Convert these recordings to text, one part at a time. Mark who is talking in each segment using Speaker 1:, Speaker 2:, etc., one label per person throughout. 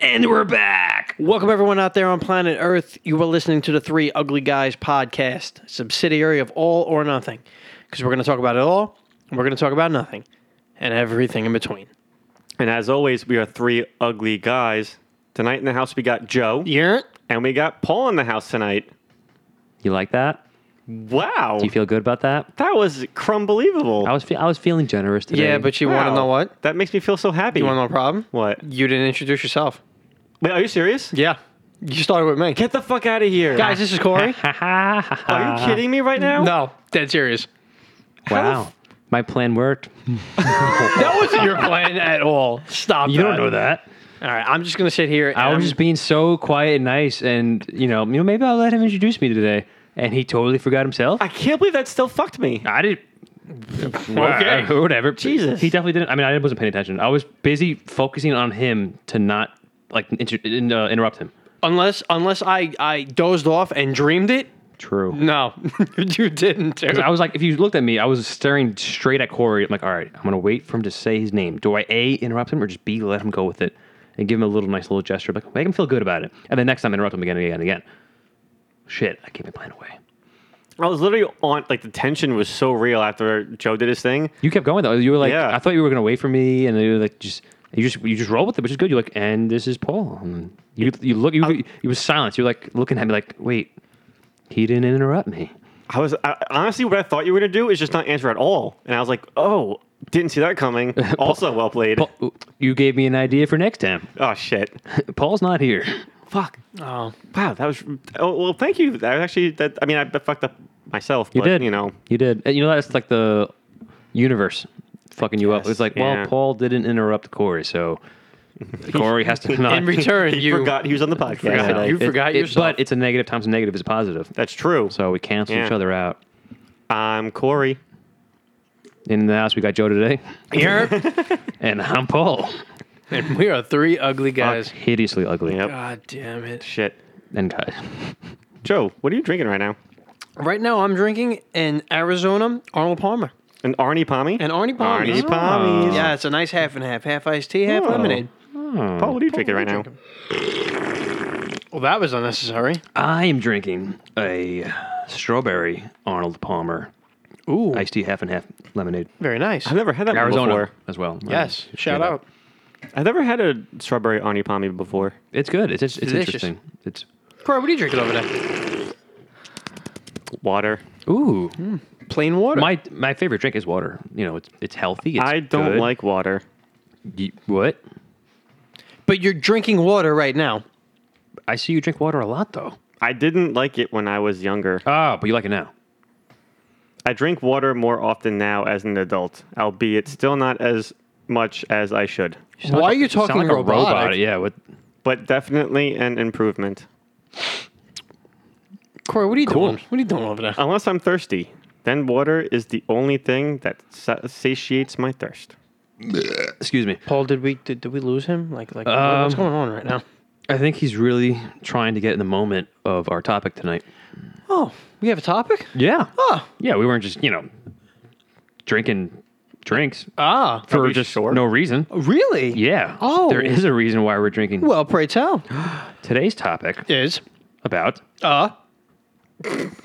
Speaker 1: And we're back.
Speaker 2: Welcome, everyone out there on planet Earth. You are listening to the Three Ugly Guys podcast, subsidiary of All or Nothing, because we're going to talk about it all, and we're going to talk about nothing, and everything in between.
Speaker 3: And as always, we are three ugly guys. Tonight in the house, we got Joe.
Speaker 2: Yeah.
Speaker 3: And we got Paul in the house tonight.
Speaker 1: You like that?
Speaker 3: Wow.
Speaker 1: Do you feel good about that?
Speaker 3: that was crumbelievable.
Speaker 1: I was fe- I was feeling generous today.
Speaker 2: Yeah, but you want to
Speaker 3: Wow.
Speaker 2: know what?
Speaker 3: That makes me feel so happy.
Speaker 2: You want to know a problem?
Speaker 3: what?
Speaker 2: You didn't introduce yourself.
Speaker 3: Wait, are you serious?
Speaker 2: Yeah. You started with me.
Speaker 3: Get the fuck out of here.
Speaker 2: Guys, this is Corey.
Speaker 3: are you kidding me right now?
Speaker 2: no, dead serious.
Speaker 1: wow, my plan worked.
Speaker 2: That wasn't your plan at all. Stop
Speaker 1: You don't know that.
Speaker 2: All right, I'm just going to sit here. And
Speaker 1: I
Speaker 2: I'm-
Speaker 1: was just being so quiet and nice, and you know, you know, maybe I'll let him introduce me today. And he totally forgot himself.
Speaker 3: I can't believe that still fucked me.
Speaker 1: I did. Okay. Whatever.
Speaker 3: Jesus.
Speaker 1: He definitely didn't. I mean, I wasn't paying attention. I was busy focusing on him to not like inter- in, uh, interrupt him.
Speaker 2: unless unless I, I dozed off and dreamed it.
Speaker 1: True.
Speaker 2: No, you didn't. Dude.
Speaker 1: I was like, if you looked at me, I was staring straight at Corey. I'm like, all right, I'm gonna wait for him to say his name. Do I a interrupt him or just b let him go with it and give him a little nice little gesture, like make him feel good about it, and then next time interrupt him again and again and again. Shit, I gave my plan away.
Speaker 3: I was literally on, like, the tension was so real after Joe did his thing.
Speaker 1: You kept going though. You were like,
Speaker 3: Yeah.
Speaker 1: I thought you were gonna wait for me, and you were like, just you just you just roll with it, which is good. You're like, and this is Paul. And you you look you you was silence. You're like looking at me like, wait, he didn't interrupt me.
Speaker 3: I was I, honestly what I thought you were gonna do is just not answer at all, and I was like, oh, didn't see that coming. also, well played.
Speaker 1: Paul, you gave me an idea for next time.
Speaker 3: oh shit.
Speaker 1: Paul's not here.
Speaker 3: Fuck.
Speaker 2: oh.
Speaker 3: Wow, that was. Oh, well, thank you. That was actually. That I mean, I fucked up myself.
Speaker 1: You
Speaker 3: but,
Speaker 1: did.
Speaker 3: You know.
Speaker 1: You did. And you know that's like the universe fucking you up.
Speaker 3: Yes,
Speaker 1: It's like,
Speaker 3: yeah.
Speaker 1: well, Paul didn't interrupt Corey, so Corey has to not.
Speaker 2: In return,
Speaker 3: He
Speaker 2: you
Speaker 3: forgot he was on the podcast.
Speaker 1: you know,
Speaker 2: forgot.
Speaker 3: today.
Speaker 2: You forgot yourself.
Speaker 1: But it's a negative times a negative is a positive.
Speaker 3: That's true. So
Speaker 1: So we cancel each
Speaker 3: Yeah.
Speaker 1: other out.
Speaker 3: I'm Corey.
Speaker 1: In the house, we got Joe today,
Speaker 2: Here,
Speaker 1: and I'm Paul.
Speaker 2: and we are three ugly guys.
Speaker 1: Hideously ugly.
Speaker 3: Yep.
Speaker 2: God damn it.
Speaker 3: Shit.
Speaker 1: And guys.
Speaker 3: Joe, what are you drinking right now?
Speaker 2: Right now, I'm drinking an Arizona Arnold Palmer.
Speaker 3: An Arnie Pommy.
Speaker 2: An Arnie Palmer.
Speaker 3: Arnie Pommies.
Speaker 2: Yeah, it's a nice half and half. Half iced tea, half
Speaker 3: Oh.
Speaker 2: lemonade.
Speaker 3: Paul, what are you drinking right now?
Speaker 2: Well, that was unnecessary.
Speaker 1: I am drinking a strawberry Arnold Palmer
Speaker 2: Ooh,
Speaker 1: iced tea, half and half lemonade.
Speaker 2: very nice.
Speaker 3: I've never had that one
Speaker 1: Arizona
Speaker 3: before.
Speaker 1: as well.
Speaker 2: Yes,
Speaker 1: Uh,
Speaker 2: shout out.
Speaker 3: I've never had a strawberry Arnie Pommy before.
Speaker 1: It's good. It's, it's, it's
Speaker 2: Delicious.
Speaker 1: interesting. It's
Speaker 2: Corey, what are you drinking over there?
Speaker 3: Water.
Speaker 1: ooh.
Speaker 2: Plain water.
Speaker 1: My my favorite drink is water. You know, it's it's healthy. It's
Speaker 3: I don't
Speaker 1: good.
Speaker 3: like water.
Speaker 1: Ye- what.
Speaker 2: but you're drinking water right now.
Speaker 1: I see you drink water a lot though.
Speaker 3: I didn't like it when I was younger.
Speaker 1: Oh, but you like it now.
Speaker 3: I drink water more often now as an adult, albeit still not as much as I should,
Speaker 1: You sound
Speaker 2: Why
Speaker 1: like
Speaker 2: are you
Speaker 1: a- sound
Speaker 2: talking
Speaker 1: like a robot?
Speaker 2: robotic?
Speaker 1: Yeah. What?
Speaker 3: but definitely an improvement.
Speaker 2: Corey, what are you doing? What are you doing over there?
Speaker 3: Unless I'm thirsty, then water is the only thing that sa- satiates my thirst.
Speaker 1: Excuse me.
Speaker 2: Paul, did we did, did we lose him? Like like what- what's
Speaker 1: Um,
Speaker 2: going on right now?
Speaker 1: I think he's really trying to get in the moment of our topic tonight.
Speaker 2: Oh, we have a topic.
Speaker 1: Yeah.
Speaker 2: Oh,
Speaker 1: Yeah. We weren't just you know drinking drinks
Speaker 2: ah,
Speaker 3: Are
Speaker 1: for
Speaker 3: we
Speaker 1: just
Speaker 3: sure?
Speaker 1: no reason.
Speaker 2: really?
Speaker 1: Yeah.
Speaker 2: Oh.
Speaker 1: There is a reason why we're drinking.
Speaker 2: Well, pray tell.
Speaker 1: Today's topic
Speaker 2: Is
Speaker 1: about
Speaker 2: uh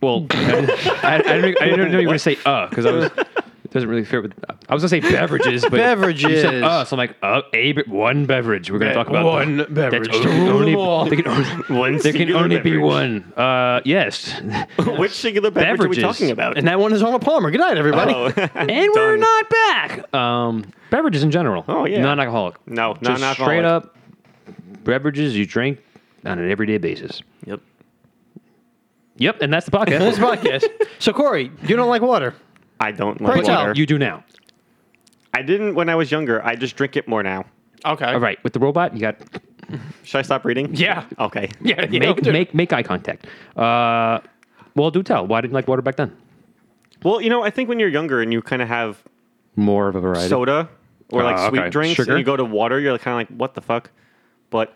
Speaker 1: Well, I, didn't- I, I, didn't, I didn't know you were going to say uh because I was. It doesn't really fit with. I was going to say beverages, but You said
Speaker 2: Beverages.
Speaker 1: uh, so I'm like uh, a be- one beverage. We're going to
Speaker 3: Be-
Speaker 1: talk about
Speaker 2: one
Speaker 1: That's
Speaker 2: beverage to
Speaker 1: only-
Speaker 2: rule
Speaker 1: only-
Speaker 2: them all.
Speaker 1: There can only,
Speaker 3: One
Speaker 1: there can
Speaker 3: singular
Speaker 1: only be
Speaker 3: beverage.
Speaker 1: one. Uh, yes,
Speaker 3: Which singular beverage
Speaker 1: Beverages.
Speaker 3: are we talking about?
Speaker 2: and that one is on a Palmer. Good night, everybody.
Speaker 3: oh,
Speaker 1: and we're
Speaker 3: Done.
Speaker 1: not back. Um, beverages in general.
Speaker 3: Oh, yeah.
Speaker 1: non-alcoholic.
Speaker 3: No,
Speaker 1: Just
Speaker 3: non-alcoholic.
Speaker 1: straight up beverages you drink on an everyday basis.
Speaker 3: yep.
Speaker 1: Yep, and that's the podcast.
Speaker 2: This podcast. So Corey, you don't like water.
Speaker 3: I don't like
Speaker 2: Pray tell.
Speaker 3: water.
Speaker 1: you do now.
Speaker 3: I didn't when I was younger. I just drink it more now.
Speaker 2: Okay.
Speaker 1: All right, with the robot, you got
Speaker 3: Should I stop reading?
Speaker 2: Yeah.
Speaker 3: Okay.
Speaker 2: Yeah. yeah,
Speaker 1: make
Speaker 2: dude.
Speaker 1: make make eye contact. Uh, well, do tell. Why didn't you like water back then?
Speaker 3: Well, you know, I think when you're younger and you kind of have
Speaker 1: More of a variety.
Speaker 3: soda or like
Speaker 1: Ah,
Speaker 3: sweet
Speaker 1: okay.
Speaker 3: drinks,
Speaker 1: Sugar?
Speaker 3: and you go to water, you're kind of like, what the fuck? But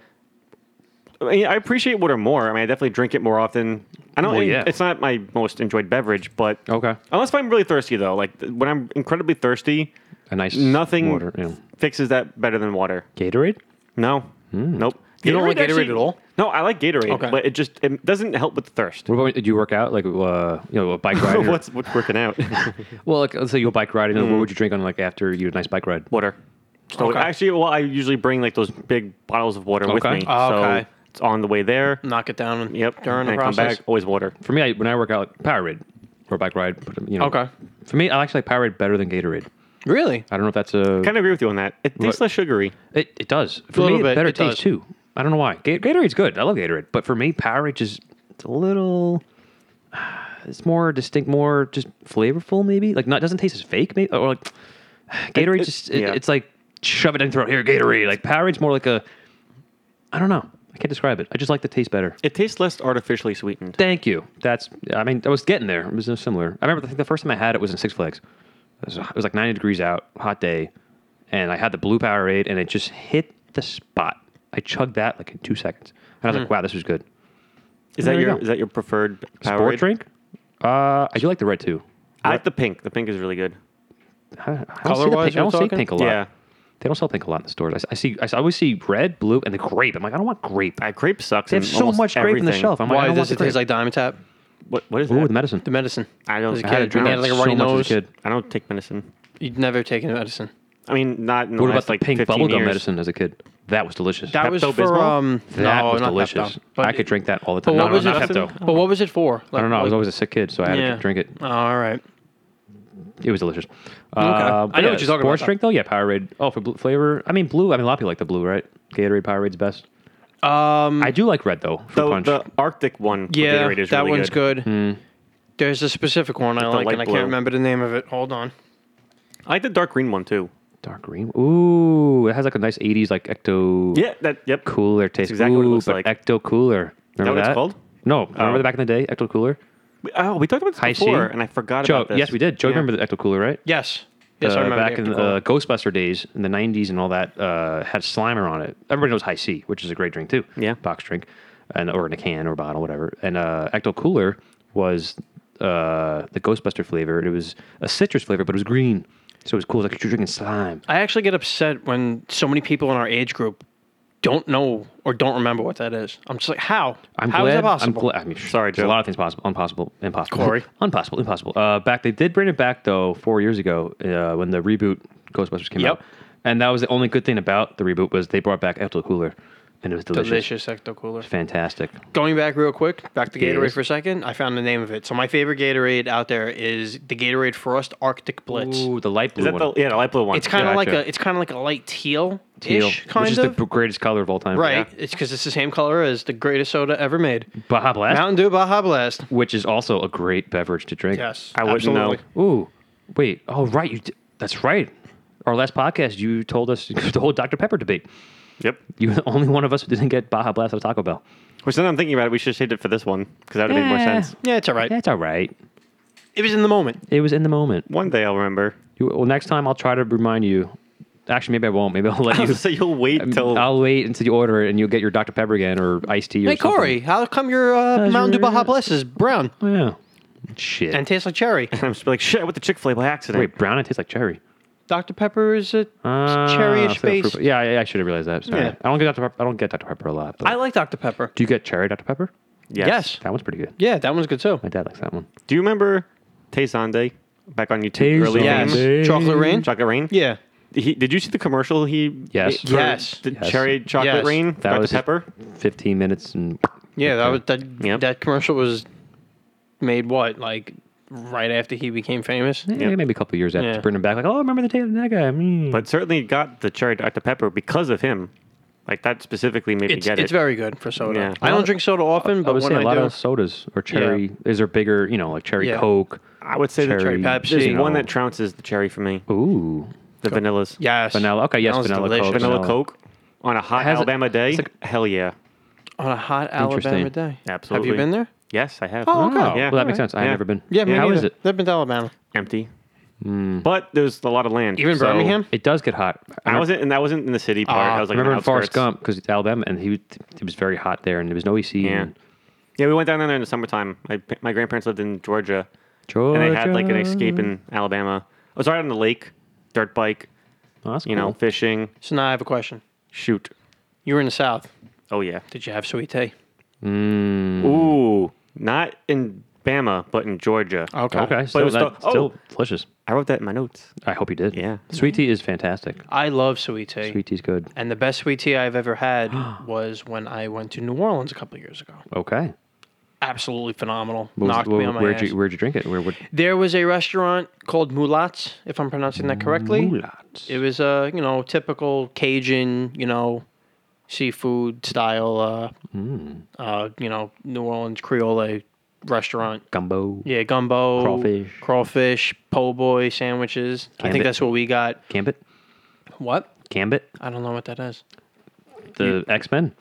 Speaker 3: I, mean, I appreciate water more. I mean, I definitely drink it more often. I don't.
Speaker 1: Well,
Speaker 3: think
Speaker 1: yeah.
Speaker 3: It's not my most enjoyed beverage, but
Speaker 1: Okay.
Speaker 3: Unless if I'm really thirsty though, like th- when I'm incredibly thirsty,
Speaker 1: A nice
Speaker 3: Nothing-
Speaker 1: Water, you know.
Speaker 3: fixes that better than water.
Speaker 1: Gatorade.
Speaker 3: No, nope.
Speaker 2: You don't like Gatorade
Speaker 3: actually-
Speaker 2: at all?
Speaker 3: No, I like Gatorade,
Speaker 2: Okay.
Speaker 3: but it just it doesn't help with the thirst.
Speaker 1: What about did you work out like uh, you know a bike ride? or-
Speaker 3: what's what's working out?
Speaker 1: well, like let's say you go bike ride, and then what would you drink on like after you had a nice bike ride?
Speaker 3: water. So
Speaker 2: Okay.
Speaker 3: actually, well, I usually bring like those big bottles of water with
Speaker 1: Okay.
Speaker 3: me.
Speaker 2: Oh,
Speaker 3: so
Speaker 2: okay.
Speaker 3: it's on the way there.
Speaker 2: Knock it down.
Speaker 3: Yep.
Speaker 2: During the
Speaker 3: and I come
Speaker 2: process.
Speaker 3: back, always water.
Speaker 1: For me, I, when I work out, like Powerade or bike ride, put them, you know.
Speaker 2: Okay.
Speaker 1: For me, I actually like Powerade better than Gatorade.
Speaker 2: Really?
Speaker 1: I don't know if that's a.
Speaker 3: Kind of agree with you on that. It tastes
Speaker 1: What?
Speaker 3: less sugary.
Speaker 1: It, it does. For
Speaker 2: little
Speaker 1: me,
Speaker 2: bit,
Speaker 1: it better
Speaker 2: it
Speaker 1: taste
Speaker 2: does.
Speaker 1: too. I don't know why. Ga- Gatorade's good. I love Gatorade, but for me, Powerade just it's a little. It's more distinct, more just flavorful, maybe. Like not doesn't taste as fake, maybe. Or like Gatorade
Speaker 3: it-
Speaker 1: just it-
Speaker 3: yeah.
Speaker 1: it's like shove it in your throat here, Gatorade. Like Powerade's more like a. I don't know. I can't describe it. I just like the taste better.
Speaker 3: It tastes less artificially sweetened.
Speaker 1: Thank you. That's. I mean, I was getting there. It was similar. I remember. I think the first time I had it was in Six Flags. It was, it was like 90 degrees out, hot day, and I had the blue Powerade, and it just hit the spot. I chugged that like in two seconds, and I was
Speaker 3: Hmm.
Speaker 1: like, "Wow, this was good."
Speaker 3: Is that
Speaker 1: There you
Speaker 3: your
Speaker 1: go.
Speaker 3: is that your preferred Powerade?
Speaker 1: Sport drink. Uh, I do like the red too.
Speaker 3: I like the pink. The pink is really good.
Speaker 1: I, I don't see the
Speaker 2: Color-wise,
Speaker 1: pink- I
Speaker 2: you're
Speaker 1: don't see
Speaker 2: talking?
Speaker 1: pink a lot.
Speaker 3: Yeah.
Speaker 1: They don't sell pink a lot in the stores. I, s- I see. I, s- I always see red, blue, and the grape. I'm like, I don't want grape.
Speaker 3: I grape sucks.
Speaker 1: they have
Speaker 3: in
Speaker 1: so
Speaker 3: almost
Speaker 1: much grape on the
Speaker 3: everything.
Speaker 1: shelf. I'm like, I
Speaker 2: Why
Speaker 1: don't
Speaker 2: does
Speaker 1: want the
Speaker 2: it taste
Speaker 1: grape.
Speaker 2: like Diamond Tap?
Speaker 3: What what is
Speaker 1: Ooh,
Speaker 3: that?
Speaker 1: the medicine.
Speaker 2: The medicine.
Speaker 3: I don't.
Speaker 2: As a
Speaker 3: I
Speaker 1: I had to
Speaker 2: kid,
Speaker 3: don't-
Speaker 1: drink
Speaker 2: I
Speaker 1: that
Speaker 2: had like a
Speaker 1: so
Speaker 2: runny
Speaker 1: much as a
Speaker 2: nose.
Speaker 1: kid.
Speaker 3: I don't take medicine.
Speaker 2: You'd never taken the medicine.
Speaker 3: I mean, not in the
Speaker 1: What
Speaker 3: last,
Speaker 1: about the
Speaker 3: like
Speaker 1: pink
Speaker 3: 15
Speaker 1: bubblegum
Speaker 3: years.
Speaker 1: medicine as a kid? That was delicious.
Speaker 2: That was for
Speaker 3: Pepto-Bismol?
Speaker 2: um.
Speaker 1: That
Speaker 2: no,
Speaker 1: was
Speaker 2: not
Speaker 1: delicious.
Speaker 2: Pepto. But
Speaker 1: I could drink that all the
Speaker 2: But
Speaker 1: time.
Speaker 2: what
Speaker 1: No,
Speaker 2: was
Speaker 1: no,
Speaker 2: it?
Speaker 1: not Pepto.
Speaker 2: But what was it for?
Speaker 1: I
Speaker 2: Like,
Speaker 1: don't know. I was
Speaker 2: like-
Speaker 1: always a sick kid, so I had
Speaker 2: Yeah. Oh,
Speaker 1: to drink it.
Speaker 2: All right.
Speaker 1: It was delicious.
Speaker 2: I
Speaker 1: Uh, but
Speaker 2: know
Speaker 1: yeah,
Speaker 2: what you're talking
Speaker 1: sports
Speaker 2: about,
Speaker 1: drink though, yeah, Powerade. Oh, for blue, flavor, I mean blue. I mean, a lot of people like the blue, right? Gatorade, Powerade's best.
Speaker 2: Um.
Speaker 1: I do like red though. For
Speaker 3: The,
Speaker 1: punch.
Speaker 3: the Arctic one. with
Speaker 2: Yeah,
Speaker 3: Gatorade is
Speaker 2: that
Speaker 3: really
Speaker 2: one's good.
Speaker 1: Hmm.
Speaker 2: There's a specific one I
Speaker 3: the
Speaker 2: like,
Speaker 3: light
Speaker 2: and I
Speaker 3: blue.
Speaker 2: can't remember the name of it. Hold on.
Speaker 3: I like the dark green one too.
Speaker 1: Dark green. Ooh, it has like a nice '80s like ecto
Speaker 3: Yeah, that. Yep.
Speaker 1: cooler taste.
Speaker 3: exactly what it
Speaker 1: Ooh,
Speaker 3: looks
Speaker 1: but
Speaker 3: like.
Speaker 1: Ecto cooler. Remember
Speaker 3: what
Speaker 1: that?
Speaker 3: it's called?
Speaker 1: No, remember the back in the day, ecto cooler.
Speaker 3: We- Oh, we talked about this
Speaker 1: High C?
Speaker 3: before, and I forgot
Speaker 1: Joe,
Speaker 3: about this.
Speaker 1: yes, we did. Joe,
Speaker 3: Yeah.
Speaker 1: remember the ecto cooler, right?
Speaker 2: Yes. Yes, I
Speaker 1: uh,
Speaker 2: remember.
Speaker 1: back in the uh, Ghostbuster days in the '90s and all that uh, had Slimer on it. Everybody knows High C, which is a great drink too.
Speaker 3: Yeah.
Speaker 1: box drink, and or in a can or bottle, whatever. And uh, Ecto Cooler was uh, the Ghostbuster flavor. It was a citrus flavor, but it was green, so it was cool. It was like you're drinking slime.
Speaker 2: I actually get upset when so many people in our age group don't know or don't remember what that is. I'm just like, how?
Speaker 1: I'm
Speaker 2: How
Speaker 1: glad.
Speaker 2: is that possible?
Speaker 1: I'm glad. I mean, psh,
Speaker 3: Sorry,
Speaker 1: there's
Speaker 3: Joe.
Speaker 1: A lot of things possible, impossible, impossible.
Speaker 2: Corey.
Speaker 1: impossible, impossible. Uh, back they did bring it back though four years ago uh, when the reboot Ghostbusters came
Speaker 2: Yep.
Speaker 1: out, and that was the only good thing about the reboot was they brought back Ecto Cooler, and it was
Speaker 2: Delicious Ecto Cooler.
Speaker 1: Fantastic.
Speaker 2: Going back real quick, back to Gatorade
Speaker 1: Yes.
Speaker 2: for a second. I found the name of it. So my favorite Gatorade out there is the Gatorade Frost Arctic Blitz.
Speaker 1: Ooh, the light blue
Speaker 3: Is that
Speaker 1: one.
Speaker 3: the yeah the light blue one?
Speaker 2: It's kind of like
Speaker 1: Gotcha.
Speaker 2: a it's kind of like a light teal
Speaker 1: Teal,
Speaker 2: ish kind
Speaker 1: which is
Speaker 2: of
Speaker 1: the b- greatest color of all time.
Speaker 2: right. It's because it's the same color as the greatest soda ever made,
Speaker 1: Baja Blast,
Speaker 2: Mountain Dew Baja Blast.
Speaker 1: which is also a great beverage to drink.
Speaker 2: Yes,
Speaker 3: I wouldn't know.
Speaker 2: absolutely.
Speaker 1: Ooh, wait. Oh, right. You. d- That's right. Our last podcast, you told us the whole Dr Pepper debate.
Speaker 3: Yep.
Speaker 1: You were the only one of us who didn't get Baja Blast out of Taco Bell.
Speaker 3: Which then I'm thinking about it, we should have saved it for this one because that would have made more
Speaker 1: Yeah.
Speaker 3: sense.
Speaker 2: Yeah, it's all right.
Speaker 1: That's all right.
Speaker 2: It was in the moment.
Speaker 1: It was in the moment.
Speaker 3: One day I'll remember.
Speaker 1: You, well, next time I'll try to remind you. Actually, maybe I won't. Maybe I'll let you.
Speaker 3: so you'll wait till
Speaker 1: Um, I'll wait until you order it, and you'll get your Dr Pepper again or iced tea. or
Speaker 2: Hey
Speaker 1: something.
Speaker 2: Corey, how come your uh, Mountain Dew
Speaker 1: your-
Speaker 2: Baja Blast is brown
Speaker 1: Oh, yeah. Shit.
Speaker 2: and tastes like cherry?
Speaker 3: I'm just be like shit with the Chick Fil A by accident.
Speaker 1: wait, brown. It tastes like cherry.
Speaker 2: Dr Pepper is a
Speaker 1: Ah,
Speaker 2: cherryish
Speaker 1: so fruit-
Speaker 2: base.
Speaker 1: Yeah, I, I should have realized that. Sorry.
Speaker 2: Yeah.
Speaker 1: I don't get Dr. Pepper, I don't get Dr. Pepper a lot. But
Speaker 2: I like Dr Pepper.
Speaker 1: do you get cherry Dr. Pepper?
Speaker 3: Yes.
Speaker 2: yes.
Speaker 1: That one's pretty good.
Speaker 2: Yeah, that one's good too.
Speaker 1: My dad likes that one.
Speaker 3: Do you remember Tay Sande back on YouTube early?
Speaker 2: Yes.
Speaker 3: days?
Speaker 1: Sunday.
Speaker 2: Chocolate rain.
Speaker 3: Chocolate rain.
Speaker 2: Yeah.
Speaker 3: He, did you see the commercial? He
Speaker 1: Yes.
Speaker 3: for
Speaker 2: Yes.
Speaker 3: The
Speaker 1: Yes.
Speaker 3: cherry chocolate
Speaker 2: Yes.
Speaker 3: rain.
Speaker 1: That
Speaker 3: Dr
Speaker 1: was his-
Speaker 3: pepper.
Speaker 1: 15 minutes and
Speaker 2: Yeah, that was that.
Speaker 3: Yep.
Speaker 2: That commercial was made what like right after he became famous.
Speaker 1: eh, maybe a couple years after
Speaker 2: Yeah.
Speaker 1: bring him back. Like, oh, remember the day of that guy? Mm.
Speaker 3: But certainly got the cherry Dr pepper because of him. Like that specifically made me
Speaker 2: It's
Speaker 3: get
Speaker 2: it's
Speaker 3: it.
Speaker 2: very good for soda.
Speaker 3: Yeah.
Speaker 2: I don't drink soda
Speaker 1: Uh,
Speaker 2: often,
Speaker 1: I
Speaker 3: Uh,
Speaker 2: but
Speaker 1: would
Speaker 2: when
Speaker 1: say a
Speaker 2: I
Speaker 1: lot
Speaker 2: do,
Speaker 1: of sodas or cherry. Is there bigger, you know, like cherry
Speaker 2: Yeah.
Speaker 1: Coke?
Speaker 3: I would say the
Speaker 1: Cherry
Speaker 3: cherry Pepsi.
Speaker 2: Pepsi.
Speaker 3: There's
Speaker 1: No.
Speaker 3: one that trounces the cherry for me.
Speaker 1: Ooh.
Speaker 3: The vanillas.
Speaker 2: yes,
Speaker 1: Vanilla. Okay, yes,
Speaker 2: That was
Speaker 1: vanilla Coke. Oh.
Speaker 2: delicious.
Speaker 3: Vanilla
Speaker 1: Vanilla.
Speaker 3: Coke on a hot
Speaker 1: Has it-
Speaker 3: Alabama day.
Speaker 1: it's like-
Speaker 3: Hell yeah.
Speaker 2: on a hot
Speaker 1: Interesting.
Speaker 2: Alabama day.
Speaker 3: Absolutely.
Speaker 2: Have you been there?
Speaker 3: Yes, I have. Mm-hmm.
Speaker 2: Oh, okay.
Speaker 1: Wow.
Speaker 3: Yeah.
Speaker 1: well, that makes
Speaker 3: Alright.
Speaker 1: sense. I
Speaker 3: Yeah.
Speaker 1: have never been.
Speaker 2: Yeah, me
Speaker 1: How is
Speaker 2: neither.
Speaker 1: it?
Speaker 2: I've been to Alabama.
Speaker 3: empty. But there's a lot of land.
Speaker 2: Even
Speaker 3: so-
Speaker 2: Birmingham?
Speaker 1: It does get hot.
Speaker 3: I wasn't, and that wasn't in the city part.
Speaker 2: Ah,
Speaker 3: I was like, in
Speaker 1: remember
Speaker 3: the
Speaker 1: in Forrest
Speaker 3: outskirts.
Speaker 1: Gump because it's Alabama and he it was very hot there and there was no AC.
Speaker 3: Yeah.
Speaker 1: and-
Speaker 3: Yeah, we went down there in the summertime. My, pa- my grandparents lived in Georgia,
Speaker 1: Georgia.
Speaker 3: and they had like an escape in Alabama. I was right on the lake, dirt bike,
Speaker 1: Oh, that's
Speaker 3: you know,
Speaker 1: cool.
Speaker 3: fishing,
Speaker 2: So now I have a question.
Speaker 3: shoot.
Speaker 2: You were in the South.
Speaker 3: Oh yeah.
Speaker 2: Did you have sweet tea?
Speaker 3: Hmm. Ooh, not in Bama, but in Georgia.
Speaker 1: Okay,
Speaker 3: it
Speaker 1: still,
Speaker 3: was
Speaker 1: that,
Speaker 3: still-
Speaker 1: still delicious.
Speaker 3: I wrote that in my notes.
Speaker 1: I hope you did.
Speaker 3: Yeah.
Speaker 1: Sweet tea is fantastic.
Speaker 2: I love sweet tea.
Speaker 1: Sweet tea's good.
Speaker 2: And the best sweet tea I've ever had was when I went to New Orleans a couple years ago.
Speaker 1: Okay.
Speaker 2: Absolutely phenomenal.
Speaker 1: What was-
Speaker 2: Knocked
Speaker 1: what-
Speaker 2: me on my
Speaker 1: where'd
Speaker 2: ass.
Speaker 1: you Where'd you drink it? Where would
Speaker 2: There was a restaurant called Mulats, if I'm pronouncing that correctly.
Speaker 1: Moulats.
Speaker 2: It was a you know typical Cajun, you know, seafood style, uh,
Speaker 1: Hmm.
Speaker 2: uh, you know, New Orleans Creole restaurant.
Speaker 1: gumbo?
Speaker 2: Yeah, gumbo,
Speaker 1: Crawfish.
Speaker 2: crawfish, po' boy sandwiches. I
Speaker 1: Gambit.
Speaker 2: think that's what we got.
Speaker 1: Gambit.
Speaker 2: What?
Speaker 1: Gambit.
Speaker 2: I don't know what that is.
Speaker 1: The X Men.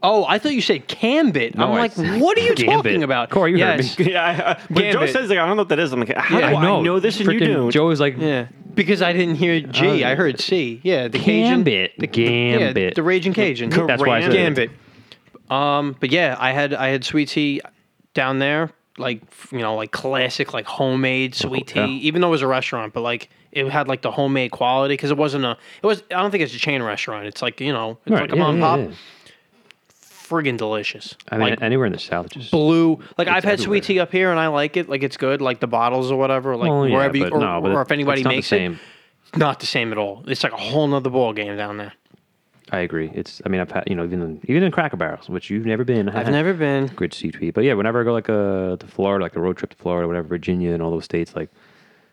Speaker 2: Oh, I thought you said Cambit.
Speaker 1: No,
Speaker 2: I'm
Speaker 1: I
Speaker 2: like,
Speaker 1: said
Speaker 2: what are you
Speaker 1: Gambit.
Speaker 2: talking about?
Speaker 1: Corey, you heard
Speaker 2: yes.
Speaker 1: me.
Speaker 3: Yeah, I, I, when Joe
Speaker 2: Gambit.
Speaker 3: says like I don't know what that is, I'm like, how
Speaker 2: Yeah,
Speaker 3: do I know, this and you
Speaker 1: Frickin'
Speaker 3: do?
Speaker 1: Joe is like
Speaker 2: Yeah, because I didn't hear
Speaker 1: Oh,
Speaker 2: G. I heard C. Yeah, the
Speaker 1: Gambit.
Speaker 2: Cajun, the
Speaker 1: Gambit.
Speaker 2: yeah, the Raging Cajun.
Speaker 1: That's why I said it.
Speaker 2: Gambit. Um, but yeah, I had I had sweet tea down there, like f- you know, like classic, like homemade sweet tea.
Speaker 1: Oh, yeah.
Speaker 2: Even though it was a restaurant, but like it had like the homemade quality because it wasn't a. It was. I don't think it's a chain restaurant. It's like you know, it's
Speaker 1: Right,
Speaker 2: like a
Speaker 1: yeah,
Speaker 2: mom and
Speaker 1: yeah,
Speaker 2: pop.
Speaker 1: yeah.
Speaker 2: Friggin' delicious.
Speaker 1: I mean,
Speaker 2: like,
Speaker 1: anywhere in the south, just
Speaker 2: blue. Like I've had
Speaker 1: everywhere.
Speaker 2: sweet tea up here and I like it. Like it's good. Like the bottles or whatever. Like
Speaker 1: Well, yeah,
Speaker 2: wherever you
Speaker 1: but
Speaker 2: or,
Speaker 1: no, but
Speaker 2: or
Speaker 1: it-
Speaker 2: if anybody
Speaker 1: it's not the
Speaker 2: makes
Speaker 1: same.
Speaker 2: it, it's not the same at all. It's like a whole nother ball game down there.
Speaker 1: I agree. It's. I mean, I've had you know even in, even in Cracker Barrels, which you've never been.
Speaker 2: I've never been.
Speaker 1: good sweet tea. But yeah, whenever I go like uh to Florida, like a road trip to Florida, whatever, Virginia and all those states, like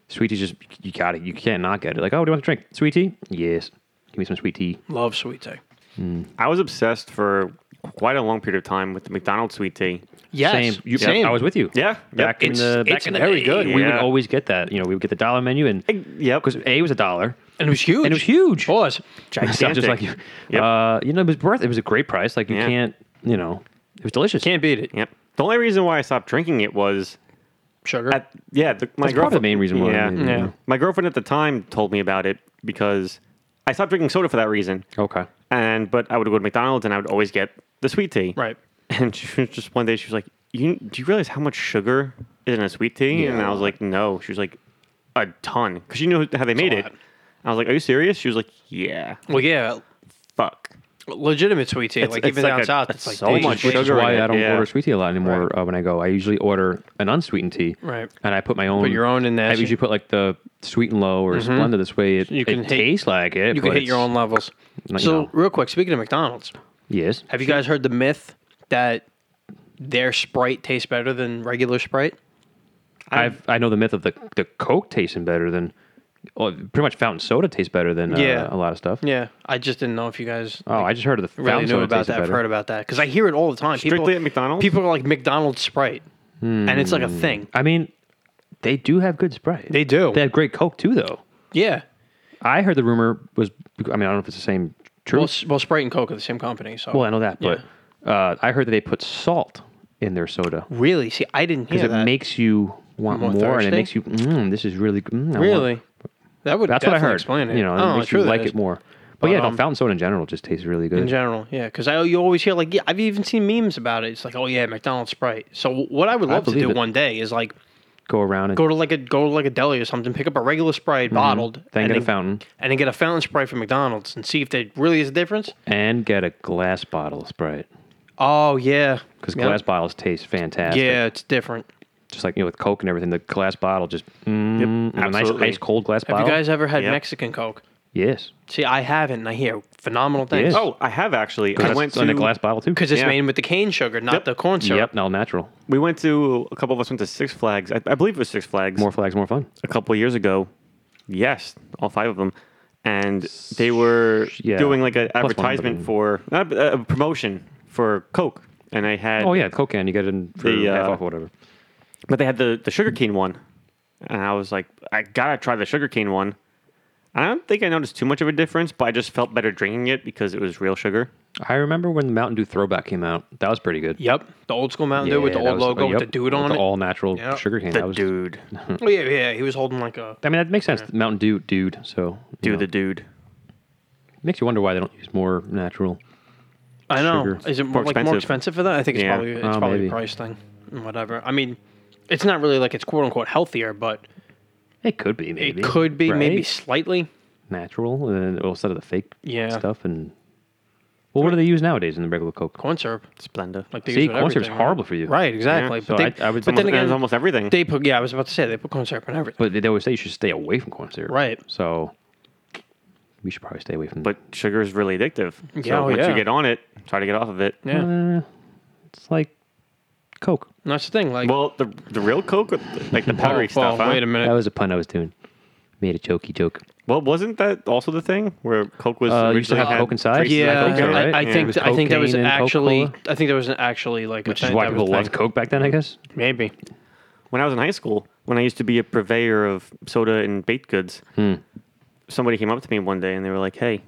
Speaker 1: sweet tea's just you got it. You can't not get it. Like, oh, do you want to drink sweet tea? Yes. Give me some sweet tea.
Speaker 2: Love sweet tea.
Speaker 3: I was obsessed for quite a long period of time with the McDonald's sweet tea.
Speaker 2: Yes.
Speaker 1: Same. You,
Speaker 2: same.
Speaker 1: I was with you.
Speaker 3: Yeah.
Speaker 1: Back
Speaker 3: Yep.
Speaker 1: in
Speaker 2: It's-
Speaker 1: the back
Speaker 2: it's
Speaker 1: in the
Speaker 2: very
Speaker 1: day,
Speaker 2: good.
Speaker 1: We would
Speaker 3: Yeah.
Speaker 1: always get that. You know, we would get the dollar menu and
Speaker 3: Yep.
Speaker 1: because A was a dollar.
Speaker 2: and it was huge.
Speaker 1: And it was huge.
Speaker 2: Pause.
Speaker 1: So just
Speaker 3: Gigantic.
Speaker 1: like you.
Speaker 3: Yep.
Speaker 1: Uh, you know, it was worth. It was a great price. Like you
Speaker 3: Yeah.
Speaker 1: can't. You know, it was delicious.
Speaker 2: Can't beat it.
Speaker 3: Yep. The only reason why I stopped drinking it was
Speaker 2: Sugar.
Speaker 3: at yeah, the, my
Speaker 1: That's
Speaker 3: girlfriend.
Speaker 1: probably the main reason why.
Speaker 3: Yeah.
Speaker 1: maybe, you
Speaker 2: Yeah.
Speaker 1: know.
Speaker 3: My girlfriend at the time told me about it because I stopped drinking soda for that reason.
Speaker 1: Okay.
Speaker 3: And but I would go to McDonald's and I would always get the sweet tea.
Speaker 2: right.
Speaker 3: And she was just one day she was like, "You do you realize how much sugar is in a sweet tea?" And I was like, "No." She was like, "A ton," because she knew how they made it.
Speaker 2: lot.
Speaker 3: I was like, "Are you serious?" She was like, "Yeah."
Speaker 2: Well, yeah.
Speaker 3: Fuck.
Speaker 2: Legitimate sweet tea.
Speaker 3: It's-
Speaker 2: like
Speaker 3: it's
Speaker 2: even
Speaker 3: like
Speaker 2: down
Speaker 3: a-
Speaker 2: south,
Speaker 3: it's
Speaker 2: it's like
Speaker 3: so
Speaker 2: they
Speaker 3: much
Speaker 2: just-
Speaker 1: Which is
Speaker 3: sugar in
Speaker 1: why
Speaker 3: it,
Speaker 1: I don't
Speaker 3: yeah.
Speaker 1: order sweet tea a lot anymore uh, when I go. I usually order an unsweetened tea.
Speaker 2: Right.
Speaker 1: And I put my own.
Speaker 2: Put your own in there.
Speaker 1: I usually put like the sweet and low or Splenda. This way it,
Speaker 2: You can
Speaker 1: it
Speaker 2: hit-
Speaker 1: tastes like it.
Speaker 2: You can
Speaker 1: but
Speaker 2: hit your
Speaker 1: it's-
Speaker 2: own levels.
Speaker 1: Like,
Speaker 2: so
Speaker 1: no.
Speaker 2: real quick, speaking of McDonald's,
Speaker 1: Yes.
Speaker 2: have you guys heard the myth that their Sprite tastes better than regular Sprite?
Speaker 1: I've I know the myth of the the Coke tasting better than, well, pretty much fountain soda tastes better than uh,
Speaker 2: Yeah.
Speaker 1: a lot of stuff.
Speaker 2: Yeah, I just dn't know if you guys
Speaker 1: Oh, I just heard of the
Speaker 2: really
Speaker 1: fountain
Speaker 2: knew
Speaker 1: soda
Speaker 2: about
Speaker 1: tasted
Speaker 2: that. I've
Speaker 1: better.
Speaker 2: heard about that because I hear it all the time.
Speaker 3: Strictly
Speaker 2: people,
Speaker 3: at McDonald's?
Speaker 2: people are like McDonald's Sprite, and it's like a thing.
Speaker 1: I mean, they do have good Sprite.
Speaker 2: They do.
Speaker 1: They have great Coke too, though.
Speaker 2: Yeah,
Speaker 1: I heard the rumor was. I mean, I don't know if it's the same truth.
Speaker 2: well, s- well, Sprite and Coke are the same company, so
Speaker 1: Well, I know that, but uh, I heard that they put salt in their soda
Speaker 2: really, see, I didn't
Speaker 1: because
Speaker 2: hear
Speaker 1: it
Speaker 2: that.
Speaker 1: makes you want
Speaker 2: More
Speaker 1: more, and
Speaker 2: thirsty?
Speaker 1: it makes you. Mm, this is really good. Mm, I want-"
Speaker 2: really, that would
Speaker 1: that's what I
Speaker 2: definitely
Speaker 1: heard.
Speaker 2: Explain it.
Speaker 1: You know,
Speaker 2: I
Speaker 1: and
Speaker 2: don't
Speaker 1: it
Speaker 2: how
Speaker 1: makes you
Speaker 2: true that
Speaker 1: like
Speaker 2: is.
Speaker 1: it more. But, yeah,
Speaker 2: um,
Speaker 1: no, fountain soda in general just tastes really good.
Speaker 2: in general. Yeah, because I you always hear like yeah, I've even seen memes about it. It's like oh yeah, McDonald's Sprite. So what I would love to
Speaker 1: believe
Speaker 2: do
Speaker 1: it.
Speaker 2: one day is like
Speaker 1: Go around and
Speaker 2: go to like a go to like a deli or something, pick up a regular Sprite bottled,
Speaker 1: Mm-hmm. then
Speaker 2: and
Speaker 1: get a fountain
Speaker 2: and then get a fountain Sprite from McDonald's and see if there really is a difference.
Speaker 1: and get a glass bottle of Sprite
Speaker 2: Oh yeah,
Speaker 1: because
Speaker 2: Yep.
Speaker 1: glass bottles taste fantastic.
Speaker 2: Yeah, it's different.
Speaker 1: just like you know with Coke and everything, the glass bottle just mm, and a nice,
Speaker 3: absolutely.
Speaker 1: ice cold glass
Speaker 2: Have
Speaker 1: bottle.
Speaker 2: you guys ever had
Speaker 3: Yep.
Speaker 2: Mexican Coke?
Speaker 1: yes,
Speaker 2: See, I haven't, and I hear phenomenal things.
Speaker 1: Yes.
Speaker 3: Oh, I have actually. I
Speaker 1: Glass-
Speaker 3: went to
Speaker 1: in a glass bottle too.
Speaker 2: because it's
Speaker 3: Yeah.
Speaker 2: made with the cane sugar, not
Speaker 3: Yep.
Speaker 2: the corn syrup.
Speaker 1: Yep, no natural.
Speaker 3: We went to a couple of us went to Six Flags. I, I believe it was Six Flags.
Speaker 1: More flags, more fun.
Speaker 3: a couple years ago. Yes, all five of them, and they were
Speaker 1: yeah.
Speaker 3: doing like an
Speaker 1: Plus one, but
Speaker 3: advertisement
Speaker 1: then-
Speaker 3: for not a, a promotion for Coke, and I had
Speaker 1: Oh yeah, Coke can you get it in for
Speaker 3: The,
Speaker 1: half
Speaker 3: uh,
Speaker 1: off or whatever.
Speaker 3: but they had the the sugarcane one, and I was like, I gotta try the sugarcane one. I don't think I noticed too much of a difference, but I just felt better drinking it because it was real sugar.
Speaker 1: I remember when the Mountain Dew throwback came out. That was pretty good.
Speaker 2: Yep, the old school Mountain Dew with the
Speaker 1: that
Speaker 2: old
Speaker 1: was-
Speaker 2: logo
Speaker 1: yep,
Speaker 2: with the dude on
Speaker 1: the
Speaker 2: it.
Speaker 1: All natural
Speaker 2: Yep.
Speaker 1: sugar cane. that was,
Speaker 3: dude,
Speaker 2: oh yeah, yeah, he was holding like a.
Speaker 1: I mean, that makes sense. Mountain Dew, dude. So
Speaker 3: do
Speaker 1: you know,
Speaker 3: the dude.
Speaker 1: makes you wonder why they don't use more natural.
Speaker 2: I know.
Speaker 1: Sugar.
Speaker 2: Is it more,
Speaker 3: More
Speaker 2: like more
Speaker 3: expensive.
Speaker 2: expensive for that? I think it's
Speaker 3: Yeah.
Speaker 2: probably it's
Speaker 1: Oh,
Speaker 2: probably
Speaker 1: maybe.
Speaker 2: a price thing, and whatever. I mean, it's not really like it's quote unquote healthier, but
Speaker 1: It could be,
Speaker 2: it
Speaker 1: maybe.
Speaker 2: could be
Speaker 1: right?
Speaker 2: maybe slightly.
Speaker 1: uh, natural and then, well, instead of the fake
Speaker 2: Yeah.
Speaker 1: stuff and Well, what do they use nowadays in the regular Coke?
Speaker 2: corn syrup.
Speaker 3: Splenda.
Speaker 2: Like they
Speaker 1: See,
Speaker 2: use it with
Speaker 1: corn syrup's
Speaker 2: everything,
Speaker 1: horrible for you.
Speaker 2: Right, exactly.
Speaker 1: so
Speaker 2: but they,
Speaker 1: I- I would-
Speaker 2: but then
Speaker 1: almost-
Speaker 2: again,
Speaker 3: almost everything.
Speaker 2: they put. Yeah, I was about to say they put corn syrup in everything.
Speaker 1: But they always say you should stay away from corn syrup.
Speaker 2: Right.
Speaker 1: So we should probably stay away from
Speaker 3: but sugar is really addictive.
Speaker 2: Yeah,
Speaker 3: so
Speaker 2: oh,
Speaker 3: once
Speaker 2: yeah.
Speaker 3: you get on it, try to get off of it.
Speaker 2: yeah,
Speaker 1: Uh, it's like Coke.
Speaker 2: And that's the thing. Like,
Speaker 3: Well, the the real Coke, or the- like the powdery
Speaker 2: oh, well,
Speaker 3: stuff. huh?
Speaker 2: wait a minute.
Speaker 1: That was a pun I was doing. Made a jokey joke.
Speaker 3: Well, wasn't that also the thing where Coke was
Speaker 1: Uh,
Speaker 3: originally
Speaker 1: you used to have
Speaker 3: had
Speaker 1: Coke inside?
Speaker 3: traces of
Speaker 2: yeah,
Speaker 1: I think so,
Speaker 3: in it?
Speaker 1: right?
Speaker 2: I, I
Speaker 1: Yeah.
Speaker 2: think
Speaker 1: With
Speaker 2: I think there was
Speaker 1: cocaine and
Speaker 2: actually
Speaker 1: Coca-Cola.
Speaker 2: I think there was an actually like
Speaker 1: Which is why people loved Coke back then, I guess.
Speaker 2: maybe
Speaker 3: when I was in high school, when I used to be a purveyor of soda and baked goods, somebody came up to me one day and they were like, "Hey,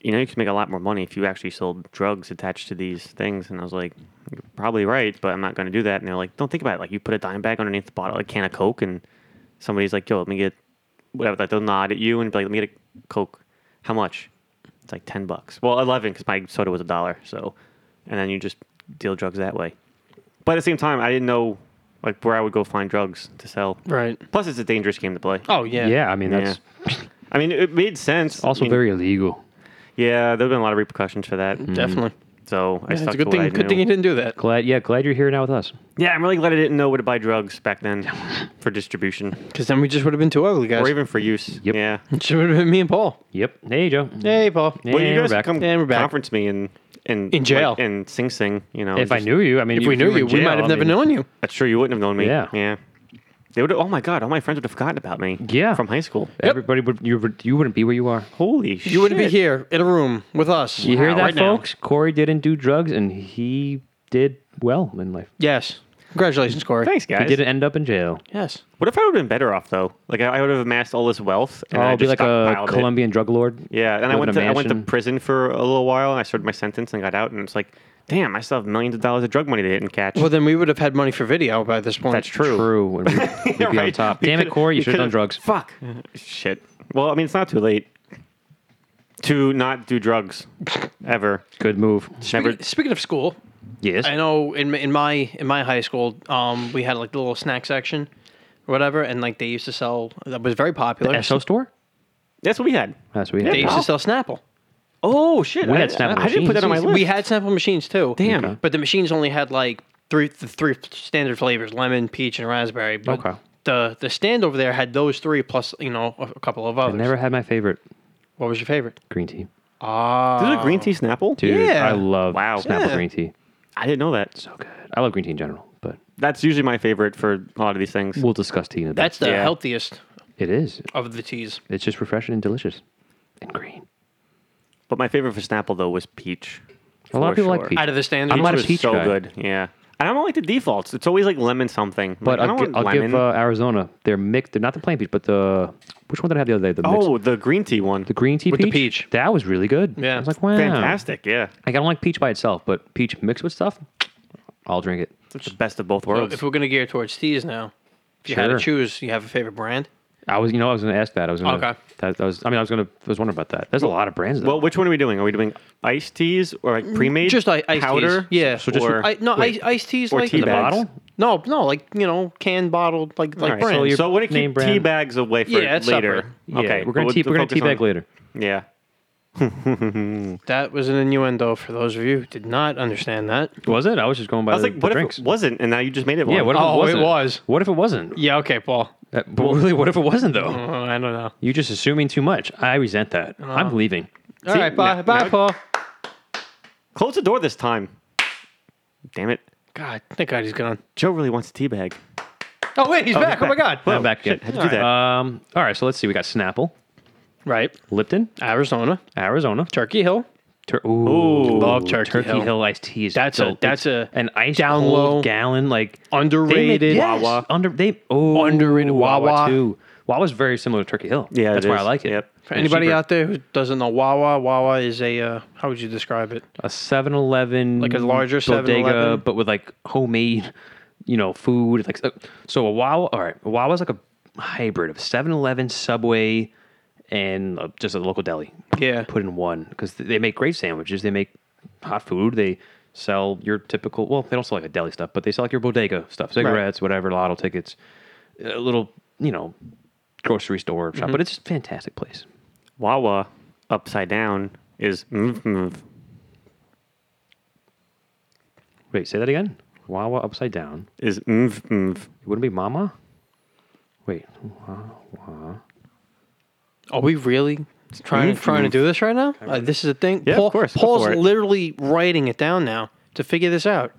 Speaker 3: you know, you could make a lot more money if you actually sold drugs attached to these things." And I was like, "You're "Probably right, but I'm not going to do that." And they're like, "Don't think about it. Like, you put a dime bag underneath the bottle, a can of Coke, and somebody's like, "Yo, let me get whatever." Like, they'll nod at you and be like, "Let me get a Coke. How much?" It's like ten bucks. Well, eleven because my soda was a dollar. So, and then you just deal drugs that way. But at the same time, I didn't know like where I would go find drugs to sell.
Speaker 2: right.
Speaker 3: Plus, it's a dangerous game to play.
Speaker 2: Oh yeah,
Speaker 1: Yeah, I mean, that's
Speaker 3: I mean, it made sense.
Speaker 1: also
Speaker 3: I mean,
Speaker 1: very illegal.
Speaker 3: Yeah, there've been a lot of repercussions for that.
Speaker 2: definitely.
Speaker 3: So I
Speaker 2: Mm-hmm. Yeah,
Speaker 3: stuck
Speaker 2: it's a good
Speaker 3: to what I
Speaker 2: thing. Good
Speaker 3: knew.
Speaker 2: thing you didn't do that.
Speaker 1: Glad, yeah, glad you're here now with us.
Speaker 3: Yeah, I'm really glad I didn't know where to buy drugs back then for distribution
Speaker 2: Because then we just would have been two ugly guys.
Speaker 3: or even for use.
Speaker 1: Yep.
Speaker 3: Yeah.
Speaker 2: It should have been me and Paul.
Speaker 1: Yep. Hey, Joe.
Speaker 2: Hey, Paul.
Speaker 1: Yeah.
Speaker 3: Well, you
Speaker 1: we're
Speaker 3: guys
Speaker 1: back.
Speaker 3: come
Speaker 2: And we're back.
Speaker 3: conference me and and
Speaker 2: In jail.
Speaker 3: like, and Sing Sing. You know,
Speaker 1: If I
Speaker 3: just-
Speaker 1: knew you, I mean,
Speaker 2: If we knew
Speaker 1: were in
Speaker 2: you, we
Speaker 1: jail,
Speaker 2: might have
Speaker 1: I
Speaker 2: never
Speaker 1: mean,
Speaker 2: known you.
Speaker 3: that's true, you wouldn't have known me.
Speaker 1: Yeah.
Speaker 3: Yeah. They would. Oh my God! All my friends would have forgotten about me.
Speaker 1: Yeah.
Speaker 3: From high school.
Speaker 1: Everybody would you would you wouldn't be where you are.
Speaker 3: Holy shit!
Speaker 2: You wouldn't be here in a room with us.
Speaker 1: You hear
Speaker 3: Wow,
Speaker 1: that,
Speaker 3: right now.
Speaker 1: folks? Corey didn't do drugs, and he did well in life.
Speaker 2: Yes. Congratulations, Corey.
Speaker 3: Thanks, guys.
Speaker 1: He didn't end up in jail.
Speaker 2: Yes.
Speaker 3: What if I would have been better off though? Like I, I would have amassed all this wealth and I
Speaker 1: I'll Oh, be
Speaker 3: just
Speaker 1: like a
Speaker 3: stockpiled it.
Speaker 1: Colombian drug lord.
Speaker 3: Yeah, and
Speaker 1: lived
Speaker 3: I went
Speaker 1: in
Speaker 3: to
Speaker 1: a
Speaker 3: I went to
Speaker 1: mansion.
Speaker 3: prison for a little while and I served my sentence and got out and it's like, damn, I still have millions of dollars of drug money they didn't catch.
Speaker 2: Well, then we would have had money for video by this point.
Speaker 3: That's true.
Speaker 1: True, and we'd, we'd be on
Speaker 3: Right?
Speaker 1: top.
Speaker 3: We
Speaker 1: Damn it,
Speaker 3: could've-
Speaker 1: Corey! You
Speaker 3: we
Speaker 1: should have done drugs.
Speaker 3: could've- Fuck. Shit. Well, I mean, it's not too late to not do drugs ever.
Speaker 1: Good move.
Speaker 3: Never.
Speaker 2: Speaking, speaking of school,
Speaker 1: Yes.
Speaker 2: I know in in my in my high school, um, we had like the little snack section, or whatever, and like they used to sell that was very popular.
Speaker 1: SO store.
Speaker 3: That's what we had.
Speaker 1: That's what we had.
Speaker 2: they used to
Speaker 3: Yeah.
Speaker 2: sell Snapple.
Speaker 3: Oh shit!
Speaker 1: We
Speaker 3: I,
Speaker 1: had Snapple
Speaker 3: I, didn't put that on my list.
Speaker 2: We had Snapple machines too.
Speaker 3: Damn. Okay.
Speaker 2: But the machines only had like three the three standard flavors: lemon, peach, and raspberry. But
Speaker 1: Okay.
Speaker 2: The the stand over there had those three plus you know a, a couple of
Speaker 1: I
Speaker 2: others.
Speaker 1: never had my favorite
Speaker 2: What was your favorite?
Speaker 1: green tea.
Speaker 2: Ah,
Speaker 3: Is it a green tea Snapple?
Speaker 1: Oh. Dude,
Speaker 2: Yeah.
Speaker 1: I love
Speaker 3: Wow.
Speaker 1: Snapple
Speaker 2: Yeah.
Speaker 1: green tea.
Speaker 3: I didn't know that.
Speaker 1: So good. I love green tea in general, but
Speaker 3: That's usually my favorite for a lot of these things.
Speaker 1: we'll discuss tea in a bit.
Speaker 2: that's the
Speaker 3: Yeah.
Speaker 2: healthiest
Speaker 1: it is.
Speaker 2: of the teas.
Speaker 1: It's just refreshing and delicious, and green.
Speaker 3: But my favorite for Snapple though was peach.
Speaker 1: A lot of
Speaker 3: For
Speaker 1: people
Speaker 3: sure.
Speaker 1: like peach.
Speaker 2: Out of the standard,
Speaker 1: I'm not a
Speaker 3: was
Speaker 1: peach
Speaker 3: so
Speaker 1: guy.
Speaker 3: good. Yeah. I don't like the defaults. It's always like lemon something.
Speaker 1: But
Speaker 3: like, I
Speaker 1: I'll,
Speaker 3: don't
Speaker 1: gi-
Speaker 3: want
Speaker 1: I'll give
Speaker 3: lemon.
Speaker 1: uh, Arizona their mix. They're not the plain peach, but the which one did I have the other day? The mix,
Speaker 3: oh, the green tea one.
Speaker 1: the green tea
Speaker 2: with
Speaker 1: peach.
Speaker 2: the peach.
Speaker 1: That was really good.
Speaker 2: Yeah.
Speaker 1: I was like, wow,
Speaker 3: Fantastic. Yeah.
Speaker 1: Like, I don't like peach by itself, but peach mixed with stuff, I'll drink it.
Speaker 3: It's the best of both
Speaker 2: So
Speaker 3: worlds.
Speaker 2: if we're gonna gear towards teas now, if you had
Speaker 1: Sure.
Speaker 2: to choose, you have a favorite brand.
Speaker 1: I was, you know, I was going to ask that. I was gonna,
Speaker 2: Okay.
Speaker 1: That, that was, I mean, I was going to, I was wondering about that. There's a lot of brands. Though.
Speaker 3: well, which one are we doing? Are we doing iced teas or
Speaker 1: Mm,
Speaker 3: like pre-made?
Speaker 2: Just I- iced
Speaker 3: powder?
Speaker 2: teas. Yeah.
Speaker 3: So
Speaker 2: So
Speaker 3: just
Speaker 1: just-
Speaker 3: or,
Speaker 2: I, no,
Speaker 3: wait,
Speaker 2: ice, iced teas
Speaker 3: or
Speaker 2: like
Speaker 3: tea
Speaker 1: the
Speaker 3: bags.
Speaker 1: bottle?
Speaker 2: No, no, like you know, canned, bottled, like
Speaker 3: All
Speaker 2: like
Speaker 3: right,
Speaker 2: brands.
Speaker 3: So,
Speaker 1: your
Speaker 3: so we're gonna
Speaker 1: name
Speaker 3: keep tea
Speaker 1: brand.
Speaker 3: bags away for
Speaker 2: Yeah, it's
Speaker 3: later.
Speaker 2: separate.
Speaker 1: yeah,
Speaker 3: Okay.
Speaker 1: we're going
Speaker 3: but
Speaker 1: to tea,
Speaker 3: we'll
Speaker 1: we're going to teabag
Speaker 3: focus on-
Speaker 1: later.
Speaker 3: Yeah.
Speaker 2: that was an innuendo for those of you who did not understand that.
Speaker 1: Was it? I was just going by
Speaker 3: I was
Speaker 1: the,
Speaker 3: like,
Speaker 1: the
Speaker 3: what
Speaker 1: drinks.
Speaker 3: if it wasn't? And now you just made it. One.
Speaker 1: yeah, what if
Speaker 2: Oh,
Speaker 1: it
Speaker 2: it
Speaker 1: wasn't?
Speaker 2: was.
Speaker 1: What if it wasn't?
Speaker 2: Yeah. Okay, Paul.
Speaker 1: Uh, but really, what if it wasn't though?
Speaker 2: Uh, I don't know.
Speaker 1: You're just assuming too much. I resent that. I'm leaving.
Speaker 2: All right, bye,
Speaker 3: now-
Speaker 2: bye,
Speaker 3: now-
Speaker 2: Paul.
Speaker 3: Close the door this time. Damn it.
Speaker 2: God, thank God he's gone.
Speaker 3: Joe really wants a tea bag.
Speaker 2: Oh wait, he's back.
Speaker 3: he's
Speaker 2: Oh my God.
Speaker 1: I'm back again.
Speaker 3: How'd you do that?
Speaker 1: Um, all right, so let's see. We got Snapple,
Speaker 2: Right,
Speaker 1: Lipton,
Speaker 2: Arizona,
Speaker 1: Arizona.
Speaker 2: Turkey Hill.
Speaker 1: Tur- Ooh,
Speaker 2: love Turkey
Speaker 1: Turkey Hill.
Speaker 2: Hill.
Speaker 1: iced tea is
Speaker 2: That's a-
Speaker 1: dope.
Speaker 2: that's
Speaker 1: It's
Speaker 2: a
Speaker 1: an ice
Speaker 2: down
Speaker 1: cold
Speaker 2: low,
Speaker 1: gallon like
Speaker 2: underrated
Speaker 1: They make, yes,
Speaker 2: Wawa.
Speaker 1: Under they oh
Speaker 2: Underrated Wawa.
Speaker 1: too. Wawa's very similar to Turkey Hill.
Speaker 3: Yeah, it
Speaker 1: that's why I
Speaker 3: is.
Speaker 1: like it.
Speaker 3: Yep.
Speaker 2: For anybody
Speaker 1: cheaper.
Speaker 2: out there who doesn't know, Wawa, Wawa is a uh, how would you describe it?
Speaker 1: A 7-Eleven,
Speaker 2: Like a larger
Speaker 1: bodega,
Speaker 2: 7-Eleven?
Speaker 1: but with like homemade, you know, food. Like so- so, a Wawa. All right, a Wawa's like a hybrid of 7-Eleven, Subway, and uh, just a local deli.
Speaker 2: Yeah.
Speaker 1: put in one because they make great sandwiches. They make hot food. They sell your typical. Well, they don't sell like a deli stuff, but they sell like your bodega stuff, cigarettes, whatever, lotto tickets, a little you know, grocery store shop. But it's a fantastic place.
Speaker 3: mm, Wawa upside down is mv mv.
Speaker 1: Wait, say that again. Wawa upside down.
Speaker 3: Is mm, mv mv.
Speaker 1: It wouldn't be mama. Wait,
Speaker 2: Are we really trying
Speaker 3: Mhm.
Speaker 2: trying to do this right now? Uh, this is a thing.
Speaker 3: Yeah, of
Speaker 2: Paul,
Speaker 3: course, go
Speaker 2: Paul's
Speaker 3: for it.
Speaker 2: literally writing it down now to figure this out.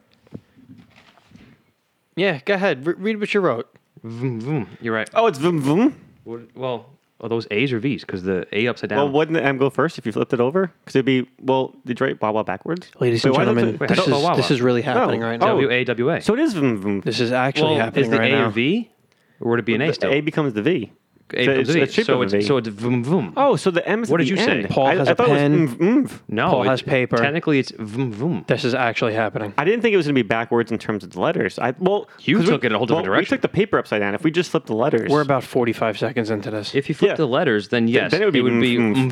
Speaker 2: Yeah, go ahead. Re- read what you wrote.
Speaker 1: vroom, vroom. you're right.
Speaker 3: Oh, it's vm vm.
Speaker 1: What- Well, are those A's or V's? Because the A upside down.
Speaker 3: Well, wouldn't the M go first if you flipped it over? Because it'd be well, did you write Wawa backwards?
Speaker 2: Ladies
Speaker 3: Wait,
Speaker 2: and
Speaker 3: why does
Speaker 2: gentlemen,
Speaker 3: it- wait,
Speaker 2: this,
Speaker 3: I thought
Speaker 2: is,
Speaker 1: Wawa.
Speaker 2: this is really happening
Speaker 3: No.
Speaker 2: right now.
Speaker 1: W A W A.
Speaker 3: So it is vm vm.
Speaker 2: This is actually
Speaker 1: Oh. well,
Speaker 2: happening
Speaker 1: is the
Speaker 2: right
Speaker 1: A
Speaker 2: now.
Speaker 1: or V, or would it be an A still?
Speaker 3: A becomes the V.
Speaker 1: A
Speaker 3: so
Speaker 1: becomes
Speaker 3: it's-
Speaker 1: a V.
Speaker 3: it's shaped
Speaker 1: so
Speaker 3: like a
Speaker 1: it's
Speaker 3: V.
Speaker 1: so it's vroom vroom.
Speaker 3: Oh, so the M is
Speaker 1: What
Speaker 3: at
Speaker 1: did
Speaker 3: the
Speaker 1: you say?
Speaker 3: end.
Speaker 2: Paul
Speaker 3: I,
Speaker 2: has
Speaker 3: I
Speaker 2: a
Speaker 3: thought it was
Speaker 2: pen.
Speaker 3: mv, mv.
Speaker 1: no,
Speaker 2: Paul
Speaker 1: it-
Speaker 2: has paper.
Speaker 1: Technically, it's vroom vroom.
Speaker 2: This is actually happening.
Speaker 3: I didn't think it was going to be backwards in terms of the letters. I well,
Speaker 1: You
Speaker 3: 'cause
Speaker 1: took it a whole different
Speaker 3: well,
Speaker 1: direction.
Speaker 3: We took the paper upside down. If we just flipped the letters,
Speaker 2: We're about 45 seconds into this.
Speaker 1: If you flip
Speaker 3: Yeah.
Speaker 1: the letters, then yes,
Speaker 3: then it would be mm, mm,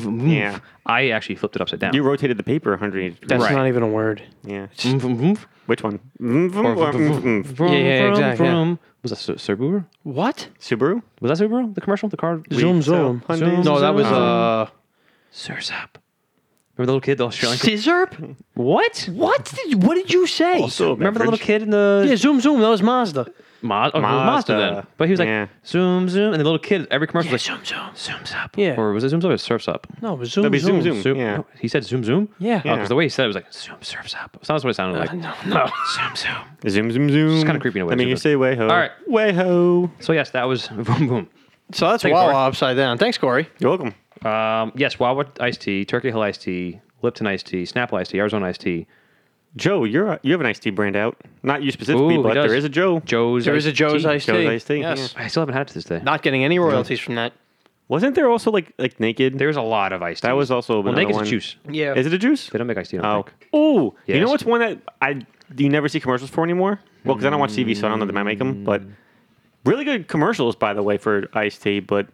Speaker 1: mm, mm.
Speaker 3: yeah.
Speaker 1: I actually flipped it upside down.
Speaker 3: you rotated the paper 180 degrees.
Speaker 2: That's
Speaker 1: Right.
Speaker 2: not even a word.
Speaker 3: Yeah.
Speaker 1: Mm, mm, mm.
Speaker 3: Which one? Mm, mm,
Speaker 1: Or
Speaker 3: or
Speaker 1: vroom,
Speaker 3: mm,
Speaker 1: vroom,
Speaker 3: mm.
Speaker 1: vroom,
Speaker 2: Yeah, yeah,
Speaker 1: vroom,
Speaker 2: exactly, yeah.
Speaker 1: vroom. Was that Su- Subaru?
Speaker 2: What?
Speaker 3: Subaru.
Speaker 1: Was that Subaru? The commercial, the car.
Speaker 2: Zoom,
Speaker 3: so
Speaker 2: zoom.
Speaker 3: Hyundai-
Speaker 2: no, that was
Speaker 1: zoom.
Speaker 2: uh,
Speaker 1: Sursap. Remember the little kid, the Australian. kid?
Speaker 2: Scissorp?
Speaker 1: What?
Speaker 2: What did, what did you say?
Speaker 3: Also,
Speaker 1: Remember the little
Speaker 3: beverage.
Speaker 1: kid in the
Speaker 2: yeah, zoom, zoom. That was Mazda.
Speaker 1: Ma- oh, it was Mazda.
Speaker 3: Mazda.
Speaker 1: then, but he was like
Speaker 3: Yeah.
Speaker 1: zoom zoom, and the little kid every commercial was like
Speaker 2: zoom, zoom.
Speaker 1: zooms up,
Speaker 2: Yeah.
Speaker 1: or was it zooms up or surfs up?
Speaker 2: No, it was zoom,
Speaker 3: That'd be
Speaker 2: zoom,
Speaker 3: zoom, zoom. yeah.
Speaker 1: no, he said zoom zoom.
Speaker 2: Yeah.
Speaker 1: because the way he said it was like zoom surfs up. So that's what it sounded like.
Speaker 2: No, no.
Speaker 1: Zoom zoom.
Speaker 3: Zoom zoom zoom. It's
Speaker 1: kinda creepy in a way,
Speaker 3: I mean, you
Speaker 1: zoom,
Speaker 3: say way ho. All
Speaker 1: Alright.
Speaker 3: way ho.
Speaker 1: So yes, that was boom boom.
Speaker 2: So that's
Speaker 1: Thanks,
Speaker 2: Wawa
Speaker 1: Corey.
Speaker 2: upside down. Thanks, Corey.
Speaker 3: You're welcome.
Speaker 1: Um, yes, Wawa iced tea, Turkey Hill iced tea, Lipton iced tea, Snapple iced tea, Arizona iced tea.
Speaker 3: Joe, you're a, you have an iced tea brand out. Not you specifically,
Speaker 1: Ooh, he
Speaker 3: but
Speaker 1: does.
Speaker 3: there is a Joe.
Speaker 1: Joe's.
Speaker 2: There is a
Speaker 1: iced
Speaker 2: Joe's
Speaker 1: tea.
Speaker 2: iced tea.
Speaker 3: Joe's iced tea,
Speaker 2: Yes.
Speaker 1: I still haven't had it to this day.
Speaker 2: Not getting any royalties from that.
Speaker 3: Wasn't there also like like naked?
Speaker 1: There's a lot of iced tea.
Speaker 3: that was also
Speaker 1: well,
Speaker 3: another
Speaker 1: naked's a
Speaker 3: one.
Speaker 1: juice.
Speaker 2: Yeah.
Speaker 3: Is it a juice?
Speaker 1: They don't make iced tea. I don't
Speaker 3: Oh,
Speaker 1: think.
Speaker 3: oh, you
Speaker 1: Yes.
Speaker 3: know what's one that I you never see commercials for anymore? Well, because I don't watch TV, so I don't know that I make them.
Speaker 1: Mm.
Speaker 3: But really good commercials, by the way, for iced tea. But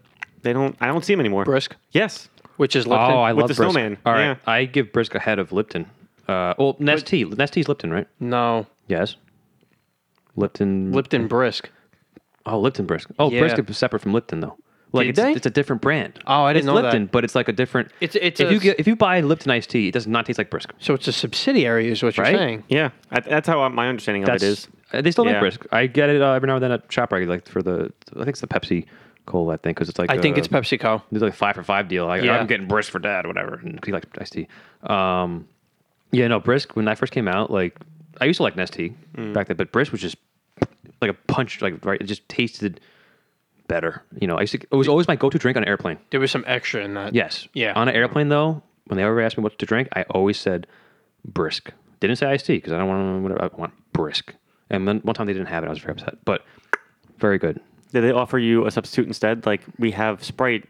Speaker 3: they don't. I don't see them anymore.
Speaker 2: brisk?
Speaker 3: Yes.
Speaker 2: Which is
Speaker 1: Oh,
Speaker 2: Lipton.
Speaker 1: I
Speaker 3: with
Speaker 1: love
Speaker 3: the
Speaker 1: Brisk.
Speaker 3: snowman.
Speaker 1: All right,
Speaker 3: Yeah.
Speaker 1: I give Brisk a head of Lipton. Uh, well, Nestea. Nestee's Lipton, right?
Speaker 2: no.
Speaker 1: Yes. Lipton.
Speaker 2: Lipton brisk.
Speaker 1: oh, Lipton Brisk. Oh,
Speaker 2: Yeah.
Speaker 1: Brisk is separate from Lipton though. Like
Speaker 2: Did
Speaker 1: it's,
Speaker 2: they?
Speaker 1: it's a different brand.
Speaker 2: Oh, I didn't
Speaker 1: it's
Speaker 2: know that.
Speaker 1: Lipton, but it's like a different.
Speaker 2: It's- it's
Speaker 1: if
Speaker 2: a-
Speaker 1: you get, if you buy Lipton iced tea, it does not taste like Brisk.
Speaker 2: So it's a subsidiary, is what you're
Speaker 1: Right?
Speaker 2: saying.
Speaker 3: Yeah. I, that's how I, my understanding of
Speaker 1: That's,
Speaker 3: it is.
Speaker 1: uh, They still make
Speaker 3: Yeah.
Speaker 1: Brisk. I get it uh, every now and then at ShopRite, like for the I think it's the Pepsi Cola thing because it's like
Speaker 2: I think
Speaker 1: uh,
Speaker 2: it's PepsiCo.
Speaker 1: There's like five for five deal. Like,
Speaker 2: Yeah.
Speaker 1: I'm getting brisk for dad, whatever. And 'cause he likes iced tea. Um, yeah, no, brisk when I first came out, like I used to like Nest tea back then, but brisk was just like a punch, like right. It just tasted better. You know, I used to. It was always my go-to drink on an airplane.
Speaker 2: There was some extra in that.
Speaker 1: Yes.
Speaker 2: Yeah.
Speaker 1: On an airplane though, when they ever asked me what to drink, I always said brisk. Didn't say iced tea because I don't want whatever. I want brisk. And then one time they didn't have it. I was very upset, but very good.
Speaker 3: Did they offer you a substitute instead? Like we have Sprite.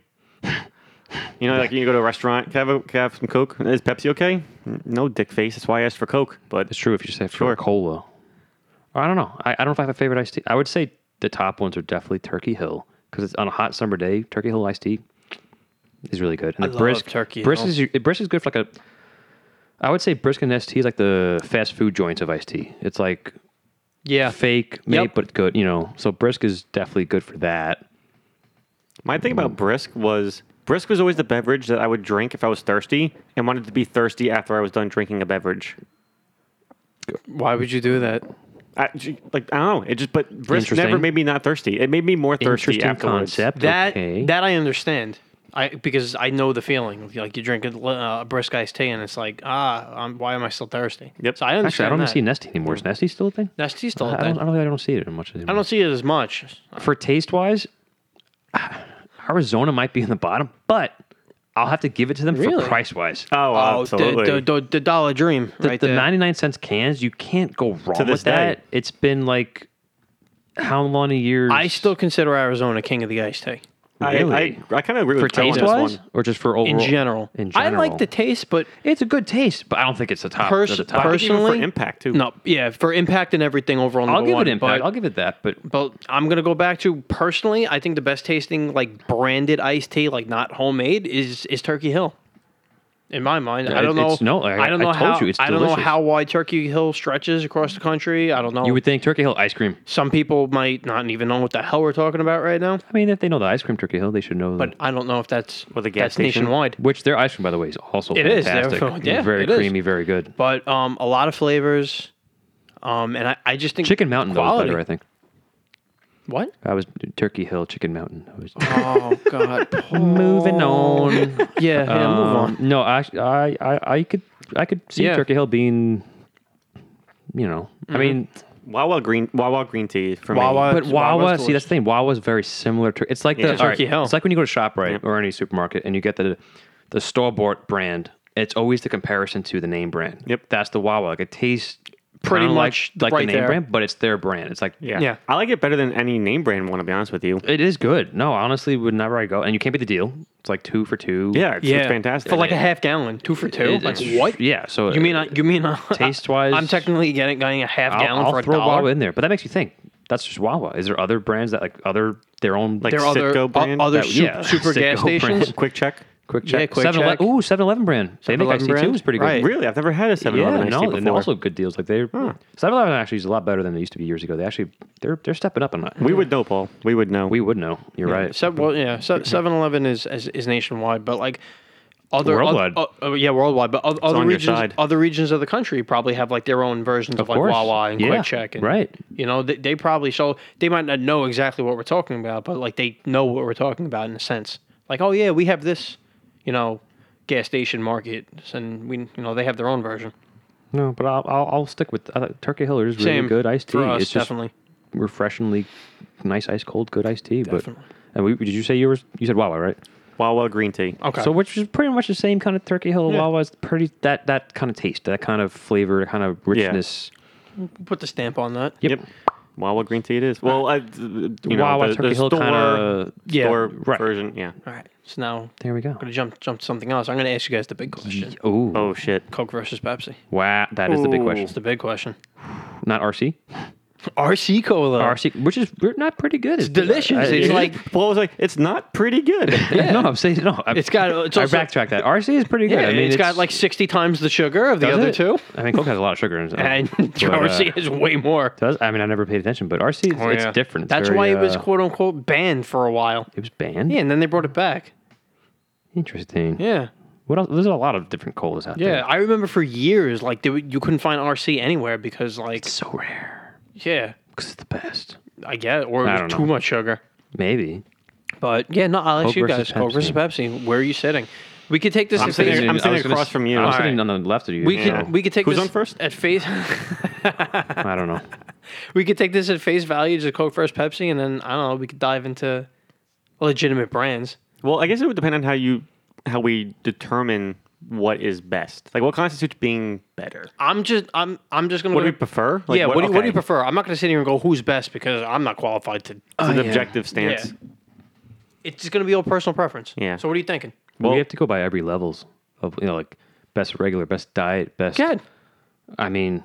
Speaker 3: You know, like you go to a restaurant, can I have, a, can I have some Coke? Is Pepsi okay? No, dick face. That's why I asked for Coke. But
Speaker 1: It's true if you just have
Speaker 3: Sure.
Speaker 1: Cola. Or I don't know. I, I don't know if I have a favorite iced tea. I would say the top ones are definitely Turkey Hill because it's on a hot summer day. Turkey Hill iced tea is really good. And
Speaker 2: I
Speaker 1: the
Speaker 2: love
Speaker 1: brisk
Speaker 2: Turkey
Speaker 1: brisk
Speaker 2: Hill.
Speaker 1: is your- brisk is good for like a. I would say brisk and iced tea is like the fast food joints of iced tea. It's like
Speaker 2: Yeah.
Speaker 1: fake, made
Speaker 2: Yep.
Speaker 1: but good. You know, so brisk is definitely good for that.
Speaker 3: My thing about brisk was brisk was always the beverage that I would drink if I was thirsty and wanted to be thirsty after I was done drinking a beverage.
Speaker 2: Why would you do that?
Speaker 3: I, j- like I don't know, it just but brisk never
Speaker 1: Interesting.
Speaker 3: made me not thirsty. It made me more thirsty
Speaker 1: Interesting
Speaker 3: afterwards.
Speaker 1: concept.
Speaker 2: That
Speaker 1: okay.
Speaker 2: that I understand. I because I know the feeling. Like you drink a, uh, a brisk iced tea and it's like ah, I'm, why am I still thirsty?
Speaker 3: Yep.
Speaker 2: So I understand.
Speaker 1: Actually, I don't
Speaker 2: that.
Speaker 1: even see Nesty anymore. Is Nesty still a thing?
Speaker 2: That's tea still.
Speaker 1: I
Speaker 2: a
Speaker 1: I don't,
Speaker 2: thing.
Speaker 1: I, don't, I don't see it much anymore.
Speaker 2: I don't see it as much.
Speaker 1: for taste wise, Arizona might be in the bottom, but I'll have to give it to them
Speaker 2: Really?
Speaker 1: for price wise.
Speaker 3: Oh,
Speaker 2: the,
Speaker 3: absolutely.
Speaker 2: the, the, the dollar dream right
Speaker 1: the
Speaker 2: there.
Speaker 1: 99 cents cans, you can't go wrong
Speaker 3: this
Speaker 1: with that.
Speaker 3: day.
Speaker 1: It's been like how long a year?
Speaker 2: I still consider Arizona king of the iced tea
Speaker 3: I,
Speaker 1: Really?
Speaker 3: I, I kind of agree
Speaker 1: for
Speaker 3: with Joe on
Speaker 1: taste
Speaker 3: this
Speaker 1: wise,
Speaker 3: one.
Speaker 1: or just for
Speaker 2: in
Speaker 1: overall
Speaker 2: general.
Speaker 1: In
Speaker 2: I
Speaker 1: general,
Speaker 2: like the taste, but
Speaker 1: It's a good taste, but I don't think it's the top.
Speaker 2: Pers-
Speaker 1: of the
Speaker 2: I
Speaker 1: top.
Speaker 2: think even for
Speaker 3: for
Speaker 2: Personally,
Speaker 3: impact too.
Speaker 2: no, yeah, for impact and everything overall.
Speaker 1: I'll
Speaker 2: number
Speaker 1: give
Speaker 2: one,
Speaker 1: it impact.
Speaker 2: but-
Speaker 1: I'll give it that, but
Speaker 2: But I'm gonna go back to personally. I think the best tasting like branded iced tea, like not homemade, is is Turkey Hill. In my mind, I
Speaker 1: it-
Speaker 2: don't know.
Speaker 1: it's- no, I-
Speaker 2: I don't
Speaker 1: I
Speaker 2: know
Speaker 1: told
Speaker 2: how.
Speaker 1: you, it's
Speaker 2: I don't know
Speaker 1: delicious.
Speaker 2: how wide Turkey Hill stretches across the country. I don't know.
Speaker 1: you would think Turkey Hill ice cream.
Speaker 2: Some people might not even know what the hell we're talking about right now.
Speaker 1: I mean, if they know the ice cream Turkey Hill, they should know.
Speaker 2: But I don't know if that's
Speaker 3: Or the gas
Speaker 2: that's
Speaker 3: station.
Speaker 2: nationwide.
Speaker 1: which their ice cream, by the way, is also
Speaker 2: It is, they're-
Speaker 1: fantastic.
Speaker 2: yeah,
Speaker 1: very
Speaker 2: it is.
Speaker 1: creamy, very good.
Speaker 2: But um, a lot of flavors. Um, and I, I just think
Speaker 1: Chicken Mountain though was
Speaker 2: quality.
Speaker 1: better, I think.
Speaker 2: What?
Speaker 1: I was Turkey Hill, Chicken Mountain. I was
Speaker 2: Oh God.
Speaker 1: moving on.
Speaker 2: yeah, yeah. move on.
Speaker 1: Um, No, I, I, I, I could, I could see
Speaker 2: Yeah. Mm-hmm.
Speaker 1: Turkey Hill being, you know, I mean,
Speaker 3: Wawa green Wawa green tea for
Speaker 2: Wawa-
Speaker 3: me.
Speaker 1: but
Speaker 2: Wawa's
Speaker 1: Wawa.
Speaker 2: delicious.
Speaker 1: See, that's the thing. Wawa is very similar to. It's like the
Speaker 3: Yeah.
Speaker 1: all right,
Speaker 2: Turkey Hill.
Speaker 1: It's like when you go to Shoprite or any supermarket and you get the, the store bought brand. It's always the comparison to the name brand.
Speaker 3: Yep.
Speaker 1: that's the Wawa. Like it tastes
Speaker 2: Pretty
Speaker 1: kinda
Speaker 2: much
Speaker 1: like, like the
Speaker 2: right
Speaker 1: name
Speaker 2: there.
Speaker 1: brand, but it's their brand. It's like
Speaker 3: Yeah.
Speaker 2: Yeah.
Speaker 3: I like it better than any name brand one. To be honest with you,
Speaker 1: It is good. No, honestly, whenever I go, and you can't beat the deal. It's like two for two.
Speaker 3: yeah, it's,
Speaker 2: Yeah,
Speaker 3: it's fantastic.
Speaker 2: for like a half gallon, two for two.
Speaker 1: It-
Speaker 2: like
Speaker 1: it's-
Speaker 2: what?
Speaker 1: Yeah. So
Speaker 2: You mean I, you mean I,
Speaker 1: Taste-wise-
Speaker 2: I'm technically getting getting a half
Speaker 1: I'll,
Speaker 2: gallon
Speaker 1: I'll
Speaker 2: for a
Speaker 1: throw
Speaker 2: dollar.
Speaker 1: Wawa in there, but that makes you think. That's just Wawa. Is there other brands that like other their own like
Speaker 3: There
Speaker 2: There are other
Speaker 3: Citgo brand?
Speaker 2: o- other
Speaker 1: That-
Speaker 2: sup- super,
Speaker 1: yeah,
Speaker 2: gas
Speaker 1: Citgo
Speaker 2: stations.
Speaker 1: brand.
Speaker 3: quick check.
Speaker 1: quick
Speaker 2: yeah,
Speaker 1: check?
Speaker 2: Quick
Speaker 1: Seven
Speaker 2: Check.
Speaker 1: Eleven. Ooh, Seven Eleven brand. They make
Speaker 3: 7-Eleven
Speaker 1: IC two
Speaker 3: brand?
Speaker 1: is pretty good.
Speaker 2: Right.
Speaker 3: Really, I've never had a Seven
Speaker 1: Yeah,
Speaker 3: Eleven
Speaker 1: no,
Speaker 3: before.
Speaker 1: and they're also good deals. Like they, Seven Eleven actually is a lot better than they used to be years ago. They actually they're they're stepping up on that.
Speaker 3: we would know, Paul. We would know.
Speaker 1: we would know. You're right.
Speaker 2: Se- well, yeah, Seven Eleven is, is is nationwide, but like other
Speaker 1: Worldwide.
Speaker 2: oth- uh, uh, yeah, worldwide. But oth- other
Speaker 3: on your
Speaker 2: regions,
Speaker 3: side.
Speaker 2: other regions of the country probably have like their own versions of, like
Speaker 1: course.
Speaker 2: Wawa and
Speaker 1: Yeah,
Speaker 2: Quick Check, and,
Speaker 1: right.
Speaker 2: You know, they, they probably so they might not know exactly what we're talking about, but like they know what we're talking about in a sense. Like, oh yeah, we have this, you know, gas station market, and we you know they have their own version.
Speaker 1: No, but I'll I'll, I'll stick with uh, Turkey Hill. is really
Speaker 2: Same
Speaker 1: good iced tea.
Speaker 2: for us,
Speaker 1: it's just
Speaker 2: definitely.
Speaker 1: refreshingly nice, ice cold, good iced tea.
Speaker 2: Definitely.
Speaker 1: But and we, did you say yours? You said Wawa, right?
Speaker 3: Wawa green tea.
Speaker 2: Okay.
Speaker 1: So which is pretty much the same kind of Turkey Hill
Speaker 2: Yeah.
Speaker 1: Wawa is pretty that that kind of taste, that kind of flavor, kind of richness.
Speaker 2: put the stamp on that.
Speaker 1: Yep.
Speaker 3: Wawa green tea it is. Well, I, you know,
Speaker 1: Wawa
Speaker 3: the,
Speaker 1: Turkey
Speaker 3: the
Speaker 1: Hill
Speaker 3: store,
Speaker 1: kinda-
Speaker 2: Yeah,
Speaker 3: store
Speaker 1: right.
Speaker 3: version. Yeah.
Speaker 2: All right. So now I'm
Speaker 1: There we go.
Speaker 2: gonna jump jump to something else. I'm gonna ask you guys the big question:
Speaker 1: Ooh.
Speaker 3: Oh shit.
Speaker 2: Coke versus Pepsi.
Speaker 1: Wow, that is the big
Speaker 3: Ooh.
Speaker 1: question.
Speaker 2: It's the big question.
Speaker 1: Not RC.
Speaker 2: RC Cola.
Speaker 1: RC, which is we're not pretty good. Uh, It's
Speaker 2: delicious. It's
Speaker 1: it-
Speaker 2: like-
Speaker 3: Paul was like, it's not pretty good.
Speaker 1: No, I'm saying no. I,
Speaker 2: It's got- it's
Speaker 1: I
Speaker 2: also-
Speaker 1: backtrack that. RC is pretty good.
Speaker 2: Yeah,
Speaker 1: I mean,
Speaker 2: it's got like 60 times the sugar of the
Speaker 1: does
Speaker 2: other
Speaker 1: it?
Speaker 2: two.
Speaker 1: I mean, Coke has a lot of sugar in it.
Speaker 2: And
Speaker 1: but, uh,
Speaker 2: RC is way more.
Speaker 1: does I mean I never paid attention, but RC is it's
Speaker 2: oh, Yeah.
Speaker 1: different. It's
Speaker 2: That's
Speaker 1: very,
Speaker 2: why it was
Speaker 1: uh,
Speaker 2: quote unquote banned for a while.
Speaker 1: it was banned.
Speaker 2: Yeah, and then they brought it back.
Speaker 1: Interesting.
Speaker 2: Yeah.
Speaker 1: What else? There's a lot of different colas out there.
Speaker 2: Yeah, I remember for years, like, there, were- you couldn't find RC anywhere because, like,
Speaker 1: so rare
Speaker 2: yeah,
Speaker 1: because it's the best.
Speaker 2: I get it. Or
Speaker 1: I
Speaker 2: it
Speaker 1: don't
Speaker 2: was
Speaker 1: know.
Speaker 2: too much sugar.
Speaker 1: Maybe.
Speaker 2: But yeah, no, I'll ask
Speaker 1: Coke
Speaker 2: you guys.
Speaker 1: versus
Speaker 2: Coke versus Pepsi. Where are you sitting? We could take this.
Speaker 3: I'm
Speaker 2: and
Speaker 3: sitting-
Speaker 2: figure-
Speaker 3: I'm sitting
Speaker 1: I was gonna
Speaker 3: across
Speaker 1: s-
Speaker 3: from you.
Speaker 1: I'm
Speaker 3: All
Speaker 1: sitting on the left of you.
Speaker 2: we
Speaker 1: so
Speaker 2: could we could take
Speaker 3: Who's
Speaker 2: this
Speaker 3: on first?
Speaker 2: at face.
Speaker 1: I don't know.
Speaker 2: we could take this at face value to Coke versus Pepsi, and then I don't know. We could dive into legitimate brands.
Speaker 3: Well, I guess it would depend on how you how we determine what is best. Like what constitutes being better.
Speaker 2: I'm just I'm I'm just gonna.
Speaker 3: What
Speaker 2: go
Speaker 3: do we
Speaker 2: to-
Speaker 3: prefer? Like,
Speaker 2: yeah. What, do you, what do you
Speaker 3: okay.
Speaker 2: prefer? I'm not gonna sit here and go who's best because I'm not qualified to.
Speaker 3: It's an
Speaker 1: Oh, yeah.
Speaker 3: objective stance.
Speaker 2: Yeah. It's just gonna be all personal preference.
Speaker 3: Yeah.
Speaker 2: So what are you thinking?
Speaker 1: we have to go by every levels of you know like best regular, best diet, best.
Speaker 2: Good.
Speaker 1: I mean,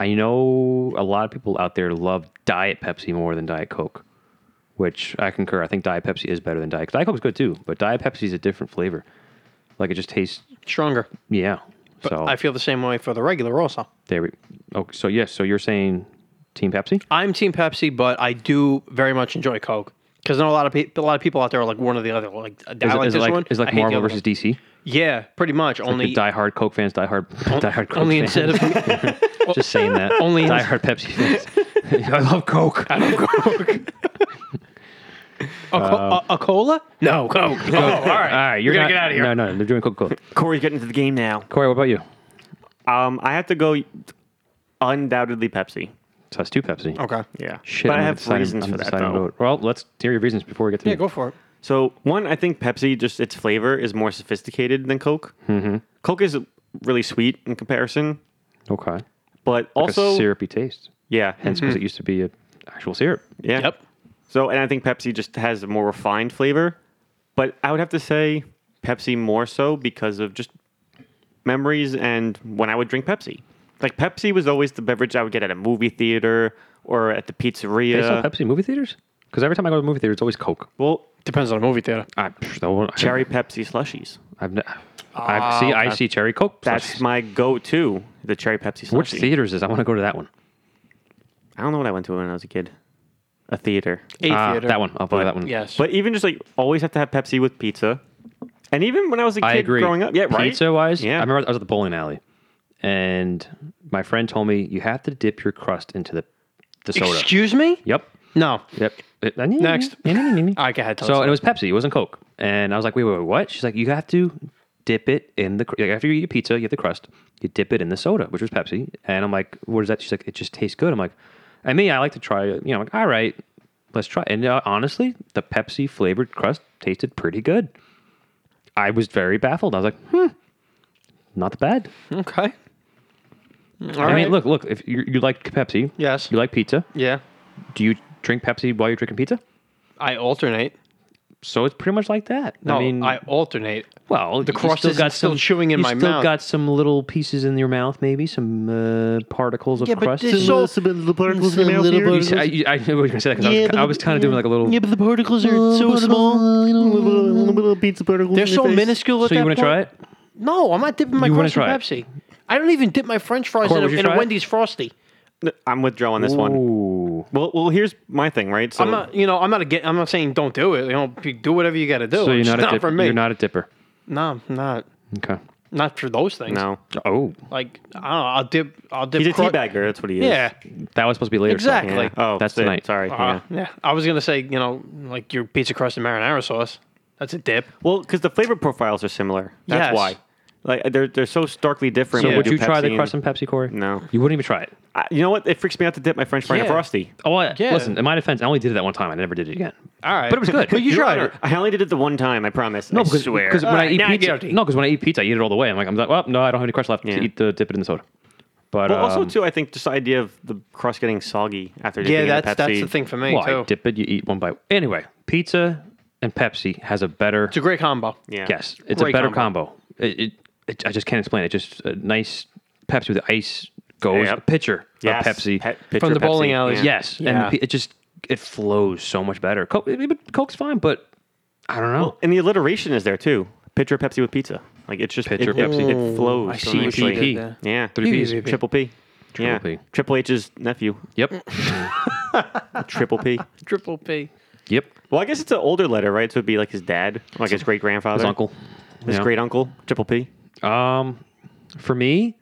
Speaker 1: I know a lot of people out there love Diet Pepsi more than Diet Coke, which I concur. I think Diet Pepsi is better than Diet. Diet Coke's good too, but Diet Pepsi is a different flavor. Like it just tastes.
Speaker 2: Stronger.
Speaker 1: Yeah. so
Speaker 2: I feel the same way for the regular also.
Speaker 1: there we. Okay. So yes. So you're saying Team Pepsi?
Speaker 2: I'm Team Pepsi, but I do very much enjoy Coke because I know a lot of pe- a lot of people out there are like one or the other. Like I
Speaker 1: Is, it-
Speaker 2: like
Speaker 1: is it
Speaker 2: this
Speaker 1: like,
Speaker 2: one.
Speaker 1: is it
Speaker 2: I
Speaker 1: like
Speaker 2: hate the
Speaker 1: Marvel
Speaker 2: other
Speaker 1: versus
Speaker 2: one.
Speaker 1: DC?
Speaker 2: Yeah, pretty much.
Speaker 1: Like
Speaker 2: only
Speaker 1: the diehard Coke fans, diehard diehard Coke
Speaker 2: only
Speaker 1: fans.
Speaker 2: instead of
Speaker 1: Just saying that. Only diehard Pepsi fans. I love Coke.
Speaker 2: a,
Speaker 1: Uh,
Speaker 2: co- a, a cola. No Coke. oh, all
Speaker 1: All right, you're,
Speaker 2: gonna
Speaker 1: not-
Speaker 2: get out of here.
Speaker 1: No, no, they're doing Coca Cola.
Speaker 3: Corey's getting into the game now.
Speaker 1: Corey, what about you?
Speaker 3: Um, I have to go undoubtedly Pepsi.
Speaker 1: So that's two Pepsi.
Speaker 2: Okay.
Speaker 3: Yeah.
Speaker 1: Shit,
Speaker 3: but I
Speaker 1: I'm
Speaker 3: have
Speaker 1: deciding-
Speaker 3: reasons
Speaker 1: I'm
Speaker 3: for that
Speaker 1: deciding
Speaker 3: though.
Speaker 1: about- Well, let's hear your reasons before we get to
Speaker 2: Yeah, go for it.
Speaker 3: So one, I think Pepsi just its flavor is more sophisticated than Coke. Mm-hmm. Coke is really sweet in comparison,
Speaker 1: Okay. Like
Speaker 3: but also Hmm.
Speaker 1: a syrupy taste.
Speaker 3: yeah,
Speaker 1: Hence, because it used to be a actual syrup.
Speaker 3: yeah.
Speaker 2: Yep.
Speaker 3: So and I think Pepsi just has a more refined flavor, but I would have to say Pepsi more so because of just memories and when I would drink Pepsi. Like Pepsi was always the beverage I would get at a movie theater or at the
Speaker 1: They sell
Speaker 3: pizzeria.
Speaker 1: Pepsi in movie theaters? Because every time I go to the movie theater, it's always Coke.
Speaker 3: well,
Speaker 2: Depends on the movie theater.
Speaker 1: I, no, I-
Speaker 3: cherry Pepsi slushies.
Speaker 1: I've, ne- I've see, I see cherry Coke.
Speaker 3: That's
Speaker 1: slushies.
Speaker 3: my go-to, the cherry Pepsi slushie.
Speaker 1: Which theaters is? I want to go to that one.
Speaker 3: I don't know what I went to when I was a kid. A theater.
Speaker 2: A
Speaker 1: Ah,
Speaker 2: theater.
Speaker 1: That one. I'll buy that one.
Speaker 2: Yes.
Speaker 3: But even just like always have to have Pepsi with pizza. And even when I was a kid
Speaker 1: I agree.
Speaker 3: growing up, yeah, right.
Speaker 1: Pizza wise,
Speaker 3: Yeah.
Speaker 1: I remember I was at the bowling alley, and my friend told me you have to dip your crust into the the soda.
Speaker 2: Excuse me?
Speaker 1: yep.
Speaker 2: No.
Speaker 1: Yep.
Speaker 2: Next.
Speaker 1: I
Speaker 2: I got
Speaker 1: So and it was Pepsi. It wasn't Coke. And I was like, wait, wait, wait, what? She's like, you have to dip it in the cr- like after you eat your pizza, you have the crust. You dip it in the soda, which was Pepsi. And I'm like, what is that? She's like, it just tastes good. I'm like, I mean, I like to try it. You know, I'm like all right, let's try. it. And uh, honestly, the Pepsi flavored crust tasted pretty good. I was very baffled. I was like, hmm, not bad.
Speaker 2: okay. All
Speaker 1: I
Speaker 2: right.
Speaker 1: mean, look, look. If you, you like Pepsi,
Speaker 2: Yes.
Speaker 1: you like pizza.
Speaker 2: Yeah.
Speaker 1: Do you drink Pepsi while you're drinking pizza?
Speaker 2: I alternate.
Speaker 1: So it's pretty much like that.
Speaker 2: No,
Speaker 1: I mean,
Speaker 2: I alternate.
Speaker 1: well, the
Speaker 2: crust
Speaker 1: still
Speaker 2: is
Speaker 1: got
Speaker 2: still
Speaker 1: some
Speaker 2: chewing in
Speaker 1: you
Speaker 2: my
Speaker 1: still
Speaker 2: mouth.
Speaker 1: got some little pieces in your mouth, maybe some uh, particles of
Speaker 2: Yeah, but
Speaker 1: crust.
Speaker 2: this-
Speaker 1: You
Speaker 2: So-
Speaker 3: the particles in
Speaker 4: so
Speaker 3: your mouth
Speaker 4: little
Speaker 3: here?
Speaker 4: particles.
Speaker 1: see- I, you- I was going to say that because I was, I was kind of doing like a little.
Speaker 4: but the particles are
Speaker 3: so small. Little, little, little pizza particles.
Speaker 2: They're
Speaker 3: in your
Speaker 2: so
Speaker 3: face.
Speaker 2: minuscule at
Speaker 1: so you
Speaker 2: that
Speaker 1: want to try
Speaker 2: point.
Speaker 1: it?
Speaker 2: No, I'm not dipping my
Speaker 1: You wanna
Speaker 2: crust
Speaker 1: try
Speaker 2: in
Speaker 1: it?
Speaker 2: Pepsi. I don't even dip my French fries
Speaker 1: Cor,
Speaker 2: in, a,
Speaker 1: would you
Speaker 2: in
Speaker 1: try
Speaker 2: a
Speaker 1: it?
Speaker 2: Wendy's Frosty.
Speaker 3: I'm with Joe on this one.
Speaker 1: Ooh.
Speaker 3: Well, well, here's my thing, right? So
Speaker 2: I'm not, you know, I'm not against, I'm not saying don't do it. You know, p- do whatever you got to do.
Speaker 1: So you're
Speaker 2: It's
Speaker 1: not, a
Speaker 2: for
Speaker 1: dipper.
Speaker 2: me.
Speaker 1: You're not a dipper.
Speaker 2: No, I'm not.
Speaker 1: Okay.
Speaker 2: Not for those things.
Speaker 3: no,
Speaker 1: Oh,
Speaker 2: Like I don't know. I'll dip. I'll dip.
Speaker 3: he's a
Speaker 2: cru-
Speaker 3: teabagger. That's what he is.
Speaker 2: Yeah.
Speaker 1: that was supposed to be later. so-
Speaker 2: Exactly.
Speaker 3: Yeah.
Speaker 2: Like-
Speaker 3: oh,
Speaker 1: That's
Speaker 3: it.
Speaker 1: tonight.
Speaker 3: Sorry.
Speaker 2: Uh,
Speaker 3: yeah.
Speaker 2: yeah. I was gonna say, you know, like your pizza crust and marinara sauce. That's a dip.
Speaker 3: Well, because the flavor profiles are similar. That's
Speaker 2: Yes.
Speaker 3: why. Like they're they're so starkly different.
Speaker 1: So
Speaker 3: when
Speaker 1: would
Speaker 3: do
Speaker 1: you try
Speaker 3: Pepsi
Speaker 1: the
Speaker 3: and-
Speaker 1: crust and Pepsi, Corey?
Speaker 3: No.
Speaker 1: You wouldn't even try it.
Speaker 3: I- you know what? It freaks me out to dip my French fry in a
Speaker 2: Yeah.
Speaker 3: frosty.
Speaker 1: Oh, I,
Speaker 2: Yeah.
Speaker 1: listen. In my defense, I only did it that one time. I never did it again.
Speaker 2: All right.
Speaker 1: But it was good.
Speaker 2: But you
Speaker 3: Your
Speaker 2: tried
Speaker 3: Honor,
Speaker 2: it.
Speaker 3: I only did it the one time. I promise.
Speaker 1: No,
Speaker 3: I
Speaker 1: because,
Speaker 3: swear.
Speaker 1: because when
Speaker 2: Alright, now
Speaker 1: I
Speaker 2: you're
Speaker 1: eat pizza,
Speaker 2: guilty.
Speaker 1: no, because when I eat pizza, I eat it all the way. I'm like, I'm like, well, no, I don't have any crust left
Speaker 3: Yeah.
Speaker 1: to eat the dip it in the soda. But
Speaker 3: Well,
Speaker 1: uh,
Speaker 3: also too, I think just the idea of the crust getting soggy after dipping
Speaker 2: Yeah,
Speaker 3: in
Speaker 2: that's
Speaker 3: Pepsi.
Speaker 2: that's the thing for me
Speaker 1: well,
Speaker 2: too.
Speaker 1: I dip it, you eat one bite. Anyway, pizza and Pepsi has a better
Speaker 2: It's a great combo.
Speaker 3: Yeah.
Speaker 1: yes, it's a
Speaker 2: Great
Speaker 1: better combo.
Speaker 2: combo.
Speaker 1: It, it, it, I just can't explain. it. Just a nice Pepsi with ice goes
Speaker 3: Yep.
Speaker 1: pitcher
Speaker 3: Yes.
Speaker 1: of Pepsi.
Speaker 3: Pe- pitcher
Speaker 2: From the
Speaker 3: Pepsi.
Speaker 2: bowling alleys.
Speaker 3: Yeah.
Speaker 1: yes,
Speaker 2: Yeah.
Speaker 1: and the, pe- it just it flows so much better. Coke, I mean, but Coke's fine, but I don't know.
Speaker 3: And the alliteration is there too. Pitcher Pepsi with pizza. Like it's just
Speaker 1: Pitcher
Speaker 3: it, it-
Speaker 1: Pepsi.
Speaker 3: It, flows.
Speaker 1: I
Speaker 3: so
Speaker 1: see
Speaker 3: nicely.
Speaker 1: PP.
Speaker 2: Yeah.
Speaker 3: Yeah.
Speaker 1: Three P's.
Speaker 2: PPP.
Speaker 3: Triple P. yeah.
Speaker 1: Triple P.
Speaker 3: Triple H's nephew.
Speaker 1: Yep,
Speaker 3: Triple P.
Speaker 2: Triple P.
Speaker 1: yep.
Speaker 3: Well, I guess it's an older letter, right? So it'd be like his dad, like his great grandfather,
Speaker 1: His uncle,
Speaker 3: his
Speaker 1: Yeah.
Speaker 3: great uncle, Triple P.
Speaker 1: Um, for me,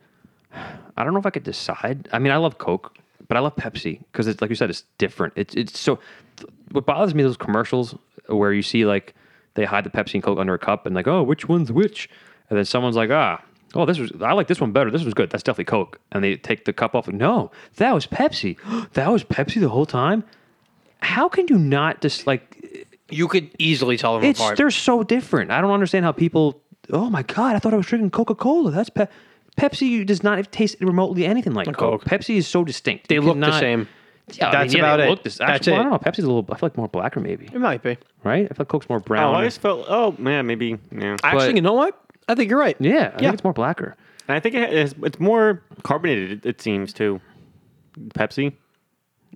Speaker 1: I don't know if I could decide. I mean, I love Coke, but I love Pepsi because it's like you said, it's different. It's it's so. th- What bothers me is those commercials where you see like they hide the Pepsi and Coke under a cup and like, oh, which one's which, and then someone's like, ah. Oh, this was I like this one better. This was good. That's definitely Coke. And they take the cup off. No, that was Pepsi. that was Pepsi the whole time. How can you not just like
Speaker 2: You could easily tell them
Speaker 1: it's
Speaker 2: apart.
Speaker 1: they're so different. I don't understand how people. Oh my god! I thought I was drinking Coca Cola. That's pe- Pepsi. Does not taste remotely anything like Coke.
Speaker 2: Coke.
Speaker 1: Pepsi is so distinct.
Speaker 2: they
Speaker 1: You
Speaker 2: look the
Speaker 1: cannot-
Speaker 2: same.
Speaker 1: Yeah,
Speaker 2: That's
Speaker 1: yeah, they
Speaker 2: about it.
Speaker 1: look this- actually,
Speaker 2: That's
Speaker 1: well, I
Speaker 2: it.
Speaker 1: don't know. Pepsi's a little. I feel like more blacker, maybe.
Speaker 2: It might be.
Speaker 1: Right? I feel like Coke's more
Speaker 3: Oh,
Speaker 1: brown.
Speaker 3: I just felt. Oh man, maybe. Yeah. I,
Speaker 2: Actually,
Speaker 1: But-
Speaker 2: you know what? I think you're right.
Speaker 1: yeah, I
Speaker 2: Yeah.
Speaker 1: think it's more blacker.
Speaker 3: I think it has, it's more carbonated. It, it seems too. Pepsi.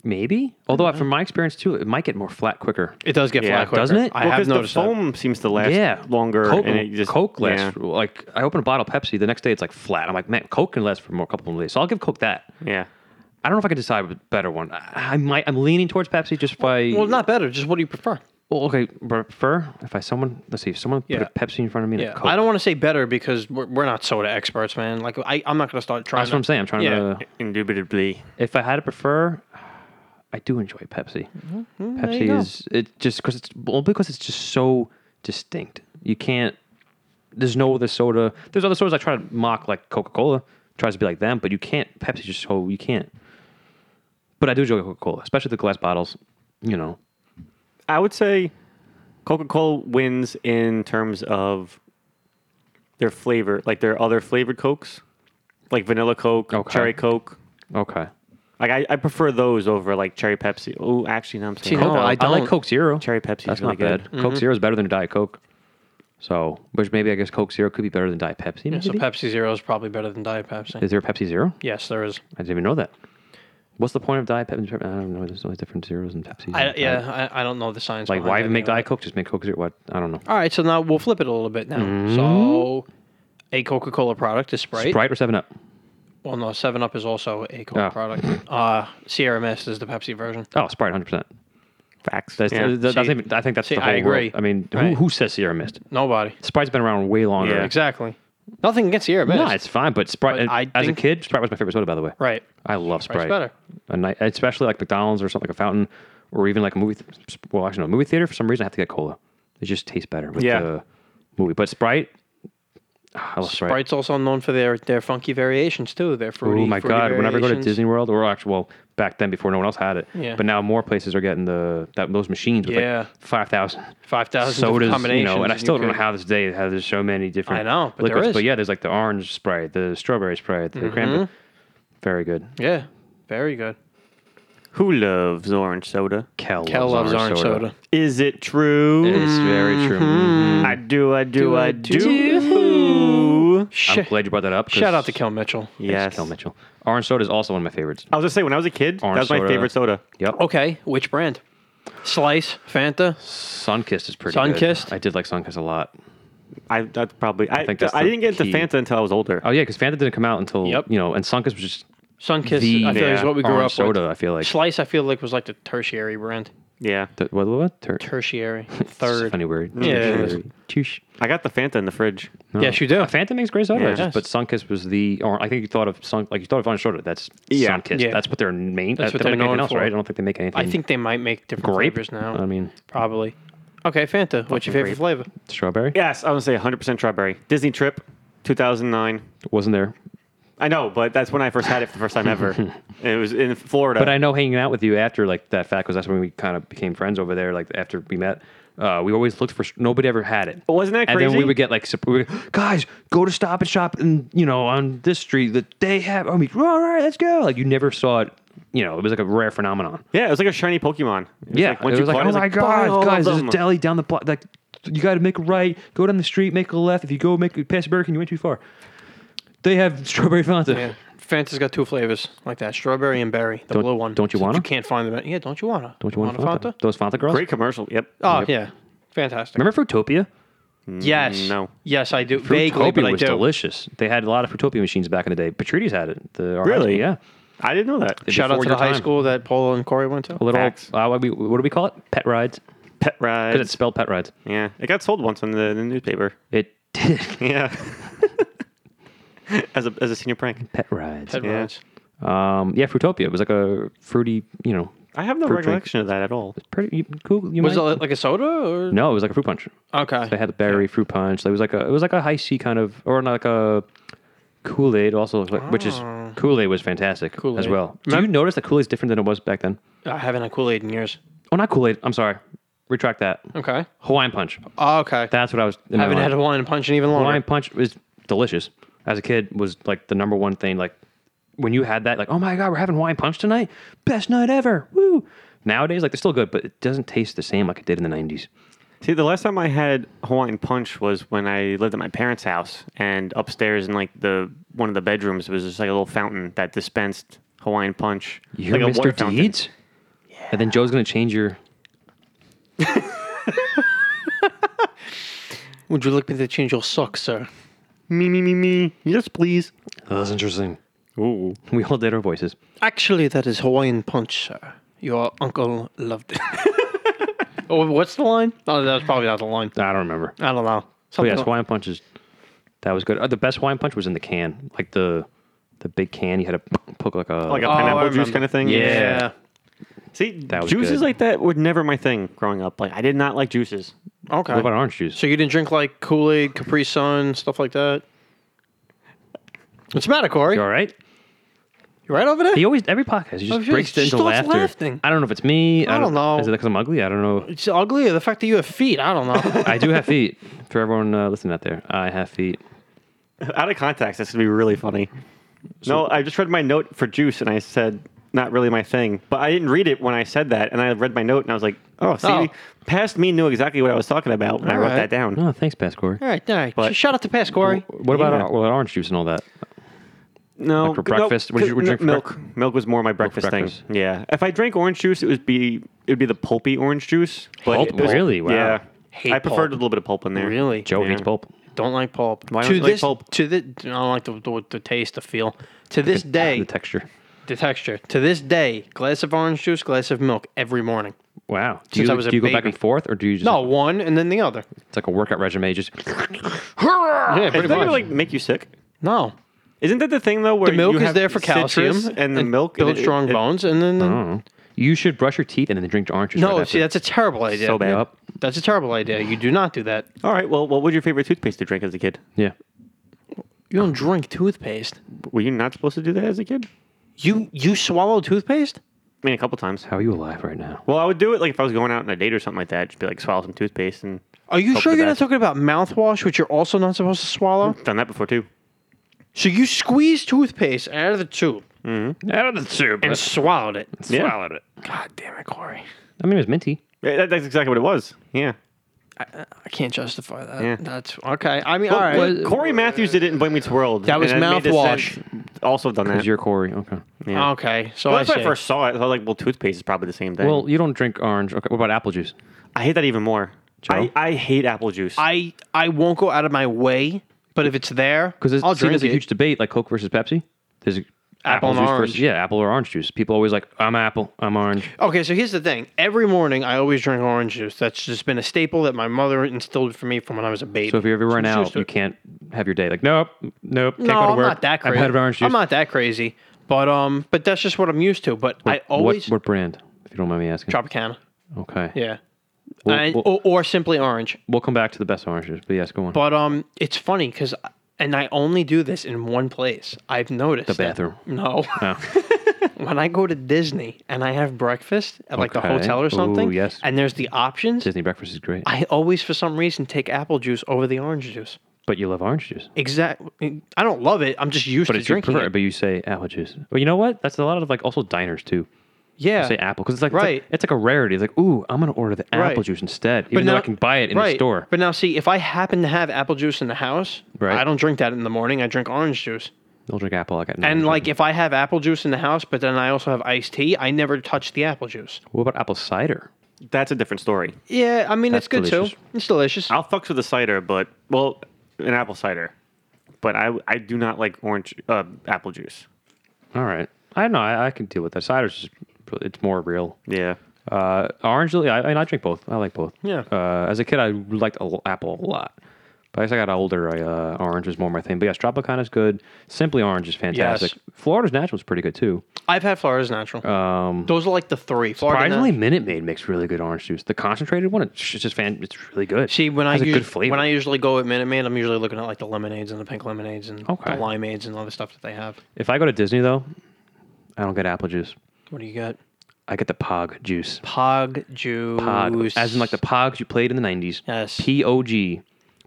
Speaker 1: Maybe. Although from my experience too, it might get more flat quicker.
Speaker 2: It does get
Speaker 3: Yeah,
Speaker 2: flat quicker.
Speaker 1: doesn't it?
Speaker 2: I
Speaker 3: Well,
Speaker 2: have
Speaker 3: 'cause
Speaker 2: noticed
Speaker 3: the
Speaker 2: that.
Speaker 3: foam seems to last
Speaker 1: yeah,
Speaker 3: longer.
Speaker 1: Coke,
Speaker 3: and it just,
Speaker 1: Coke lasts.
Speaker 3: Yeah.
Speaker 1: Like I open a bottle of Pepsi, the next day it's like flat. I'm like, man, Coke can last for more couple of days. So I'll give Coke that.
Speaker 3: yeah.
Speaker 1: I don't know if I could decide a better one. I, I might. I'm leaning towards Pepsi just by.
Speaker 2: Well, not better. Just what do you prefer?
Speaker 1: Well, okay, prefer if I someone let's see if someone put
Speaker 2: Yeah.
Speaker 1: a Pepsi in front of me. and a
Speaker 2: Yeah.
Speaker 1: Coke.
Speaker 2: I don't want to say better because we're, we're not soda experts, man. Like I, I'm not gonna start trying.
Speaker 1: That's what I'm
Speaker 2: to-
Speaker 1: saying. I'm trying
Speaker 2: Yeah.
Speaker 1: to.
Speaker 3: Indubitably.
Speaker 1: If I had to prefer, I do enjoy Pepsi.
Speaker 2: Mm-hmm. Mm, you
Speaker 1: Pepsi
Speaker 2: go.
Speaker 1: is it just because it's well because it's just so distinct. You can't. There's no other soda. There's other sodas I try to mock like Coca Cola tries to be like them, but you can't. Pepsi just so you can't. But I do enjoy Coca Cola, especially the glass bottles. You know,
Speaker 3: I would say Coca Cola wins in terms of their flavor, like their other flavored cokes, like vanilla Coke,
Speaker 1: Okay.
Speaker 3: cherry Coke.
Speaker 1: okay.
Speaker 3: Like I, I prefer those over like cherry Pepsi. Oh, actually, no, I'm saying
Speaker 2: See, no,
Speaker 3: Coke.
Speaker 2: I
Speaker 1: I like
Speaker 2: don't.
Speaker 1: Coke Zero.
Speaker 3: Cherry Pepsi
Speaker 1: That's
Speaker 3: is really
Speaker 1: not bad.
Speaker 3: good.
Speaker 2: Mm-hmm.
Speaker 1: Coke Zero is better than Diet Coke. So, which maybe I guess Coke Zero could be better than Diet Pepsi.
Speaker 2: Yeah,
Speaker 1: Maybe?
Speaker 2: so Pepsi Zero is probably better than Diet Pepsi.
Speaker 1: is there a Pepsi Zero?
Speaker 2: yes, there is.
Speaker 1: I didn't even know that. What's the point of Diet Pepsi? I don't know. There's always different zeros and Pepsi.
Speaker 2: I, yeah, I, I don't know the science.
Speaker 1: Like,
Speaker 2: behind
Speaker 1: why
Speaker 2: that,
Speaker 1: even make
Speaker 2: you know.
Speaker 1: Diet Coke? Just make Coke Zero. What? I don't know.
Speaker 2: All right, so now we'll flip it a little bit now. So, a Coca Cola product is Sprite.
Speaker 1: Mm-hmm. Sprite or Seven Up?
Speaker 2: Well, no, Seven Up is also a Coca
Speaker 1: Oh.
Speaker 2: product. Uh, Sierra Mist is the Pepsi version.
Speaker 1: Oh, Sprite, hundred percent.
Speaker 3: Facts.
Speaker 1: That's,
Speaker 3: yeah.
Speaker 1: that's, that's
Speaker 2: See-
Speaker 1: even, I think that's
Speaker 2: see,
Speaker 1: the whole
Speaker 2: I agree.
Speaker 1: world. I mean, who,
Speaker 2: Right.
Speaker 1: who says Sierra Mist?
Speaker 2: Nobody.
Speaker 1: Sprite's been around way longer.
Speaker 3: Yeah.
Speaker 2: Exactly. Nothing against Sierra Mist.
Speaker 1: No, it's fine, but Sprite.
Speaker 2: But I
Speaker 1: and as a
Speaker 2: think-
Speaker 1: kid, Sprite was my favorite soda. By the way,
Speaker 2: right.
Speaker 1: I love
Speaker 2: Sprite's
Speaker 1: Sprite.
Speaker 2: better.
Speaker 1: A night, especially like McDonald's or something like a fountain, or even like a movie. th- well, actually, no, movie theater. For some reason, I have to get cola. It just tastes better with
Speaker 3: Yeah.
Speaker 1: the movie. But Sprite, ah, I love Sprite.
Speaker 2: Sprite's also known for their, their funky variations too. Their fruity.
Speaker 1: oh my
Speaker 2: fruity
Speaker 1: god! Whenever I go to
Speaker 2: variations.
Speaker 1: Disney World, or actually, well, back then before no one else had it,
Speaker 2: Yeah.
Speaker 1: but now more places are getting the that those machines with
Speaker 2: Yeah.
Speaker 1: like five thousand.
Speaker 2: five thousand
Speaker 1: Sodas,
Speaker 2: combinations,
Speaker 1: you know, and I still
Speaker 2: you
Speaker 1: don't know
Speaker 2: could-
Speaker 1: how this day how there's so many different.
Speaker 2: I know, but there
Speaker 1: liquids.
Speaker 2: is. Mm-hmm.
Speaker 1: But yeah, there's like the orange sprite, the strawberry sprite, the cranberry. Very good.
Speaker 2: Yeah, very good.
Speaker 3: Who loves orange soda?
Speaker 1: Kel,
Speaker 2: Kel
Speaker 1: loves,
Speaker 2: loves orange soda.
Speaker 3: Is it true?
Speaker 1: It's very true.
Speaker 2: Mm-hmm.
Speaker 3: I do, I do, I do.
Speaker 2: Sh-
Speaker 1: I'm glad you brought that up. 'cause-
Speaker 2: shout out to Kel Mitchell.
Speaker 1: Thanks,
Speaker 3: Yes.
Speaker 1: Kel Mitchell. Orange soda is also one of my favorites.
Speaker 3: I was just saying, when I was a kid,
Speaker 1: Orange
Speaker 3: that was my
Speaker 1: soda.
Speaker 3: favorite soda.
Speaker 1: Yep.
Speaker 2: Okay, which brand? Slice, Fanta.
Speaker 1: Sunkist is pretty. good.
Speaker 2: Sunkist?
Speaker 1: I did like Sunkist a lot.
Speaker 3: I that's probably. I, I,
Speaker 1: think that's the
Speaker 3: didn't get into
Speaker 1: key.
Speaker 3: Fanta until I was older.
Speaker 1: Oh yeah, because Fanta didn't come out until
Speaker 2: Yep.
Speaker 1: you know, and Sunkist was just
Speaker 2: Sunkiss.
Speaker 1: The-
Speaker 2: I feel like is
Speaker 3: Yeah.
Speaker 2: what we grew
Speaker 1: orange
Speaker 2: up
Speaker 1: soda.
Speaker 2: with.
Speaker 1: I feel like.
Speaker 2: Slice, I feel like was like the tertiary brand.
Speaker 3: yeah,
Speaker 1: The- what? What? what? Tur-
Speaker 2: Tertiary,
Speaker 1: it's a
Speaker 2: third.
Speaker 1: Funny word.
Speaker 2: Yeah.
Speaker 1: Touche.
Speaker 3: I got the Fanta in the fridge.
Speaker 1: No.
Speaker 2: Yes, you do.
Speaker 1: Uh, Fanta makes great soda,
Speaker 3: Yeah.
Speaker 1: it's just- but Sunkist was the. Or I think you thought of Sun, like you thought of orange soda. That's
Speaker 3: Yeah.
Speaker 1: Sunkist.
Speaker 2: Yeah.
Speaker 1: That's what their main.
Speaker 2: That's
Speaker 1: That's
Speaker 2: what
Speaker 1: they
Speaker 2: they're
Speaker 1: don't make
Speaker 2: known
Speaker 1: anything else,
Speaker 2: for.
Speaker 1: right? I don't think they make anything.
Speaker 2: I think they might make different
Speaker 1: grape
Speaker 2: flavors now.
Speaker 1: I mean,
Speaker 2: probably. Okay, Fanta. What's your favorite
Speaker 3: grape.
Speaker 2: flavor?
Speaker 1: strawberry
Speaker 3: Yes, I would say 100% strawberry. Disney trip, 2009.
Speaker 1: wasn't there.
Speaker 3: I know, but that's when I first had it for the first time ever. And it was in Florida.
Speaker 1: But I know hanging out with you after like that fact because that's when we kind of became friends over there. Like after we met, uh, we always looked for nobody ever had it.
Speaker 3: But wasn't that
Speaker 1: And then we
Speaker 3: crazy?
Speaker 1: would get like sup- we would, guys go to Stop and Shop and you know on this street that they have. I mean, all right, let's go. Like you never saw it. You know, it was like a rare phenomenon.
Speaker 3: yeah, it was like a shiny Pokemon. It was
Speaker 1: Yeah,
Speaker 3: like,
Speaker 1: it
Speaker 3: once
Speaker 1: was
Speaker 3: you
Speaker 1: like,
Speaker 3: caught
Speaker 1: oh
Speaker 3: it, it was
Speaker 1: my
Speaker 3: like, buy
Speaker 1: god,
Speaker 3: all of
Speaker 1: guys, there's a
Speaker 3: them.
Speaker 1: deli down the block. Like you got to make a right, go down the street, make a left. If you go make past Burger King, you went too far. They have strawberry Fanta.
Speaker 2: Yeah. Fanta's got two flavors like that: strawberry and berry. The
Speaker 1: Don't-
Speaker 2: blue one.
Speaker 1: don't you
Speaker 2: So
Speaker 1: wanna?
Speaker 2: You can't find them. at- Yeah, don't you wanna?
Speaker 1: Don't you want Fanta?
Speaker 2: Fanta?
Speaker 1: Those Fanta girls.
Speaker 3: Great commercial. Yep.
Speaker 2: Oh yeah, fantastic.
Speaker 1: Remember Fruitopia? Mm,
Speaker 2: Yes.
Speaker 3: No.
Speaker 2: Yes, I do. Vaguely, but
Speaker 1: Fruitopia
Speaker 2: I
Speaker 1: was
Speaker 2: do.
Speaker 1: delicious. They had a lot of Fruitopia machines back in the day. Patruti's had it. The our high
Speaker 3: Really?
Speaker 1: school, yeah.
Speaker 3: I didn't know that.
Speaker 2: Shout out
Speaker 1: before
Speaker 2: to
Speaker 1: your
Speaker 2: the high
Speaker 1: time.
Speaker 2: school that Paul and Corey went to.
Speaker 1: A little.
Speaker 3: Facts.
Speaker 1: Uh, what, do we, what do we call it? Pet rides.
Speaker 3: Pet
Speaker 1: Because it's
Speaker 3: rides.
Speaker 1: spelled pet rides.
Speaker 3: Yeah, it got sold once on the, the newspaper.
Speaker 1: It did.
Speaker 3: Yeah. as a as a senior prank.
Speaker 1: pet rides.
Speaker 2: Pet
Speaker 3: Yeah.
Speaker 2: rides.
Speaker 1: Um, yeah, Fruitopia. It was like a fruity. You know,
Speaker 3: I have no
Speaker 1: Fruit drink.
Speaker 3: recollection of that at all.
Speaker 1: pretty you, cool. You
Speaker 2: Was it
Speaker 1: might-
Speaker 2: li- like a soda or
Speaker 1: no, it was like a fruit punch.
Speaker 2: Okay.
Speaker 1: They had the berry fruit punch. It was like a. It was like a high C kind of, or not like a Kool Aid. Also, like, which is Kool Aid was fantastic as
Speaker 2: Oh. Kool-Aid.
Speaker 1: well. Do you notice that Kool Aid's different than it was back then?
Speaker 2: I haven't had Kool Aid in years.
Speaker 1: Oh, not Kool Aid. I'm sorry. Retract that.
Speaker 2: Okay.
Speaker 1: Hawaiian Punch.
Speaker 2: Oh, okay.
Speaker 1: That's what I was. in
Speaker 2: I
Speaker 1: my
Speaker 2: haven't
Speaker 1: mind.
Speaker 2: had Hawaiian punch in even longer.
Speaker 1: Hawaiian Punch was delicious. As a kid, was like the number one thing. Like when you had that, like oh my god, we're having Hawaiian Punch tonight. Best night ever. Woo. Nowadays, like they're still good, but it doesn't taste the same like it did in the '90s.
Speaker 3: See, the last time I had Hawaiian punch was when I lived at my parents' house, and upstairs in like the one of the bedrooms was just like a little fountain that dispensed Hawaiian punch.
Speaker 1: You're
Speaker 3: like a water
Speaker 1: Mr.
Speaker 3: fountain.
Speaker 1: Deeds. And then Joe's gonna change your.
Speaker 2: Would you like me to change your socks, sir?
Speaker 3: Me me me me. Yes, please.
Speaker 1: Oh, that's interesting.
Speaker 3: Ooh.
Speaker 1: We all did our voices.
Speaker 2: Actually, that is Hawaiian punch, sir. Your uncle loved it. oh, what's the line? Oh, that's probably not the line.
Speaker 1: I don't remember.
Speaker 2: I don't know.
Speaker 1: But
Speaker 2: Something
Speaker 1: yes,
Speaker 2: like-
Speaker 1: Hawaiian Punch is that was good. Uh, the best Hawaiian Punch was in the can, like the the big can. You had to poke like a
Speaker 3: Like a
Speaker 2: Oh, I
Speaker 3: pineapple juice
Speaker 2: remember.
Speaker 3: kind of thing.
Speaker 2: Yeah.
Speaker 3: See,
Speaker 1: was
Speaker 3: juices
Speaker 1: good.
Speaker 3: like that were never my thing growing up. Like I did not like juices.
Speaker 2: Okay.
Speaker 1: What about orange juice?
Speaker 2: so you didn't drink like Kool Aid, Capri Sun, stuff like that? What's the matter, Corey?
Speaker 1: You
Speaker 2: You
Speaker 1: all right?
Speaker 2: right over there?
Speaker 1: He always every podcast he just
Speaker 2: Oh, she
Speaker 1: breaks it
Speaker 2: just
Speaker 1: into
Speaker 2: starts
Speaker 1: laughter.
Speaker 2: laughing.
Speaker 1: I don't know if it's me.
Speaker 2: I don't know.
Speaker 1: Is it because I'm ugly? I don't know.
Speaker 2: It's ugly or the fact that you have feet. I don't know.
Speaker 1: I do have feet. For everyone uh, listening out there, I have feet.
Speaker 3: Out of context, this would be really funny. no, I just read my note for juice, and I said not really my thing. But I didn't read it when I said that, and I read my note, and I was like, oh, see,
Speaker 2: Oh.
Speaker 3: past me knew exactly what I was talking about when I wrote
Speaker 2: Alright.
Speaker 3: that down.
Speaker 1: Oh, thanks, Bass Corey.
Speaker 2: all right, all right.
Speaker 3: But-
Speaker 2: Shout out to Pass, Corey.
Speaker 1: What about
Speaker 3: Yeah.
Speaker 1: uh, well, orange juice and all that?
Speaker 3: No,
Speaker 1: Like for
Speaker 3: no,
Speaker 1: breakfast? What did you- what did you
Speaker 3: no,
Speaker 1: drink for
Speaker 3: milk. Milk was more my breakfast,
Speaker 1: breakfast.
Speaker 3: thing. Yeah, if I drank orange juice, it would be it would be the pulpy orange juice. But
Speaker 1: Pulp?
Speaker 3: it was-
Speaker 1: Really? Wow.
Speaker 3: Yeah,
Speaker 2: Hate
Speaker 3: I preferred
Speaker 2: pulp.
Speaker 3: a little bit of pulp in there.
Speaker 2: Really?
Speaker 1: Joe
Speaker 3: Yeah.
Speaker 1: hates pulp.
Speaker 2: Don't like pulp.
Speaker 3: Why
Speaker 2: to
Speaker 3: don't you like
Speaker 2: this,
Speaker 3: pulp?
Speaker 2: To this, I don't like the, the, the taste, the feel. To this day,
Speaker 1: the texture.
Speaker 2: the texture. To this day, glass of orange juice, glass of milk every morning.
Speaker 1: Wow. Do
Speaker 2: Since
Speaker 1: you,
Speaker 2: I was a
Speaker 1: do you go back
Speaker 2: baby.
Speaker 1: and forth, or do you just
Speaker 2: No, one and then the other.
Speaker 1: It's like a workout regimen. Just
Speaker 2: Yeah, pretty
Speaker 3: Isn't that gonna,
Speaker 2: much.
Speaker 3: like make you sick?
Speaker 2: no,
Speaker 3: Isn't that the thing though? Where
Speaker 2: the milk
Speaker 3: you
Speaker 2: is
Speaker 3: have
Speaker 2: there for
Speaker 3: citrus
Speaker 2: calcium
Speaker 3: and the milk
Speaker 2: builds
Speaker 3: it- it-
Speaker 2: strong
Speaker 3: it- Mm.
Speaker 2: bones, and then
Speaker 1: I don't know. uh-huh. You should brush your teeth and then drink orange juice.
Speaker 2: no.
Speaker 1: right after.
Speaker 2: see, that's a terrible idea.
Speaker 3: So bad.
Speaker 1: Yup.
Speaker 2: That's a terrible idea. You do not do that.
Speaker 3: All right. Well, what was your favorite toothpaste to drink as a kid?
Speaker 1: Yeah.
Speaker 2: You don't drink toothpaste.
Speaker 3: Were you not supposed to do that as a kid?
Speaker 2: You you swallow toothpaste?
Speaker 3: I mean, a couple times.
Speaker 1: How are you alive right now?
Speaker 3: Well, I would do it like if I was going out on a date or something like that. Just be like, swallow some toothpaste, and
Speaker 2: Are you
Speaker 3: Hope
Speaker 2: sure
Speaker 3: the
Speaker 2: you're
Speaker 3: best.
Speaker 2: not talking about mouthwash, which you're also not supposed to swallow?
Speaker 3: done that before too.
Speaker 2: So you squeezed toothpaste out of the tube
Speaker 1: Out of the soup.
Speaker 2: and swallowed it.
Speaker 3: Yeah.
Speaker 1: Swallowed it.
Speaker 2: God damn it, Corey.
Speaker 1: I mean, it was minty.
Speaker 3: Yeah, that- that's exactly what it was. Yeah.
Speaker 2: I can't justify that.
Speaker 3: Yeah.
Speaker 2: That's okay. I mean, all right.
Speaker 3: Well, Corey Matthews did it in Boy Meets World.
Speaker 2: That was
Speaker 3: and made this
Speaker 2: mouthwash.
Speaker 3: sense. Also done that.
Speaker 1: Because you're Corey. Ah, Okay.
Speaker 3: yeah.
Speaker 2: Okay, so
Speaker 3: Well,
Speaker 2: I
Speaker 3: that's when
Speaker 2: see.
Speaker 3: I first saw it. I was like, well, toothpaste is probably the same thing.
Speaker 1: Well, you don't drink orange. Okay. What about apple juice?
Speaker 3: I hate that even more. I, I hate apple juice.
Speaker 2: I I won't go out of my way, but if it's there,
Speaker 1: Because
Speaker 2: I'll
Speaker 1: it's seen
Speaker 2: drink
Speaker 1: as a
Speaker 2: it.
Speaker 1: huge debate, like Coke versus Pepsi. There's apple,
Speaker 2: and
Speaker 1: juice
Speaker 2: orange.
Speaker 1: versus yeah, apple or orange juice. People always like, I'm apple, I'm orange.
Speaker 2: Okay, so here's the thing. Every morning, I always drink orange juice. That's just been a staple that my mother instilled for me from when I was a baby.
Speaker 1: So if you ever run
Speaker 2: Some juice
Speaker 1: out,
Speaker 2: to
Speaker 1: you
Speaker 2: it.
Speaker 1: can't have your day. Like, nope, nope, can't
Speaker 2: no,
Speaker 1: go to
Speaker 2: I'm
Speaker 1: work.
Speaker 2: not that
Speaker 1: I'm
Speaker 2: crazy.
Speaker 1: out of orange juice.
Speaker 2: I'm not that crazy, but um, but that's just what I'm used to. But I always
Speaker 1: what, what brand? If you don't mind me asking.
Speaker 2: Tropicana.
Speaker 1: Okay.
Speaker 2: Yeah,
Speaker 1: We'll,
Speaker 2: and,
Speaker 1: we'll-
Speaker 2: or, or simply orange.
Speaker 1: we'll come back to the best orange juice. But yes, go on.
Speaker 2: But um, it's funny because, and I only do this in one place. I've noticed the
Speaker 1: bathroom.
Speaker 2: No,
Speaker 1: No.
Speaker 2: when I go to Disney and I have breakfast at like
Speaker 1: Okay.
Speaker 2: the hotel or
Speaker 1: Ooh,
Speaker 2: something,
Speaker 1: yes.
Speaker 2: and there's the options.
Speaker 1: Disney breakfast is great,
Speaker 2: I always, for some reason, take apple juice over the orange juice.
Speaker 1: but you love orange juice.
Speaker 2: Exactly. I don't love it. I'm just used
Speaker 1: But
Speaker 2: to
Speaker 1: it's your
Speaker 2: drinking
Speaker 1: preferred,
Speaker 2: it.
Speaker 1: but you say apple juice. Well, you know what? That's a lot of like also diners too.
Speaker 2: Yeah.
Speaker 1: Say apple because it's like
Speaker 2: Right.
Speaker 1: It's like, it's like a rarity. It's like, ooh, I'm gonna order the
Speaker 2: Right.
Speaker 1: apple juice instead, even though I can buy it in
Speaker 2: right.
Speaker 1: the store.
Speaker 2: But now, see, if I happen to have apple juice in the house,
Speaker 1: Right.
Speaker 2: I don't drink that in the morning. I drink orange juice.
Speaker 1: They'll drink apple. I got no
Speaker 2: And
Speaker 1: orange
Speaker 2: like, if I have apple juice in the house, but then I also have iced tea, I never touch the apple juice.
Speaker 1: juice. what about apple cider?
Speaker 3: that's a different story.
Speaker 2: Yeah, I mean,
Speaker 1: That's
Speaker 2: it's good
Speaker 1: delicious.
Speaker 2: too. It's delicious.
Speaker 3: I'll fucks with a cider, but well, an apple cider. But I I do not like orange uh, apple juice.
Speaker 1: All right, I know I, I can deal with that. Cider's just it's more real.
Speaker 3: Yeah.
Speaker 1: Uh, orange, yeah, I, I mean, I drink both. I like both.
Speaker 2: Yeah.
Speaker 1: Uh, as a kid, I liked a, apple a lot. But as I got older, I, uh, orange was more my thing. But yes, Tropicana's good. Simply Orange is fantastic.
Speaker 2: Yes.
Speaker 1: Florida's Natural is pretty good too.
Speaker 2: I've had Florida's natural. Um, Those are like the three. Florida
Speaker 1: Surprisingly,
Speaker 2: Nat-
Speaker 1: Minute Maid makes really good orange juice. The concentrated one, it's just fan. It's really good.
Speaker 2: See, when I
Speaker 1: has a
Speaker 2: use,
Speaker 1: good flavor.
Speaker 2: when I usually go at Minute Maid, I'm usually looking at like the lemonades and the pink lemonades and
Speaker 1: Okay.
Speaker 2: the limeades and all the stuff that they have.
Speaker 1: if I go to Disney though, I don't get apple juice.
Speaker 2: What do you got?
Speaker 1: I get the Pog juice.
Speaker 2: Pog juice.
Speaker 1: Pog, Uh, as in like the Pogs you played in the nineties.
Speaker 2: Yes.
Speaker 1: P O G,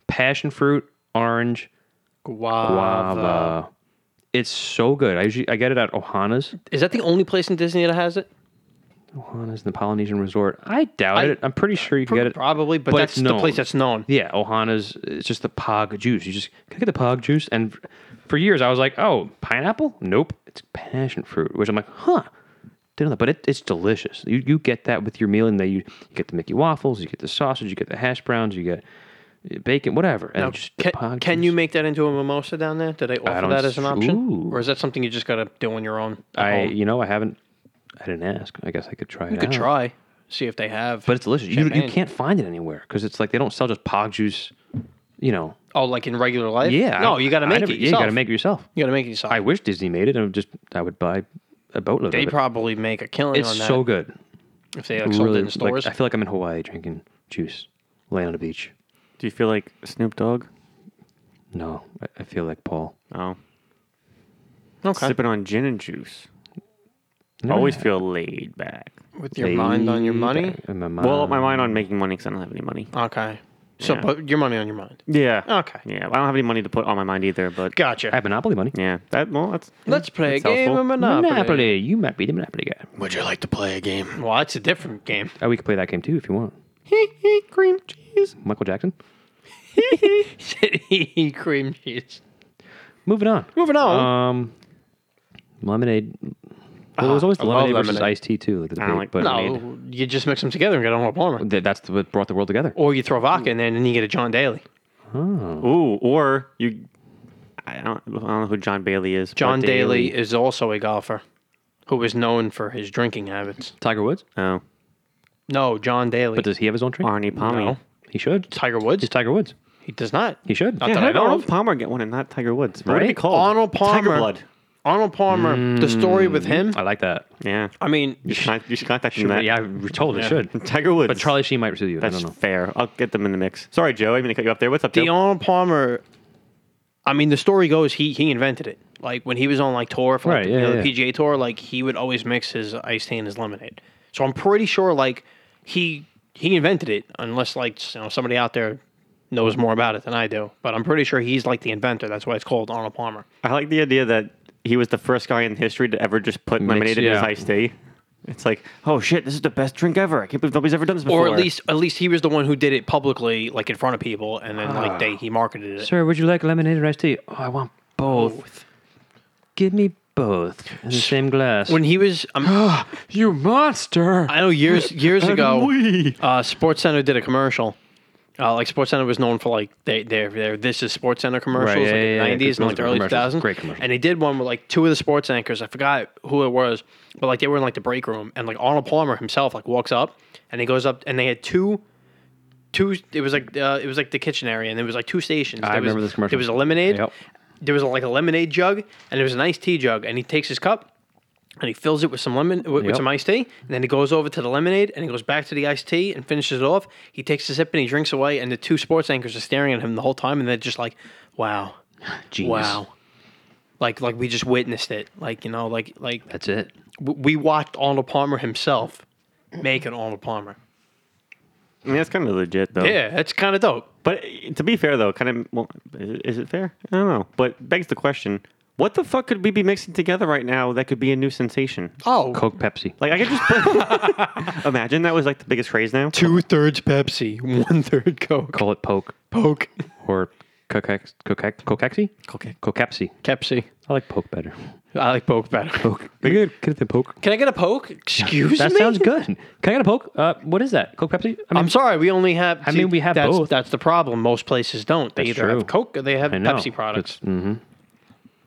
Speaker 1: passion fruit, orange,
Speaker 2: guava.
Speaker 1: guava. It's so good. I usually I get it at Ohana's.
Speaker 2: Is that the only place in Disney that has it?
Speaker 1: Ohana's the Polynesian Resort. I doubt
Speaker 2: I-
Speaker 1: it. I'm pretty sure you can get it.
Speaker 2: Probably, but, that's
Speaker 1: it's
Speaker 2: the
Speaker 1: known.
Speaker 2: place that's known.
Speaker 1: Yeah, Ohana's. It's just the Pog juice. You just can I get the Pog juice? And for years I was like, oh, pineapple? Nope, it's passion fruit. Which I'm like, huh. Didn't know that, but it, it's delicious. You you get that with your meal, and then you, you get the Mickey waffles, you get the sausage, you get the hash browns, you get uh, bacon, whatever. And
Speaker 2: Now,
Speaker 1: just the
Speaker 2: can,
Speaker 1: Pog
Speaker 2: can
Speaker 1: juice.
Speaker 2: you make that into a mimosa down there? Did they offer
Speaker 1: don't
Speaker 2: that as an
Speaker 1: s-
Speaker 2: option,
Speaker 1: ooh.
Speaker 2: or is that something you just gotta do on your own? at
Speaker 1: I
Speaker 2: home?
Speaker 1: you know I haven't. I didn't ask. I guess I could try it.
Speaker 2: you could
Speaker 1: out.
Speaker 2: try, see if they have.
Speaker 1: but it's delicious. You, you
Speaker 2: Champagne.
Speaker 1: can't find it anywhere because it's like they don't sell just Pog juice. You know.
Speaker 2: oh, like in regular life?
Speaker 1: Yeah. I-
Speaker 2: No, you gotta
Speaker 1: I
Speaker 2: make
Speaker 1: never-
Speaker 2: it.
Speaker 1: Yeah, you
Speaker 2: yourself.
Speaker 1: gotta make it yourself.
Speaker 2: You gotta make it yourself.
Speaker 1: I wish Disney made it. I would just I would buy a boatload
Speaker 2: they
Speaker 1: of it.
Speaker 2: probably make a killing
Speaker 1: it's
Speaker 2: on that
Speaker 1: so good.
Speaker 2: if they like, sold it in
Speaker 1: like,
Speaker 2: stores.
Speaker 1: I feel like I'm in Hawaii drinking juice, laying on the beach.
Speaker 3: Do you feel like Snoop Dogg?
Speaker 1: No, I, I feel like Paul.
Speaker 3: Oh,
Speaker 2: okay,
Speaker 3: sipping on gin and juice.
Speaker 1: Never
Speaker 3: Always
Speaker 1: had-
Speaker 3: feel laid back.
Speaker 2: with your mind on your
Speaker 1: Laid
Speaker 2: money.
Speaker 1: back in my mind.
Speaker 3: Well, my mind on making money because I don't have any money.
Speaker 2: Okay, so
Speaker 3: Yeah.
Speaker 2: but your money on your mind.
Speaker 3: Yeah.
Speaker 2: Okay.
Speaker 3: Yeah, I don't have any money to put on my mind either. But
Speaker 2: Gotcha.
Speaker 1: I have Monopoly money.
Speaker 3: yeah, that well, that's
Speaker 2: Let's play a
Speaker 3: that's
Speaker 2: game
Speaker 3: helpful.
Speaker 2: of Monopoly.
Speaker 1: Monopoly. You might be the Monopoly guy.
Speaker 4: Would you like to play a game?
Speaker 2: Well, that's a different game.
Speaker 1: Oh, we could play that game too if you want.
Speaker 3: cream cheese.
Speaker 1: Michael Jackson.
Speaker 2: Said cream cheese.
Speaker 1: Moving on.
Speaker 2: Moving on.
Speaker 1: Um, lemonade. Well, it was always the
Speaker 2: Uh, I love
Speaker 1: lemonade versus
Speaker 2: lemonade.
Speaker 1: iced tea too. Like the
Speaker 3: I don't
Speaker 1: debate, but
Speaker 3: like
Speaker 2: no, you just mix them together and get a whole bomber.
Speaker 1: th- that's what brought the world together.
Speaker 2: Or you throw vodka in there and then you get a John Daly.
Speaker 3: Ooh, or you. I don't, I don't know who John Bailey is. but
Speaker 2: John Daly is also a golfer who is known for his drinking habits.
Speaker 1: Tiger Woods.
Speaker 3: Oh,
Speaker 2: No, John Daly.
Speaker 1: But does he have his own drink?
Speaker 3: Arnie Palmer.
Speaker 2: No.
Speaker 1: He should.
Speaker 2: Tiger Woods?
Speaker 1: He's Tiger Woods.
Speaker 2: He does not.
Speaker 1: He should.
Speaker 2: Not
Speaker 3: Yeah,
Speaker 2: that
Speaker 3: how
Speaker 2: I
Speaker 3: did
Speaker 2: know
Speaker 3: Arnold
Speaker 2: of.
Speaker 3: Palmer get one and not Tiger Woods? What would it be
Speaker 1: Right?
Speaker 3: called?
Speaker 2: Arnold Palmer.
Speaker 3: Tiger Blood.
Speaker 2: Arnold Palmer, the story with him.
Speaker 1: Hmm. I like that.
Speaker 3: Yeah.
Speaker 2: I mean,
Speaker 3: You should, con- you should contact him.
Speaker 1: Yeah,
Speaker 3: That.
Speaker 1: I we totally should.
Speaker 3: Tiger Woods.
Speaker 1: But Charlie Sheen might pursue you. I
Speaker 3: That's
Speaker 1: don't know.
Speaker 3: fair. I'll get them in the mix. Sorry, Joe. I mean, I cut you up there. What's up,
Speaker 2: the
Speaker 3: Joe?
Speaker 2: Arnold Palmer. I mean, the story goes he he invented it. Like when he was on like tour for like,
Speaker 1: Right,
Speaker 2: the, you know,
Speaker 1: yeah,
Speaker 2: the
Speaker 1: yeah.
Speaker 2: PGA tour, like he would always mix his iced tea and his lemonade. So I'm pretty sure like he he invented it, unless like you know somebody out there knows more about it than I do. But I'm pretty sure he's like the inventor. That's why it's called Arnold Palmer.
Speaker 3: I like the idea that he was the first guy in history to ever just put lemonade in his
Speaker 1: yeah.
Speaker 3: iced tea. It's like, oh shit, this is the best drink ever. I can't believe nobody's ever done this
Speaker 2: Or
Speaker 3: before.
Speaker 2: at least at least he was the one who did it publicly, like in front of people, and then like they he marketed it.
Speaker 1: Ah. Sir, would you like lemonade or iced tea? Oh, I want both. Give me both in the same glass.
Speaker 2: When he was, i
Speaker 1: you monster!
Speaker 2: I know years years ago,
Speaker 3: we.
Speaker 2: uh, SportsCenter did a commercial. Uh, like SportsCenter was known for like they their their this is SportsCenter commercials
Speaker 1: Right, yeah,
Speaker 2: like
Speaker 1: yeah,
Speaker 2: in the
Speaker 1: yeah,
Speaker 2: nineties and like the
Speaker 1: those
Speaker 2: early two
Speaker 1: commercials,
Speaker 2: thousands.
Speaker 1: great commercials.
Speaker 2: And they did one with like two of the sports anchors. I forgot who it was, but like they were in like the break room, and like Arnold Palmer himself like walks up and he goes up, and they had two. Two, it was like uh, it was like the kitchen area, and there was like two stations.
Speaker 1: I
Speaker 2: There was-
Speaker 1: remember this commercial.
Speaker 2: There was a lemonade,
Speaker 1: Yep.
Speaker 2: there was like a lemonade jug, and there was an iced tea jug, and he takes his cup, and he fills it with some lemon with, with
Speaker 1: Yep.
Speaker 2: some iced tea, and then he goes over to the lemonade and he goes back to the iced tea and finishes it off. He takes a sip and he drinks away, and the two sports anchors are staring at him the whole time, and they're just like, "Wow,
Speaker 1: Genius.
Speaker 2: wow." Like, like we just witnessed it. Like, you know, like, like
Speaker 1: That's it.
Speaker 2: w- we watched Arnold Palmer himself make an Arnold Palmer.
Speaker 3: I mean, that's kind of legit, though.
Speaker 2: Yeah, that's kind of dope.
Speaker 3: But uh, to be fair, though, kind of, well, is it- is it fair? I don't know. But begs the question: What the fuck could we be mixing together right now that could be a new sensation?
Speaker 2: Oh,
Speaker 1: Coke, Pepsi.
Speaker 3: Like I could just put, imagine that was like the biggest craze now.
Speaker 2: two thirds Pepsi, one third Coke.
Speaker 1: Call it Poke
Speaker 2: Coke,
Speaker 1: or Cocax- Cocax- Cocaxi?
Speaker 3: Okay.
Speaker 1: Cocapsi.
Speaker 2: Pepsi.
Speaker 1: I like Poke better.
Speaker 2: I like Poke better.
Speaker 1: Poke. Good. Get the Poke.
Speaker 2: Can I get a Poke? Excuse
Speaker 1: That
Speaker 2: me.
Speaker 1: sounds good. Can I get a Poke? Uh, what is that? Coke, Pepsi? I mean,
Speaker 2: I'm sorry, we only have.
Speaker 1: I mean, we have
Speaker 2: that's,
Speaker 1: both.
Speaker 2: That's the problem. Most places don't. They
Speaker 1: That's
Speaker 2: either
Speaker 1: true.
Speaker 2: have Coke or they have
Speaker 1: I know.
Speaker 2: Pepsi products.
Speaker 1: It's- mhm.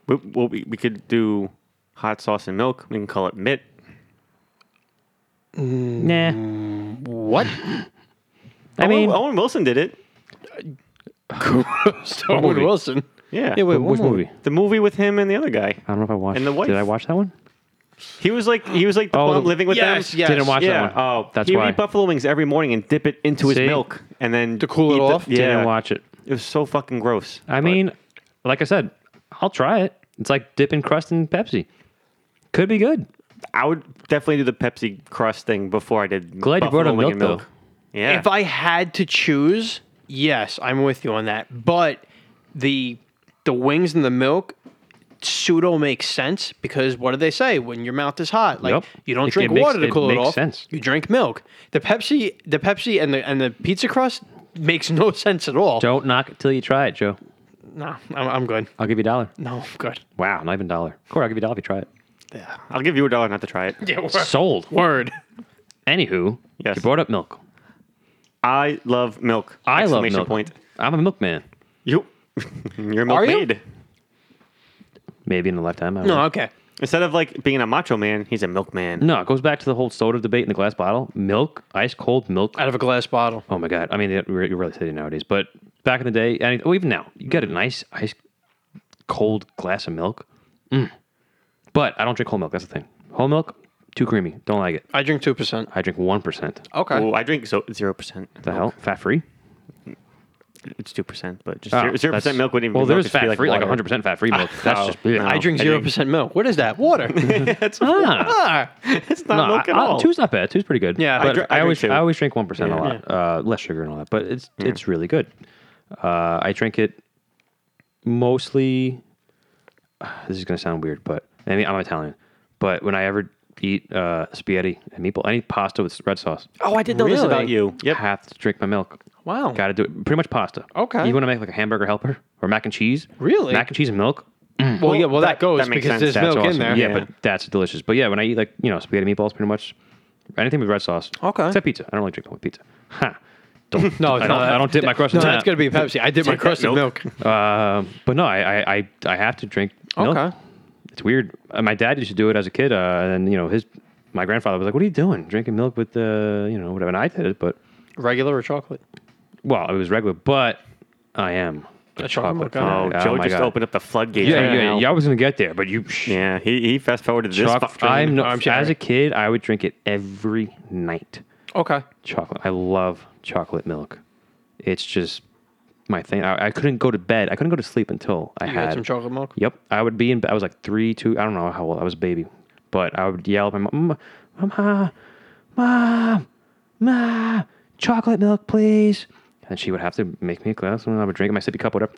Speaker 3: We, well, we, we could do hot sauce and milk. We can call it mitt.
Speaker 1: Nah.
Speaker 2: What?
Speaker 1: I mean,
Speaker 3: Owen, Owen Wilson did it.
Speaker 1: mm,
Speaker 2: Stone
Speaker 1: movie?
Speaker 2: Wilson.
Speaker 3: Yeah.
Speaker 2: Yeah, wait,
Speaker 1: which
Speaker 2: one
Speaker 1: movie?
Speaker 3: The movie with him and the other guy.
Speaker 1: I don't know if I watched.
Speaker 3: And the
Speaker 1: Did I
Speaker 3: wife.
Speaker 1: watch that one?
Speaker 3: He was like he was like the
Speaker 1: Oh,
Speaker 3: plum
Speaker 1: the-
Speaker 3: living with
Speaker 2: Yes,
Speaker 3: them.
Speaker 2: yes.
Speaker 1: Didn't watch
Speaker 3: Yeah.
Speaker 1: that one.
Speaker 3: Oh,
Speaker 1: that's
Speaker 3: he would
Speaker 1: why.
Speaker 3: eat buffalo wings every morning and dip it into
Speaker 1: See?
Speaker 3: his milk and then
Speaker 2: To cool it
Speaker 3: eat the-
Speaker 2: off?
Speaker 3: yeah.
Speaker 1: Didn't watch it.
Speaker 3: It was so fucking gross.
Speaker 1: I mean, like I said, I'll try it. It's like dipping crust in Pepsi. Could be good.
Speaker 3: I would definitely do the Pepsi crust thing before I did.
Speaker 1: Glad you brought
Speaker 3: buffalo
Speaker 1: up
Speaker 3: wing and
Speaker 1: milk,
Speaker 3: Yeah.
Speaker 2: If I had to choose, yes, I'm with you on that. But the the wings and the milk pseudo makes sense because what do they say when your mouth is hot? Like
Speaker 1: Yep.
Speaker 2: you don't
Speaker 1: It-
Speaker 2: drink
Speaker 1: it makes-
Speaker 2: water to
Speaker 1: it
Speaker 2: cool it,
Speaker 1: makes
Speaker 2: off.
Speaker 1: sense.
Speaker 2: You drink milk. The Pepsi, the Pepsi, and the and the pizza crust makes no sense at all.
Speaker 1: Don't knock it till you try it, Joe.
Speaker 2: No, I'm, I'm good.
Speaker 1: I'll give you a dollar.
Speaker 2: No, I'm good.
Speaker 1: Wow, not even a dollar. Corey, I'll give you a dollar if you try it.
Speaker 3: I'll give you a dollar not to try it.
Speaker 2: Yeah, word.
Speaker 1: Sold.
Speaker 2: word.
Speaker 1: Anywho,
Speaker 3: Yes.
Speaker 1: you brought up milk.
Speaker 3: I love milk.
Speaker 1: I love
Speaker 3: Exclamation
Speaker 1: milk.
Speaker 3: Point.
Speaker 1: I'm a milkman.
Speaker 3: You, you're a
Speaker 2: Are you?
Speaker 3: milkmaid.
Speaker 1: Maybe in a lifetime. I don't
Speaker 2: No,
Speaker 1: know.
Speaker 2: okay.
Speaker 3: Instead of like being a macho man, he's a
Speaker 2: Mm,
Speaker 3: milkman.
Speaker 1: no, it goes back to the whole soda debate in the glass bottle. Milk, ice cold milk.
Speaker 2: Out of a glass bottle.
Speaker 1: Oh my god! I mean, you re- you really say it nowadays, but back in the day, and well, even now, you get a nice ice cold glass of milk. Mm. But I don't drink whole milk. That's the thing. Whole milk too creamy. Don't like it.
Speaker 2: I drink two percent.
Speaker 1: I drink one percent.
Speaker 2: Okay.
Speaker 3: Oh, I drink zero percent.
Speaker 1: The hell, fat free.
Speaker 3: It's two percent, but just
Speaker 1: Oh,
Speaker 3: zero zero
Speaker 1: that's-
Speaker 3: percent milk wouldn't even.
Speaker 1: Well,
Speaker 3: be milk,
Speaker 1: there's
Speaker 3: it'd just be
Speaker 1: fat free, like
Speaker 3: water.
Speaker 1: 100 percent fat free milk. That's
Speaker 3: no,
Speaker 1: just yeah.
Speaker 3: no.
Speaker 2: I drink zero percent milk. What is that? Water.
Speaker 3: That's
Speaker 1: Ah.
Speaker 2: Ah.
Speaker 3: it's not
Speaker 1: No,
Speaker 3: milk at
Speaker 1: I- I-
Speaker 3: all.
Speaker 1: two's not bad. Two's pretty good.
Speaker 2: Yeah, I
Speaker 1: But I,
Speaker 3: dr- I drink
Speaker 1: always
Speaker 3: two.
Speaker 1: I always drink one percent a lot, uh, less sugar and all that. But it's it's really good. Uh, I drink it mostly. uh, This is gonna sound weird, but I mean I'm Italian. But when I ever eat uh, spaghetti and meatball, any pasta with red sauce,
Speaker 2: Oh, I didn't know
Speaker 3: This is about you.
Speaker 1: I
Speaker 3: Yep.
Speaker 1: have to drink my milk.
Speaker 2: Wow.
Speaker 1: Got to do it. Pretty much pasta.
Speaker 2: Okay.
Speaker 1: You want to make like a hamburger helper or mac and cheese?
Speaker 2: Really?
Speaker 1: Mac and cheese and milk.
Speaker 2: Well, yeah. Well, that,
Speaker 3: that-
Speaker 2: goes
Speaker 3: that makes
Speaker 2: because
Speaker 3: sense.
Speaker 2: there's
Speaker 3: That's
Speaker 2: milk in
Speaker 1: awesome.
Speaker 2: there.
Speaker 1: Yeah,
Speaker 3: Yeah.
Speaker 1: but that's delicious. But yeah, when I eat like you know spaghetti meatballs, pretty much anything with red sauce.
Speaker 2: Okay.
Speaker 1: Except pizza. I don't really drink milk with pizza. Huh. Don't,
Speaker 2: No, it's
Speaker 1: I don't.
Speaker 2: not.
Speaker 1: I don't dip my crust
Speaker 2: No,
Speaker 1: in that.
Speaker 2: that's gonna be Pepsi. I did my
Speaker 3: Take that
Speaker 2: crust in milk.
Speaker 3: milk.
Speaker 1: Um, but no, I, I I I have to drink milk.
Speaker 2: Okay.
Speaker 1: It's weird. Uh, My dad used to do it as a kid, uh, and you know his my grandfather was like, "What are you doing? Drinking milk with the you know whatever?" And I did it, but
Speaker 2: Regular or chocolate?
Speaker 1: well, it was regular. But I am
Speaker 2: A chocolate milk guy.
Speaker 1: fanatic.
Speaker 3: Oh, Joe
Speaker 1: my
Speaker 3: just
Speaker 1: God.
Speaker 3: opened up the floodgates.
Speaker 1: Yeah,
Speaker 3: right
Speaker 1: yeah,
Speaker 3: now.
Speaker 1: yeah, I was gonna get there, but you.
Speaker 3: Yeah, he, he fast forwarded this.
Speaker 1: Choc-
Speaker 3: fuck train.
Speaker 1: I'm, no,
Speaker 2: I'm
Speaker 1: as
Speaker 2: sorry.
Speaker 1: a kid, I would drink it every night.
Speaker 2: Okay.
Speaker 1: Chocolate. I love chocolate milk. It's just my thing. I, I couldn't go to bed. I couldn't go to sleep until I
Speaker 2: You
Speaker 1: had
Speaker 2: had some chocolate milk?
Speaker 1: Yep, I would be in. I was like three, two. I don't know how old I was, a baby, but I would yell at my mom, "Mama, mom, ma, chocolate milk, please." And she would have to make me a glass, and I would drink it, my sippy cup, whatever.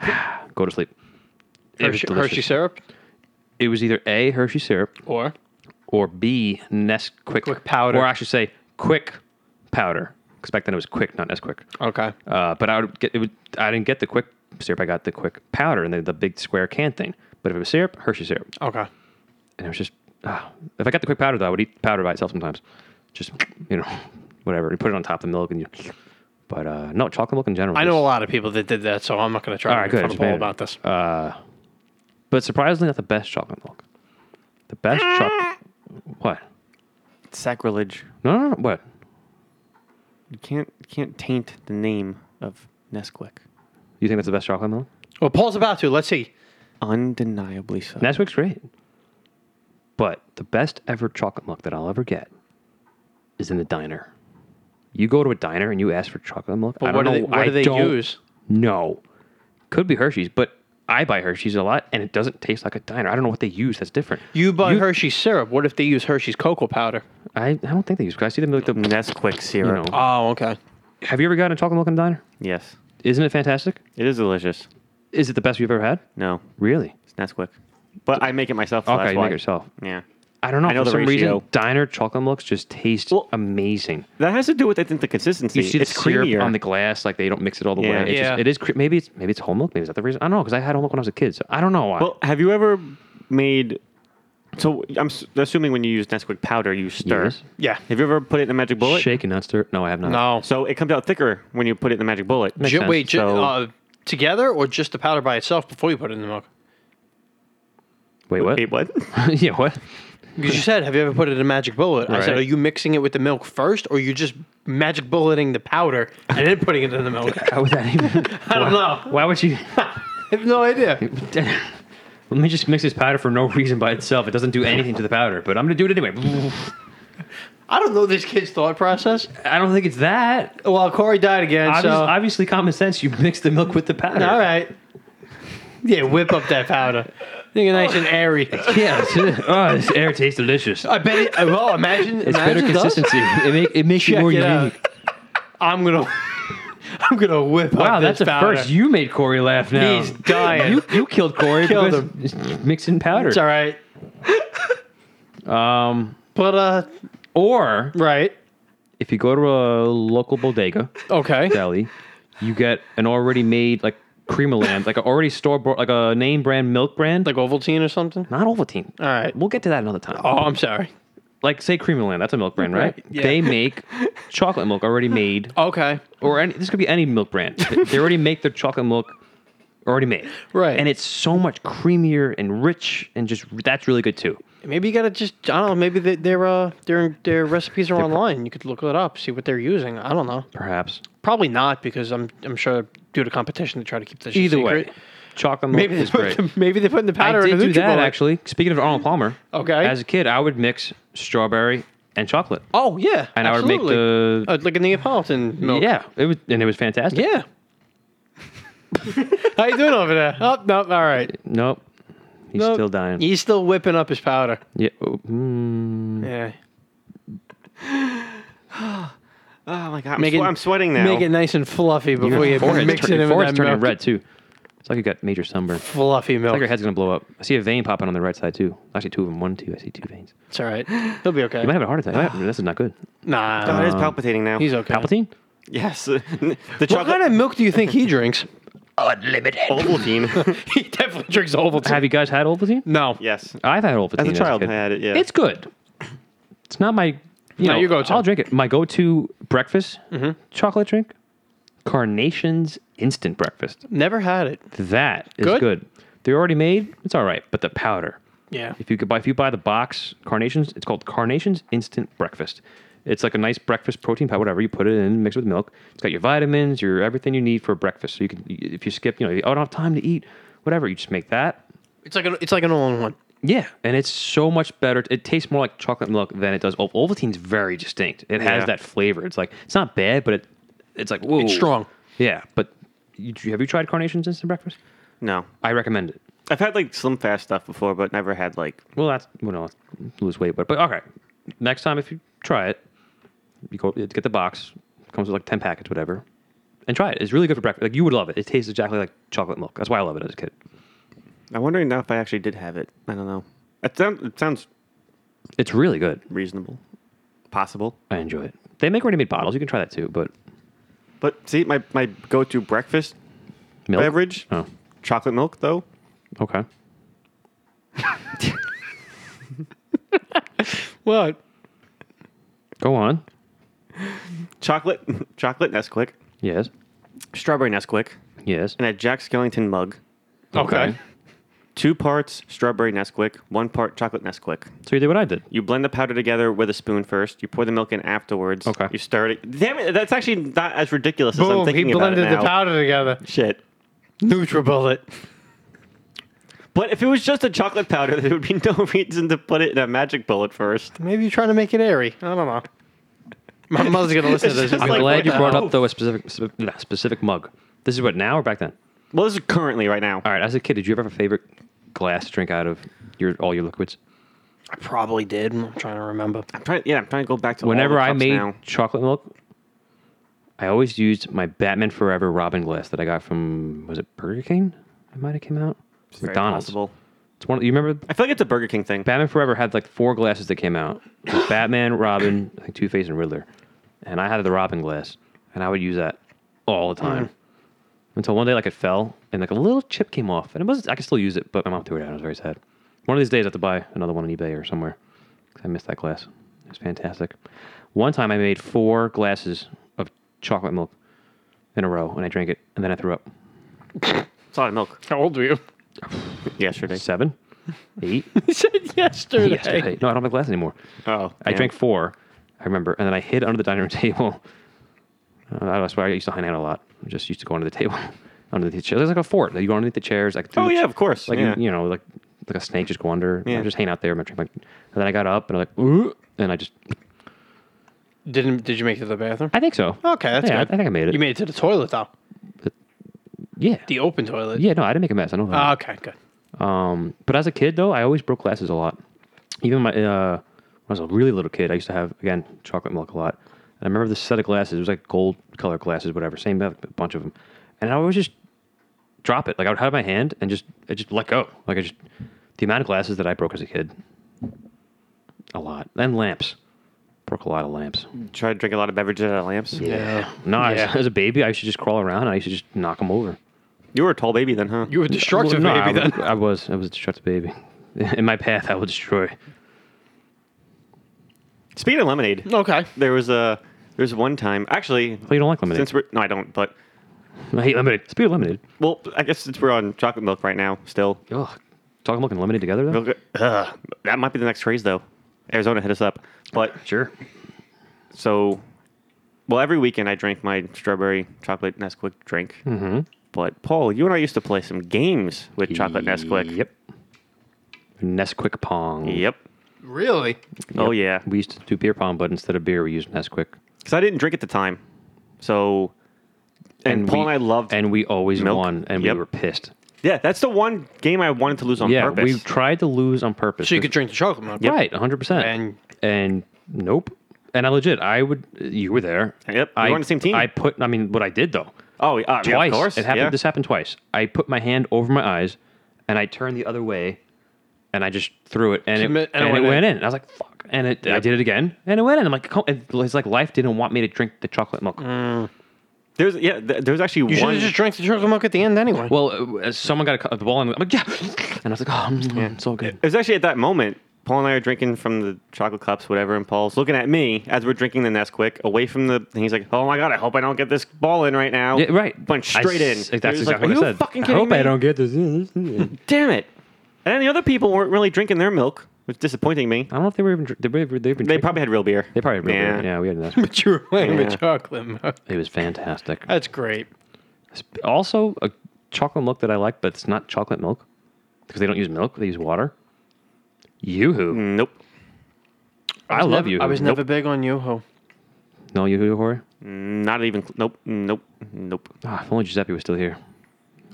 Speaker 1: Go to sleep. It was
Speaker 2: Hershey, Hershey
Speaker 1: delicious.
Speaker 2: syrup
Speaker 1: It was either a Hershey syrup
Speaker 2: or
Speaker 1: or B Nest Quick
Speaker 2: Quick powder.
Speaker 1: or I should say Quick powder. Because back then it was Quick, not Nest Quick.
Speaker 2: okay.
Speaker 1: Uh, but I would get it would, I didn't get the Quick syrup. I got the Quick powder and the, the big square can thing. But if it was syrup, Hershey syrup,
Speaker 2: Okay.
Speaker 1: and it was just ah. if I got the Quick powder though, I would eat powder by itself sometimes. Just you know, whatever. You put it on top of the milk and you. But uh, no, chocolate milk in general.
Speaker 2: I know a
Speaker 1: is-
Speaker 2: lot of people that did that, so I'm not going to try
Speaker 1: All right,
Speaker 2: to make
Speaker 1: good.
Speaker 2: fun
Speaker 1: Just made it.
Speaker 2: of Paul about this.
Speaker 1: but surprisingly, not the best chocolate milk. The best chocolate. What?
Speaker 3: Sacrilege.
Speaker 1: No, no, no. What?
Speaker 3: You can't can't taint the name of Nesquik.
Speaker 1: You think that's the best chocolate milk?
Speaker 2: well, Paul's about to. Let's see.
Speaker 3: Undeniably so.
Speaker 1: Nesquik's great. But the best ever chocolate milk that I'll ever get is in the diner. You go to a diner and you ask for chocolate milk. I
Speaker 2: But
Speaker 1: don't
Speaker 2: what do
Speaker 1: know-
Speaker 2: they, what
Speaker 1: I
Speaker 2: do they
Speaker 1: don't
Speaker 2: use?
Speaker 1: know. Could be Hershey's, but I buy Hershey's a lot and it doesn't taste like a diner. I don't know what they use that's different.
Speaker 2: You buy Hershey syrup. What if they use Hershey's cocoa powder?
Speaker 1: I, I don't think they use. 'cause I see them like the.
Speaker 2: Mm.
Speaker 3: Mm, Nesquik
Speaker 1: You
Speaker 3: syrup.
Speaker 1: know.
Speaker 2: Oh, okay.
Speaker 1: Have you ever gotten a chocolate milk in a diner?
Speaker 3: Yes,
Speaker 1: Isn't it fantastic?
Speaker 3: it is delicious.
Speaker 1: Is it the best you've ever had?
Speaker 3: No,
Speaker 1: Really?
Speaker 3: it's Nesquik, but I make it myself. So
Speaker 1: Okay,
Speaker 3: that's
Speaker 1: you
Speaker 3: why.
Speaker 1: make it yourself.
Speaker 3: Yeah,
Speaker 1: I don't know.
Speaker 3: I know
Speaker 1: For
Speaker 3: the
Speaker 1: some
Speaker 3: ratio.
Speaker 1: reason, diner chocolate milks just taste
Speaker 3: Well-
Speaker 1: amazing.
Speaker 3: that has to do with I think the consistency.
Speaker 1: you see the
Speaker 3: it's
Speaker 1: syrup
Speaker 3: creamier.
Speaker 1: on the glass, like they don't mix it all the
Speaker 3: Yeah.
Speaker 1: way. It's
Speaker 2: Yeah.
Speaker 1: just, it is cre- maybe it's maybe it's whole milk. Maybe is that the reason? I don't know because I had whole milk when I was a kid, so I don't know why.
Speaker 3: Well, have you ever made? So I'm s- assuming when you use Nesquik powder, you stir.
Speaker 1: Yes.
Speaker 2: Yeah.
Speaker 3: Have you ever put it in a magic bullet?
Speaker 1: Shake and not stir. No, I have not.
Speaker 2: No.
Speaker 3: So it comes out thicker when you put it in the magic bullet.
Speaker 1: Makes
Speaker 2: Ju-
Speaker 1: sense.
Speaker 2: wait, ju-
Speaker 3: So-
Speaker 2: uh, together or just the powder by itself before you put it in the milk?
Speaker 1: Wait, what?
Speaker 3: Wait, what?
Speaker 1: yeah, what?
Speaker 2: Because you said, have you ever put it in a magic bullet? I said,
Speaker 1: Right.
Speaker 2: are you mixing it with the milk first or are you just magic bulleting the powder and then putting it in the milk?
Speaker 1: How would that even?
Speaker 2: I don't know.
Speaker 1: why would you?
Speaker 2: I have no idea.
Speaker 1: Let me just mix this powder for no reason by itself. It doesn't do anything to the powder, but I'm gonna do it anyway.
Speaker 2: I don't know this kid's thought process.
Speaker 1: I don't think it's that.
Speaker 2: Well, Corey died again,
Speaker 1: Obvious,
Speaker 2: so.
Speaker 1: obviously, common sense. You mix the milk with the powder.
Speaker 2: All right. Yeah, whip up that powder. Think it nice and airy.
Speaker 1: Yeah. it's- oh, this air tastes delicious.
Speaker 2: I bet it. Well, imagine
Speaker 1: It's
Speaker 2: imagine
Speaker 1: better
Speaker 2: it does.
Speaker 1: consistency. It, make, it makes you
Speaker 2: Check
Speaker 1: more
Speaker 2: it
Speaker 1: unique.
Speaker 2: out. I'm gonna. I'm gonna whip up.
Speaker 1: Wow,
Speaker 2: this
Speaker 1: that's the
Speaker 2: powder.
Speaker 1: first. You made Corey laugh now.
Speaker 2: He's dying.
Speaker 1: You, you killed Corey
Speaker 2: Killed
Speaker 1: because mixing powder.
Speaker 2: It's all right.
Speaker 1: Um,
Speaker 2: But uh,
Speaker 1: or
Speaker 2: right.
Speaker 1: if you go to a local bodega
Speaker 2: Okay.
Speaker 1: deli, you get an already made like creamer land, like a already store bought, like a name brand milk brand, like
Speaker 2: Like Ovaltine or something.
Speaker 1: not Ovaltine.
Speaker 2: All right.
Speaker 1: We'll get to that another time.
Speaker 2: Oh, I'm sorry.
Speaker 1: Like say Creamerland, that's a milk brand, right?
Speaker 2: Right, yeah. Um,
Speaker 1: They make chocolate milk already made,
Speaker 2: Okay.
Speaker 1: or any, this could be any milk brand. They- they already make their chocolate milk already made,
Speaker 2: Right.
Speaker 1: And it's so much creamier and rich, and just that's really good too.
Speaker 2: Maybe you gotta just. I don't know. Maybe they, their uh their their recipes are online. You could look it up, see what they're using. I don't know.
Speaker 1: Perhaps.
Speaker 2: Probably not because I'm I'm sure due to competition they try to keep this shit
Speaker 1: Either
Speaker 2: secret.
Speaker 1: way, chocolate milk
Speaker 2: Maybe they
Speaker 1: is
Speaker 2: put
Speaker 1: great.
Speaker 2: the, maybe they put in the
Speaker 1: I
Speaker 2: powder.
Speaker 1: did
Speaker 2: in a
Speaker 1: do that
Speaker 2: Nutribullet.
Speaker 1: actually. Speaking of Arnold Palmer,
Speaker 2: Okay.
Speaker 1: As a kid, I would mix strawberry and chocolate,
Speaker 2: Oh yeah.
Speaker 1: and I would make
Speaker 2: absolutely.
Speaker 1: the
Speaker 2: Uh, like a Neapolitan milk.
Speaker 1: yeah. It was and it was fantastic.
Speaker 2: Yeah. How you doing over there? Oh no, all right.
Speaker 1: Nope. He's
Speaker 2: Nope.
Speaker 1: still dying.
Speaker 2: He's still whipping up his powder.
Speaker 1: Yeah. oh, mm.
Speaker 2: Yeah.
Speaker 3: Oh my god, I'm,
Speaker 2: Make
Speaker 3: swe-
Speaker 2: it-
Speaker 3: I'm sweating now.
Speaker 2: Make it nice and fluffy before you
Speaker 1: forehead's
Speaker 2: mix
Speaker 1: turn-
Speaker 2: it in
Speaker 1: your
Speaker 2: with
Speaker 1: forehead's
Speaker 2: that
Speaker 1: turning
Speaker 2: milk.
Speaker 1: red too. It's like you got major sunburn. It's
Speaker 2: Fluffy
Speaker 1: like your
Speaker 2: milk.
Speaker 1: head's gonna blow up. I see a vein popping on the right side too. Actually, two of them. One, two. I see two veins.
Speaker 2: It's all right. He'll be okay.
Speaker 1: You might have a heart attack. You might have- this is not good.
Speaker 2: Nah.
Speaker 3: Oh, it
Speaker 1: Uh,
Speaker 3: is palpitating now.
Speaker 2: he's okay.
Speaker 1: Palpatine.
Speaker 3: Yes. the
Speaker 2: What kind
Speaker 3: chocolate
Speaker 2: of milk do you think he drinks?
Speaker 3: Ovaltine.
Speaker 2: he definitely drinks Ovaltine.
Speaker 1: Have you guys had Ovaltine?
Speaker 2: no.
Speaker 3: yes.
Speaker 1: I've had Ovaltine
Speaker 3: As a child,
Speaker 1: kid.
Speaker 3: I had it. Yeah.
Speaker 1: It's good. It's not my you
Speaker 2: Not
Speaker 1: know,
Speaker 2: your go-to. Mm-hmm.
Speaker 1: I'll drink it. My go-to breakfast chocolate drink, Carnations instant breakfast.
Speaker 2: Never had it.
Speaker 1: That is
Speaker 2: Good?
Speaker 1: good. They're already made. It's all right, but the powder,
Speaker 2: Yeah.
Speaker 1: If you could buy, if you buy the box carnations, it's called Carnations Instant Breakfast. It's like a nice breakfast protein powder, whatever. You put it in, mix it with milk. It's got your vitamins, your everything you need for breakfast. So you can, if you skip, you know, oh, I don't have time to eat, whatever. You just make that.
Speaker 2: It's like an, it's like an all-in-one.
Speaker 1: Yeah, and it's so much better. It tastes more like chocolate milk than it does. Ov- Ovaltine's very distinct. It has
Speaker 3: Yeah.
Speaker 1: that flavor. It's like it's not bad, but it, it's like whoa,
Speaker 2: It's strong.
Speaker 1: Yeah, but you, have you tried Carnations Instant Breakfast?
Speaker 3: No,
Speaker 1: I recommend it.
Speaker 3: I've had like Slim Fast stuff before, but never had like
Speaker 1: Well, that's well, no, lose weight, but but okay. Next time, if you try it, you go you get the box. Comes with like ten packets, whatever, and try it. It's really good for breakfast. Like you would love it. It tastes exactly like chocolate milk. That's why I love it as a kid.
Speaker 3: I'm wondering now if I actually did have it. I don't know. It, sound, it sounds
Speaker 1: It's really good.
Speaker 3: reasonable, possible.
Speaker 1: I enjoy it. They make ready-made bottles. You can try that too, but
Speaker 3: But see, my, my go to breakfast
Speaker 1: milk
Speaker 3: beverage,
Speaker 1: Oh,
Speaker 3: chocolate milk, though.
Speaker 1: okay.
Speaker 2: What?
Speaker 1: Go on.
Speaker 3: Chocolate, chocolate Nesquik,
Speaker 1: Yes.
Speaker 3: strawberry Nesquik,
Speaker 1: Yes.
Speaker 3: and a Jack Skellington mug.
Speaker 2: Okay.
Speaker 3: Two parts strawberry Nesquik, one part chocolate Nesquik.
Speaker 1: So you did what I did.
Speaker 3: You blend the powder together with a spoon first. You pour the milk in afterwards.
Speaker 1: Okay.
Speaker 3: You stir it. Damn it, that's actually not as ridiculous as I'm
Speaker 2: Boom! He
Speaker 3: thinking about it
Speaker 2: blended the
Speaker 3: now.
Speaker 2: powder together.
Speaker 3: Shit.
Speaker 2: NutriBullet.
Speaker 3: But if it was just a chocolate powder, there would be no reason to put it in a magic bullet first.
Speaker 2: Maybe you're trying to make it airy. I don't know. My mother's gonna listen to this.
Speaker 3: It's
Speaker 1: I'm
Speaker 3: like,
Speaker 1: glad
Speaker 3: what
Speaker 1: you
Speaker 3: the
Speaker 1: brought
Speaker 3: hell?
Speaker 1: up though a specific sp- nah, specific mug. This is what now or back then?
Speaker 3: Well, this is currently right now.
Speaker 1: All right. As a kid, did you ever have a favorite glass to drink out of your all your liquids?
Speaker 2: I probably did. I'm trying to remember.
Speaker 3: I'm trying, yeah, I'm trying to go back to all
Speaker 1: Whenever
Speaker 3: the
Speaker 1: I
Speaker 3: cups
Speaker 1: made
Speaker 3: now.
Speaker 1: chocolate milk, I always used my Batman Forever Robin glass that I got from was it Burger King? It might have came out.
Speaker 3: It's very
Speaker 1: McDonald's.
Speaker 3: possible.
Speaker 1: It's one. Of, you remember
Speaker 3: I feel like it's a Burger King thing.
Speaker 1: Batman Forever had like four glasses that came out: It was Batman, Robin, I think Two Face, and Riddler. And I had the Robin glass, and I would use that all the time. Until one day, like it fell, and like a little chip came off, and it was I could still use it, but my mom threw it out. I was very sad. One of these days, I have to buy another one on eBay or somewhere. 'cause I missed that glass. It was fantastic. One time, I made four glasses of chocolate milk in a row, and I drank it, and then I threw up.
Speaker 3: It's a lot of milk.
Speaker 2: How old were you?
Speaker 3: Yesterday.
Speaker 1: Seven, eight,
Speaker 2: He said yesterday.
Speaker 1: yesterday. No, I don't have a glass anymore.
Speaker 3: Oh,
Speaker 1: I
Speaker 3: damn.
Speaker 1: drank four, I remember, and then I hid under the dining room table. Uh, that's why I used to hang out a lot. I just used to go under the table, underneath the chairs. There's like a fort. You go underneath the chairs. Like through
Speaker 3: Oh
Speaker 1: the
Speaker 3: yeah,
Speaker 1: ch-
Speaker 3: of course.
Speaker 1: like
Speaker 3: yeah.
Speaker 1: you, you know, like like a snake just go under.
Speaker 3: Yeah.
Speaker 1: I'm just hanging out there. I'm drinking. Like, and then I got up and I'm like, Ooh, and I just,
Speaker 2: Didn't? Did you make it to the bathroom?
Speaker 1: I think so.
Speaker 2: Okay, that's
Speaker 1: yeah,
Speaker 2: good.
Speaker 1: I, I think I made it.
Speaker 2: You made it to the toilet though.
Speaker 1: yeah,
Speaker 2: The open toilet.
Speaker 1: yeah. No, I didn't make a mess. I don't. know.
Speaker 2: Ah, okay, good.
Speaker 1: Um, but as a kid, though, I always broke glasses a lot. Even my, uh, when I was a really little kid, I used to have again chocolate milk a lot. And I remember this set of glasses. It was like gold color glasses, whatever. Same a bunch of them, and I always just drop it. Like I would have my hand and just I just let go. Like I just the amount of glasses that I broke as a kid, a lot. And lamps, broke a lot of lamps.
Speaker 3: Try to drink a lot of beverages out of lamps.
Speaker 2: Yeah.
Speaker 1: No, I-
Speaker 2: Mm-hmm. Yeah.
Speaker 1: as a baby, I used to just crawl around. and I used to just knock them over.
Speaker 3: You were a tall baby then, huh?
Speaker 2: You were destructive,
Speaker 1: Well, no,
Speaker 2: baby.
Speaker 1: I,
Speaker 2: Then.
Speaker 1: was- I was. I was a destructive baby. In my path, I will destroy.
Speaker 3: Speaking of lemonade,
Speaker 2: Okay.
Speaker 3: there was a there's one time actually.
Speaker 1: Well, you don't like lemonade.
Speaker 3: Since we're no, I don't. But
Speaker 1: I hate lemonade. Speed of lemonade.
Speaker 3: well, I guess since we're on chocolate milk right now, still.
Speaker 1: Ugh. Talking milk and lemonade together though.
Speaker 3: Ugh, that might be the next craze though. Arizona hit us up, but
Speaker 1: Sure.
Speaker 3: so well every weekend i drank my strawberry chocolate nesquik drink mm-hmm. but paul you and i used to play some games with chocolate nesquik
Speaker 1: Yep. Nesquik Pong.
Speaker 3: yep
Speaker 2: Really?
Speaker 3: oh yeah
Speaker 1: We used to do beer pong, but instead of beer, we used Nesquik.
Speaker 3: because i didn't drink at the time so and,
Speaker 1: And
Speaker 3: paul
Speaker 1: we-
Speaker 3: and i loved
Speaker 1: And we always
Speaker 3: Milk.
Speaker 1: won, and
Speaker 3: Yep.
Speaker 1: we were pissed.
Speaker 3: yeah that's the one game i wanted to lose on
Speaker 1: yeah,
Speaker 3: purpose
Speaker 1: we tried to lose on purpose.
Speaker 2: So you could drink the chocolate milk. Yeah.
Speaker 1: Right, 100%.
Speaker 2: And-
Speaker 1: and nope. And I legit, I would. You were there.
Speaker 3: Yep, we
Speaker 1: I,
Speaker 3: were on the same team.
Speaker 1: I put. I mean, what I did though.
Speaker 3: oh uh, yeah,
Speaker 1: twice.
Speaker 3: of course
Speaker 1: It happened.
Speaker 3: yeah.
Speaker 1: This happened twice. I put my hand over my eyes, and I turned the other way, and I just threw it, and it,
Speaker 2: Keep it-
Speaker 1: and it went in. I was like, "Fuck!" And it, I did it again, and it went in. I'm like, "Come-" it's like life didn't want me to drink the chocolate milk.
Speaker 3: Mm. there's yeah th- there's actually
Speaker 2: You should
Speaker 3: one
Speaker 2: have just drank the chocolate milk at the end anyway.
Speaker 1: Well, uh, someone got a cu- the ball, and I'm like, "Yeah," and I was like, "Oh, mm, it's all good."
Speaker 3: it was actually at that moment Paul and I are drinking from the chocolate cups, whatever, and Paul's looking at me as we're drinking the Nesquik away from the. And he's like, "Oh my god, I hope I don't get this ball in right now."
Speaker 1: Yeah, right,
Speaker 3: went
Speaker 1: I
Speaker 3: straight in.
Speaker 1: s-
Speaker 3: It
Speaker 1: That's
Speaker 3: was
Speaker 1: exactly
Speaker 3: like,
Speaker 1: what
Speaker 3: Are
Speaker 1: I
Speaker 3: you
Speaker 1: said.
Speaker 3: Fucking
Speaker 1: I
Speaker 3: kidding
Speaker 1: hope
Speaker 3: me?
Speaker 1: I don't get this.
Speaker 3: Damn it! And then the other people weren't really drinking their milk, which is disappointing me.
Speaker 1: I don't know if they were even. dr- They were, they've been.
Speaker 3: They
Speaker 1: drinking-
Speaker 3: probably had real beer.
Speaker 1: Uh, They probably.
Speaker 3: Yeah.
Speaker 1: Yeah. yeah, we had enough.
Speaker 2: Mature lamb and
Speaker 3: Yeah.
Speaker 2: chocolate milk.
Speaker 1: It was fantastic.
Speaker 2: That's great.
Speaker 1: It's Also, a chocolate milk that I like, but it's not chocolate milk because they don't use milk; they use water. Yoo-hoo.
Speaker 3: Nope.
Speaker 1: I love
Speaker 2: never,
Speaker 1: you.
Speaker 2: I was never big on Yoho.
Speaker 1: no yoo-hoo horror.
Speaker 3: Not even. cl- Nope. Nope. Nope.
Speaker 1: Ah, if only Giuseppe was still here.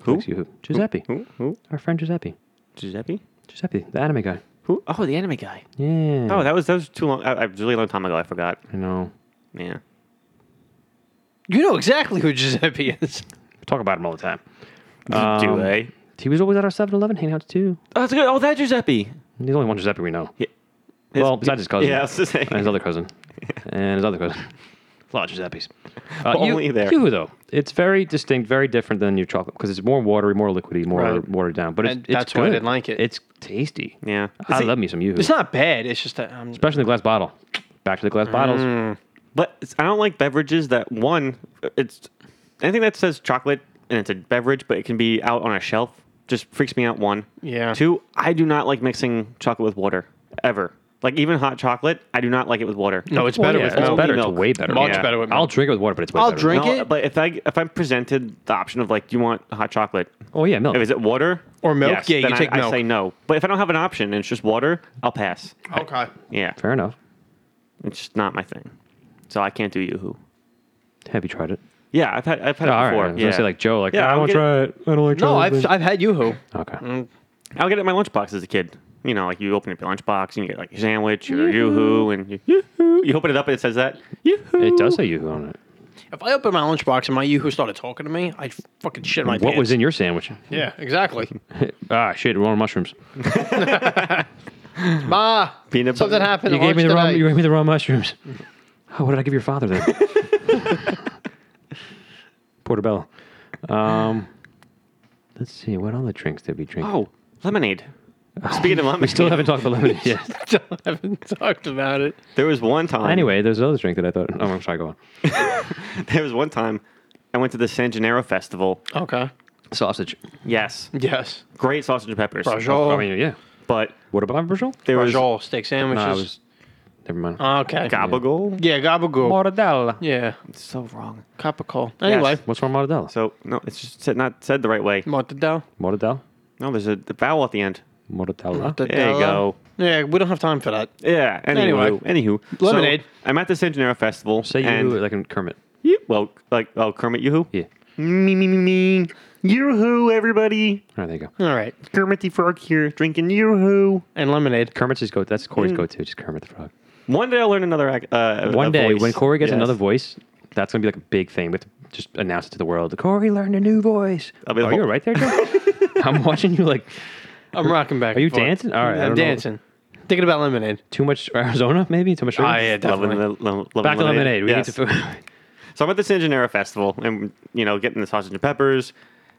Speaker 3: Who?
Speaker 1: Likes yoo-hoo. Giuseppe,
Speaker 3: Who? Who?
Speaker 1: our friend Giuseppe.
Speaker 3: Giuseppe?
Speaker 1: Giuseppe, the anime guy.
Speaker 3: Who? Oh, the anime guy.
Speaker 1: Yeah.
Speaker 3: Oh, that was that was too long. I, I was a really long time ago. I forgot.
Speaker 1: I know.
Speaker 3: Yeah.
Speaker 2: You know exactly who Giuseppe is.
Speaker 1: We talk about him all the time.
Speaker 3: Do
Speaker 1: Um,
Speaker 3: they?
Speaker 1: He was always at our 7-Eleven hangouts too.
Speaker 3: Oh, that's good. Oh, that Giuseppe.
Speaker 1: He's the only one Giuseppe we know.
Speaker 3: Yeah.
Speaker 1: Well, besides his cousin.
Speaker 3: Yeah, I was just saying.
Speaker 1: And his other cousin. and his other cousin. A lot of Giuseppe's. Uh,
Speaker 3: Only there.
Speaker 1: Yoo-hoo, though. It's very distinct, very different than your chocolate because it's more watery, more liquidy, more
Speaker 2: Right.
Speaker 1: watered down. But it's,
Speaker 2: And
Speaker 1: it's
Speaker 2: that's why I
Speaker 1: good.
Speaker 2: didn't like it.
Speaker 1: It's tasty.
Speaker 3: Yeah.
Speaker 1: I
Speaker 3: See,
Speaker 1: love me some yoo-hoo.
Speaker 2: It's not bad. It's just that um, I'm
Speaker 1: Especially the glass bottle. Back to the glass
Speaker 2: Mm,
Speaker 1: bottles.
Speaker 3: But it's, I don't like beverages that one. It's anything that says chocolate and it's a beverage, but it can be out on a shelf. Just freaks me out. One.
Speaker 2: Yeah.
Speaker 3: Two. I do not like mixing chocolate with water ever. Like even hot chocolate, I do not like it with water.
Speaker 2: no. It's
Speaker 1: Well,
Speaker 2: better
Speaker 1: yeah,
Speaker 2: with
Speaker 1: it's
Speaker 2: milk.
Speaker 1: better.
Speaker 3: Milk.
Speaker 1: It's way better.
Speaker 2: Much better with
Speaker 1: I'll
Speaker 2: milk.
Speaker 1: drink it with water, but it's way
Speaker 2: I'll
Speaker 1: better.
Speaker 2: drink-
Speaker 3: No,
Speaker 2: it?
Speaker 3: but if I if I'm presented the option of like, do you want hot chocolate?
Speaker 1: Oh, yeah, milk.
Speaker 3: If is it water
Speaker 2: Or milk? Yeah, you
Speaker 3: then
Speaker 2: take
Speaker 3: I,
Speaker 2: milk.
Speaker 3: I say no. But if I don't have an option and it's just water, I'll pass.
Speaker 2: Okay.
Speaker 3: Yeah,
Speaker 1: Fair enough.
Speaker 3: it's just not my thing. So I can't do YooHoo.
Speaker 1: Have you tried it?
Speaker 3: Yeah, I've had I've had
Speaker 1: Oh,
Speaker 3: it
Speaker 1: all right.
Speaker 3: before.
Speaker 1: I was
Speaker 3: yeah,
Speaker 1: gonna say like Joe, like
Speaker 3: Yeah,
Speaker 1: "Ah, I
Speaker 3: I'll
Speaker 1: want to
Speaker 3: get-
Speaker 1: try it. I don't like
Speaker 2: No,
Speaker 1: chocolate.
Speaker 2: I've Mm. I've had Yoo-Hoo.
Speaker 1: okay.
Speaker 3: I'll get it in my lunchbox as a kid. You know, like you open up your lunchbox and you get like your sandwich or YooHoo, and you, YooHoo. You open it up and it says that YooHoo.
Speaker 1: It does say yoo-hoo on it.
Speaker 2: If I opened my lunchbox and my Yoo-Hoo started talking to me, I'd fucking shit my
Speaker 1: What
Speaker 2: pants.
Speaker 1: was in your sandwich?
Speaker 2: Yeah, exactly.
Speaker 1: ah, shit, wrong mushrooms.
Speaker 2: Ma,
Speaker 3: Peanut
Speaker 2: something
Speaker 3: butter.
Speaker 2: happened.
Speaker 1: You
Speaker 2: at
Speaker 1: gave me the
Speaker 2: lunch
Speaker 1: wrong.
Speaker 2: today.
Speaker 1: You gave me the wrong mushrooms. Oh, what did I give your father then? Portobello. Um, let's see. What other drinks did we drink?
Speaker 3: Oh, lemonade. Speaking of lemonade,
Speaker 1: we still haven't talked about lemonade yet.
Speaker 2: Still haven't talked about it.
Speaker 3: There was one time.
Speaker 1: anyway, there's another drink that I thought. Oh, I'm sorry. Go on.
Speaker 3: there was one time I went to the San Gennaro festival.
Speaker 2: Okay.
Speaker 1: Sausage.
Speaker 3: Yes,
Speaker 2: Yes.
Speaker 3: great sausage and peppers.
Speaker 1: I
Speaker 2: Brajol.
Speaker 1: mean, Oh, yeah.
Speaker 3: But
Speaker 1: What about Brussels?
Speaker 3: there was
Speaker 2: Brajol steak
Speaker 1: No,
Speaker 2: sandwiches.
Speaker 1: I was. Never mind.
Speaker 2: okay.
Speaker 3: gabagool.
Speaker 2: Yeah, gabagool.
Speaker 1: Uh, Mortadella.
Speaker 2: Yeah,
Speaker 3: It's so wrong.
Speaker 2: capicola. Anyway,
Speaker 1: What's wrong with mortadella?
Speaker 3: So no, it's just said, not said the right way.
Speaker 2: mortadella.
Speaker 1: Mortadella.
Speaker 3: No, there's a the vowel at the end.
Speaker 1: Mortadella.
Speaker 2: Mortadella.
Speaker 3: There you go.
Speaker 2: Yeah, we don't have time for that.
Speaker 3: Yeah. Anywho,
Speaker 2: Anyway.
Speaker 3: anywho,
Speaker 2: Lemonade.
Speaker 3: So I'm at the San Gennaro festival.
Speaker 1: Say
Speaker 3: and
Speaker 1: you uh, like in Kermit.
Speaker 3: you- well, like oh Kermit Yoo-hoo.
Speaker 1: Yeah.
Speaker 3: Me me me me. Yoo-hoo, everybody.
Speaker 1: All right, there you go.
Speaker 2: All right,
Speaker 3: Kermit the Frog here, drinking Yoo-hoo.
Speaker 2: and lemonade.
Speaker 1: Kermit's his go. That's Corey's go-to. Just Kermit the Frog.
Speaker 3: One day I'll learn another. ac- Uh,
Speaker 1: One
Speaker 3: a
Speaker 1: day,
Speaker 3: voice.
Speaker 1: when Corey gets
Speaker 3: Yes.
Speaker 1: another voice, that's gonna be like a big thing. We have to just announce it to the world. Corey learned a new voice.
Speaker 3: I'll be the
Speaker 1: Are
Speaker 3: whole-
Speaker 1: you all right there, Joe? I'm watching you like
Speaker 2: I'm rocking back.
Speaker 1: Are you
Speaker 2: and forth.
Speaker 1: dancing? All right, I
Speaker 2: I'm
Speaker 1: don't know.
Speaker 2: dancing. Thinking about lemonade.
Speaker 1: too much Arizona, maybe too much. sugar?
Speaker 2: Ah, yeah,
Speaker 3: Loving
Speaker 2: definitely.
Speaker 3: the, lo- loving
Speaker 1: Back to lemonade. We
Speaker 3: Yes.
Speaker 1: need to. Food.
Speaker 3: So I'm at the San Gennaro Festival, and you know, getting the sausage and peppers,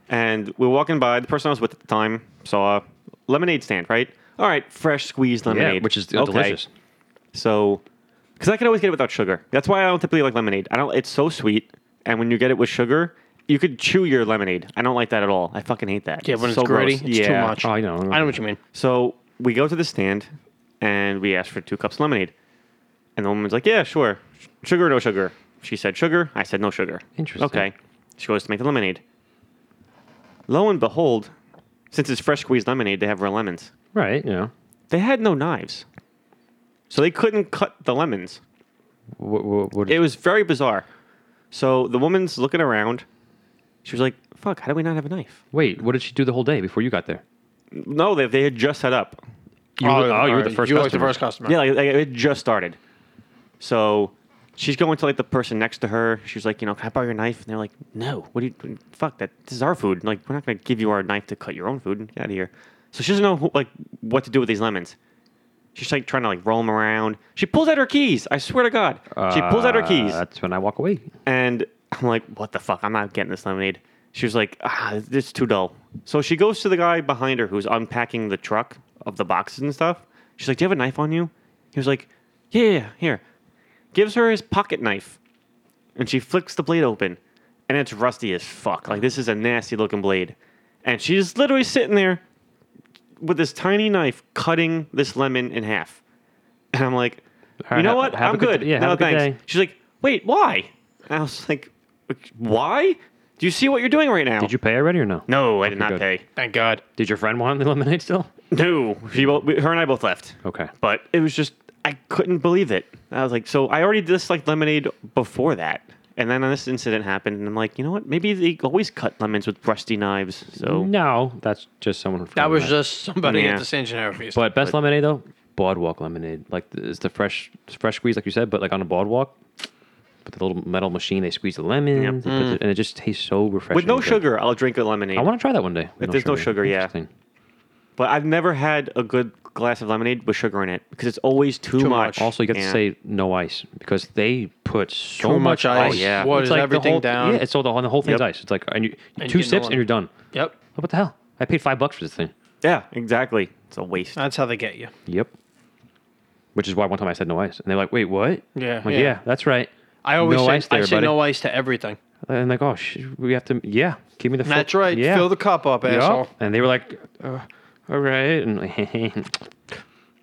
Speaker 3: and we're walking by. The person I was with at the time saw a lemonade stand, right? All right, fresh squeezed lemonade,
Speaker 1: yeah, which is
Speaker 3: Okay.
Speaker 1: delicious.
Speaker 3: So, because I can always get it without sugar. That's why I don't typically like lemonade. I don't. It's so sweet, and when you get it with sugar, you could chew your lemonade. I don't like that at all. I fucking hate that.
Speaker 2: Yeah, when it's
Speaker 3: so
Speaker 2: gritty,
Speaker 3: gross.
Speaker 2: it's too
Speaker 3: Yeah.
Speaker 2: much.
Speaker 1: Oh, I know.
Speaker 2: I know what you mean.
Speaker 3: So we go to the stand and we ask for two cups of lemonade. And the woman's like, Yeah, sure. Sh- Sugar or no sugar? She said sugar. I said no sugar.
Speaker 1: Interesting.
Speaker 3: Okay. She goes to make the lemonade. Lo and behold, since it's fresh squeezed lemonade, they have real lemons.
Speaker 1: Right. You know.
Speaker 3: They had no knives. So they couldn't cut the lemons.
Speaker 1: What? What? what
Speaker 3: It was very bizarre. So the woman's looking around. She was like, Fuck, how do we not have a knife?
Speaker 1: wait. What did she do the whole day before you got there?
Speaker 3: No, they, they had just set up.
Speaker 1: You were, oh, you were the first.
Speaker 2: You
Speaker 1: customer.
Speaker 2: were like the first customer.
Speaker 3: Yeah, like, like, it just started. So she's going to like the person next to her. She's like, you know, can I borrow your knife? And they're like, no. What do you? Fuck that. This is our food. Like, we're not gonna give you our knife to cut your own food. Get out of here. So she doesn't know who, like what to do with these lemons. She's like trying to like roll them around. She pulls out her keys. I swear to God, she pulls out her
Speaker 1: Uh,
Speaker 3: keys.
Speaker 1: That's when I walk away.
Speaker 3: And I'm like, what the fuck? I'm not getting this lemonade. She was like, ah, this is too dull. So she goes to the guy behind her who's unpacking the truck of the boxes and stuff. She's like, do you have a knife on you? He was like, yeah, yeah, yeah, here. Gives her his pocket knife. And she flicks the blade open. And it's rusty as fuck. Like, this is a nasty looking blade. And she's literally sitting there with this tiny knife cutting this lemon in half. And I'm like,
Speaker 1: right,
Speaker 3: you know
Speaker 1: ha-
Speaker 3: what?
Speaker 1: have
Speaker 3: I'm
Speaker 1: a good-
Speaker 3: good.
Speaker 1: yeah,
Speaker 3: no
Speaker 1: have a good
Speaker 3: thanks.
Speaker 1: day.
Speaker 3: She's like, wait, why? And I was like, why? Do you see what you're doing right now?
Speaker 1: Did you pay already or no?
Speaker 3: No, I did not
Speaker 1: good.
Speaker 3: pay.
Speaker 2: Thank God.
Speaker 1: Did your friend want the lemonade still?
Speaker 3: No, she both, her and I both left.
Speaker 1: Okay.
Speaker 3: But it was just I couldn't believe it. I was like, so I already disliked lemonade before that, and then this incident happened, and I'm like, you know what? Maybe they always cut lemons with rusty knives. So
Speaker 1: No, that's just someone.
Speaker 2: That was just somebody
Speaker 3: Yeah.
Speaker 2: at the San Gennaro Feast.
Speaker 1: Oh, But best lemonade though, boardwalk lemonade. Like th- it's the fresh, fresh squeeze, like you said, but like on a boardwalk. With the little metal machine, they squeeze the lemon,
Speaker 3: Yep.
Speaker 1: they put the- and it just tastes so refreshing.
Speaker 3: Mm. with no
Speaker 1: and good.
Speaker 3: sugar, I'll drink a lemonade.
Speaker 1: I want to try that one day. If
Speaker 3: there's no sugar, yeah. but I've never had a good glass of lemonade with sugar in it because it's always too,
Speaker 2: Too
Speaker 3: much.
Speaker 2: much.
Speaker 1: Also, you got
Speaker 3: Yeah.
Speaker 1: to say no ice because they put so
Speaker 2: Too
Speaker 1: much
Speaker 2: much
Speaker 1: ice.
Speaker 2: ice.
Speaker 3: yeah.
Speaker 2: Waters
Speaker 1: It's like the
Speaker 2: everything
Speaker 1: whole-
Speaker 2: down.
Speaker 1: Yeah, it's all the, and the whole thing's
Speaker 3: Yep.
Speaker 1: ice. It's like and you,
Speaker 2: And
Speaker 1: two
Speaker 2: you get no
Speaker 1: sips
Speaker 2: one.
Speaker 1: and you're done.
Speaker 2: yep.
Speaker 1: What the hell? I paid five bucks for this thing.
Speaker 3: yeah, exactly. It's a waste.
Speaker 2: That's how they get you.
Speaker 1: Yep. Which is why one time I said no ice, and they're like, "Wait, what?"
Speaker 2: Yeah,
Speaker 1: I'm like, yeah.
Speaker 2: yeah.
Speaker 1: that's right.
Speaker 2: I always
Speaker 1: no
Speaker 2: say,
Speaker 1: ice there,
Speaker 2: I say
Speaker 1: buddy.
Speaker 2: no ice to everything.
Speaker 1: And like, oh, sh- we have to. Yeah, give me the. full-
Speaker 2: That's right.
Speaker 1: Yeah.
Speaker 2: Fill the cup up,
Speaker 1: Yup.
Speaker 2: asshole.
Speaker 1: And they were like, uh, "All right," and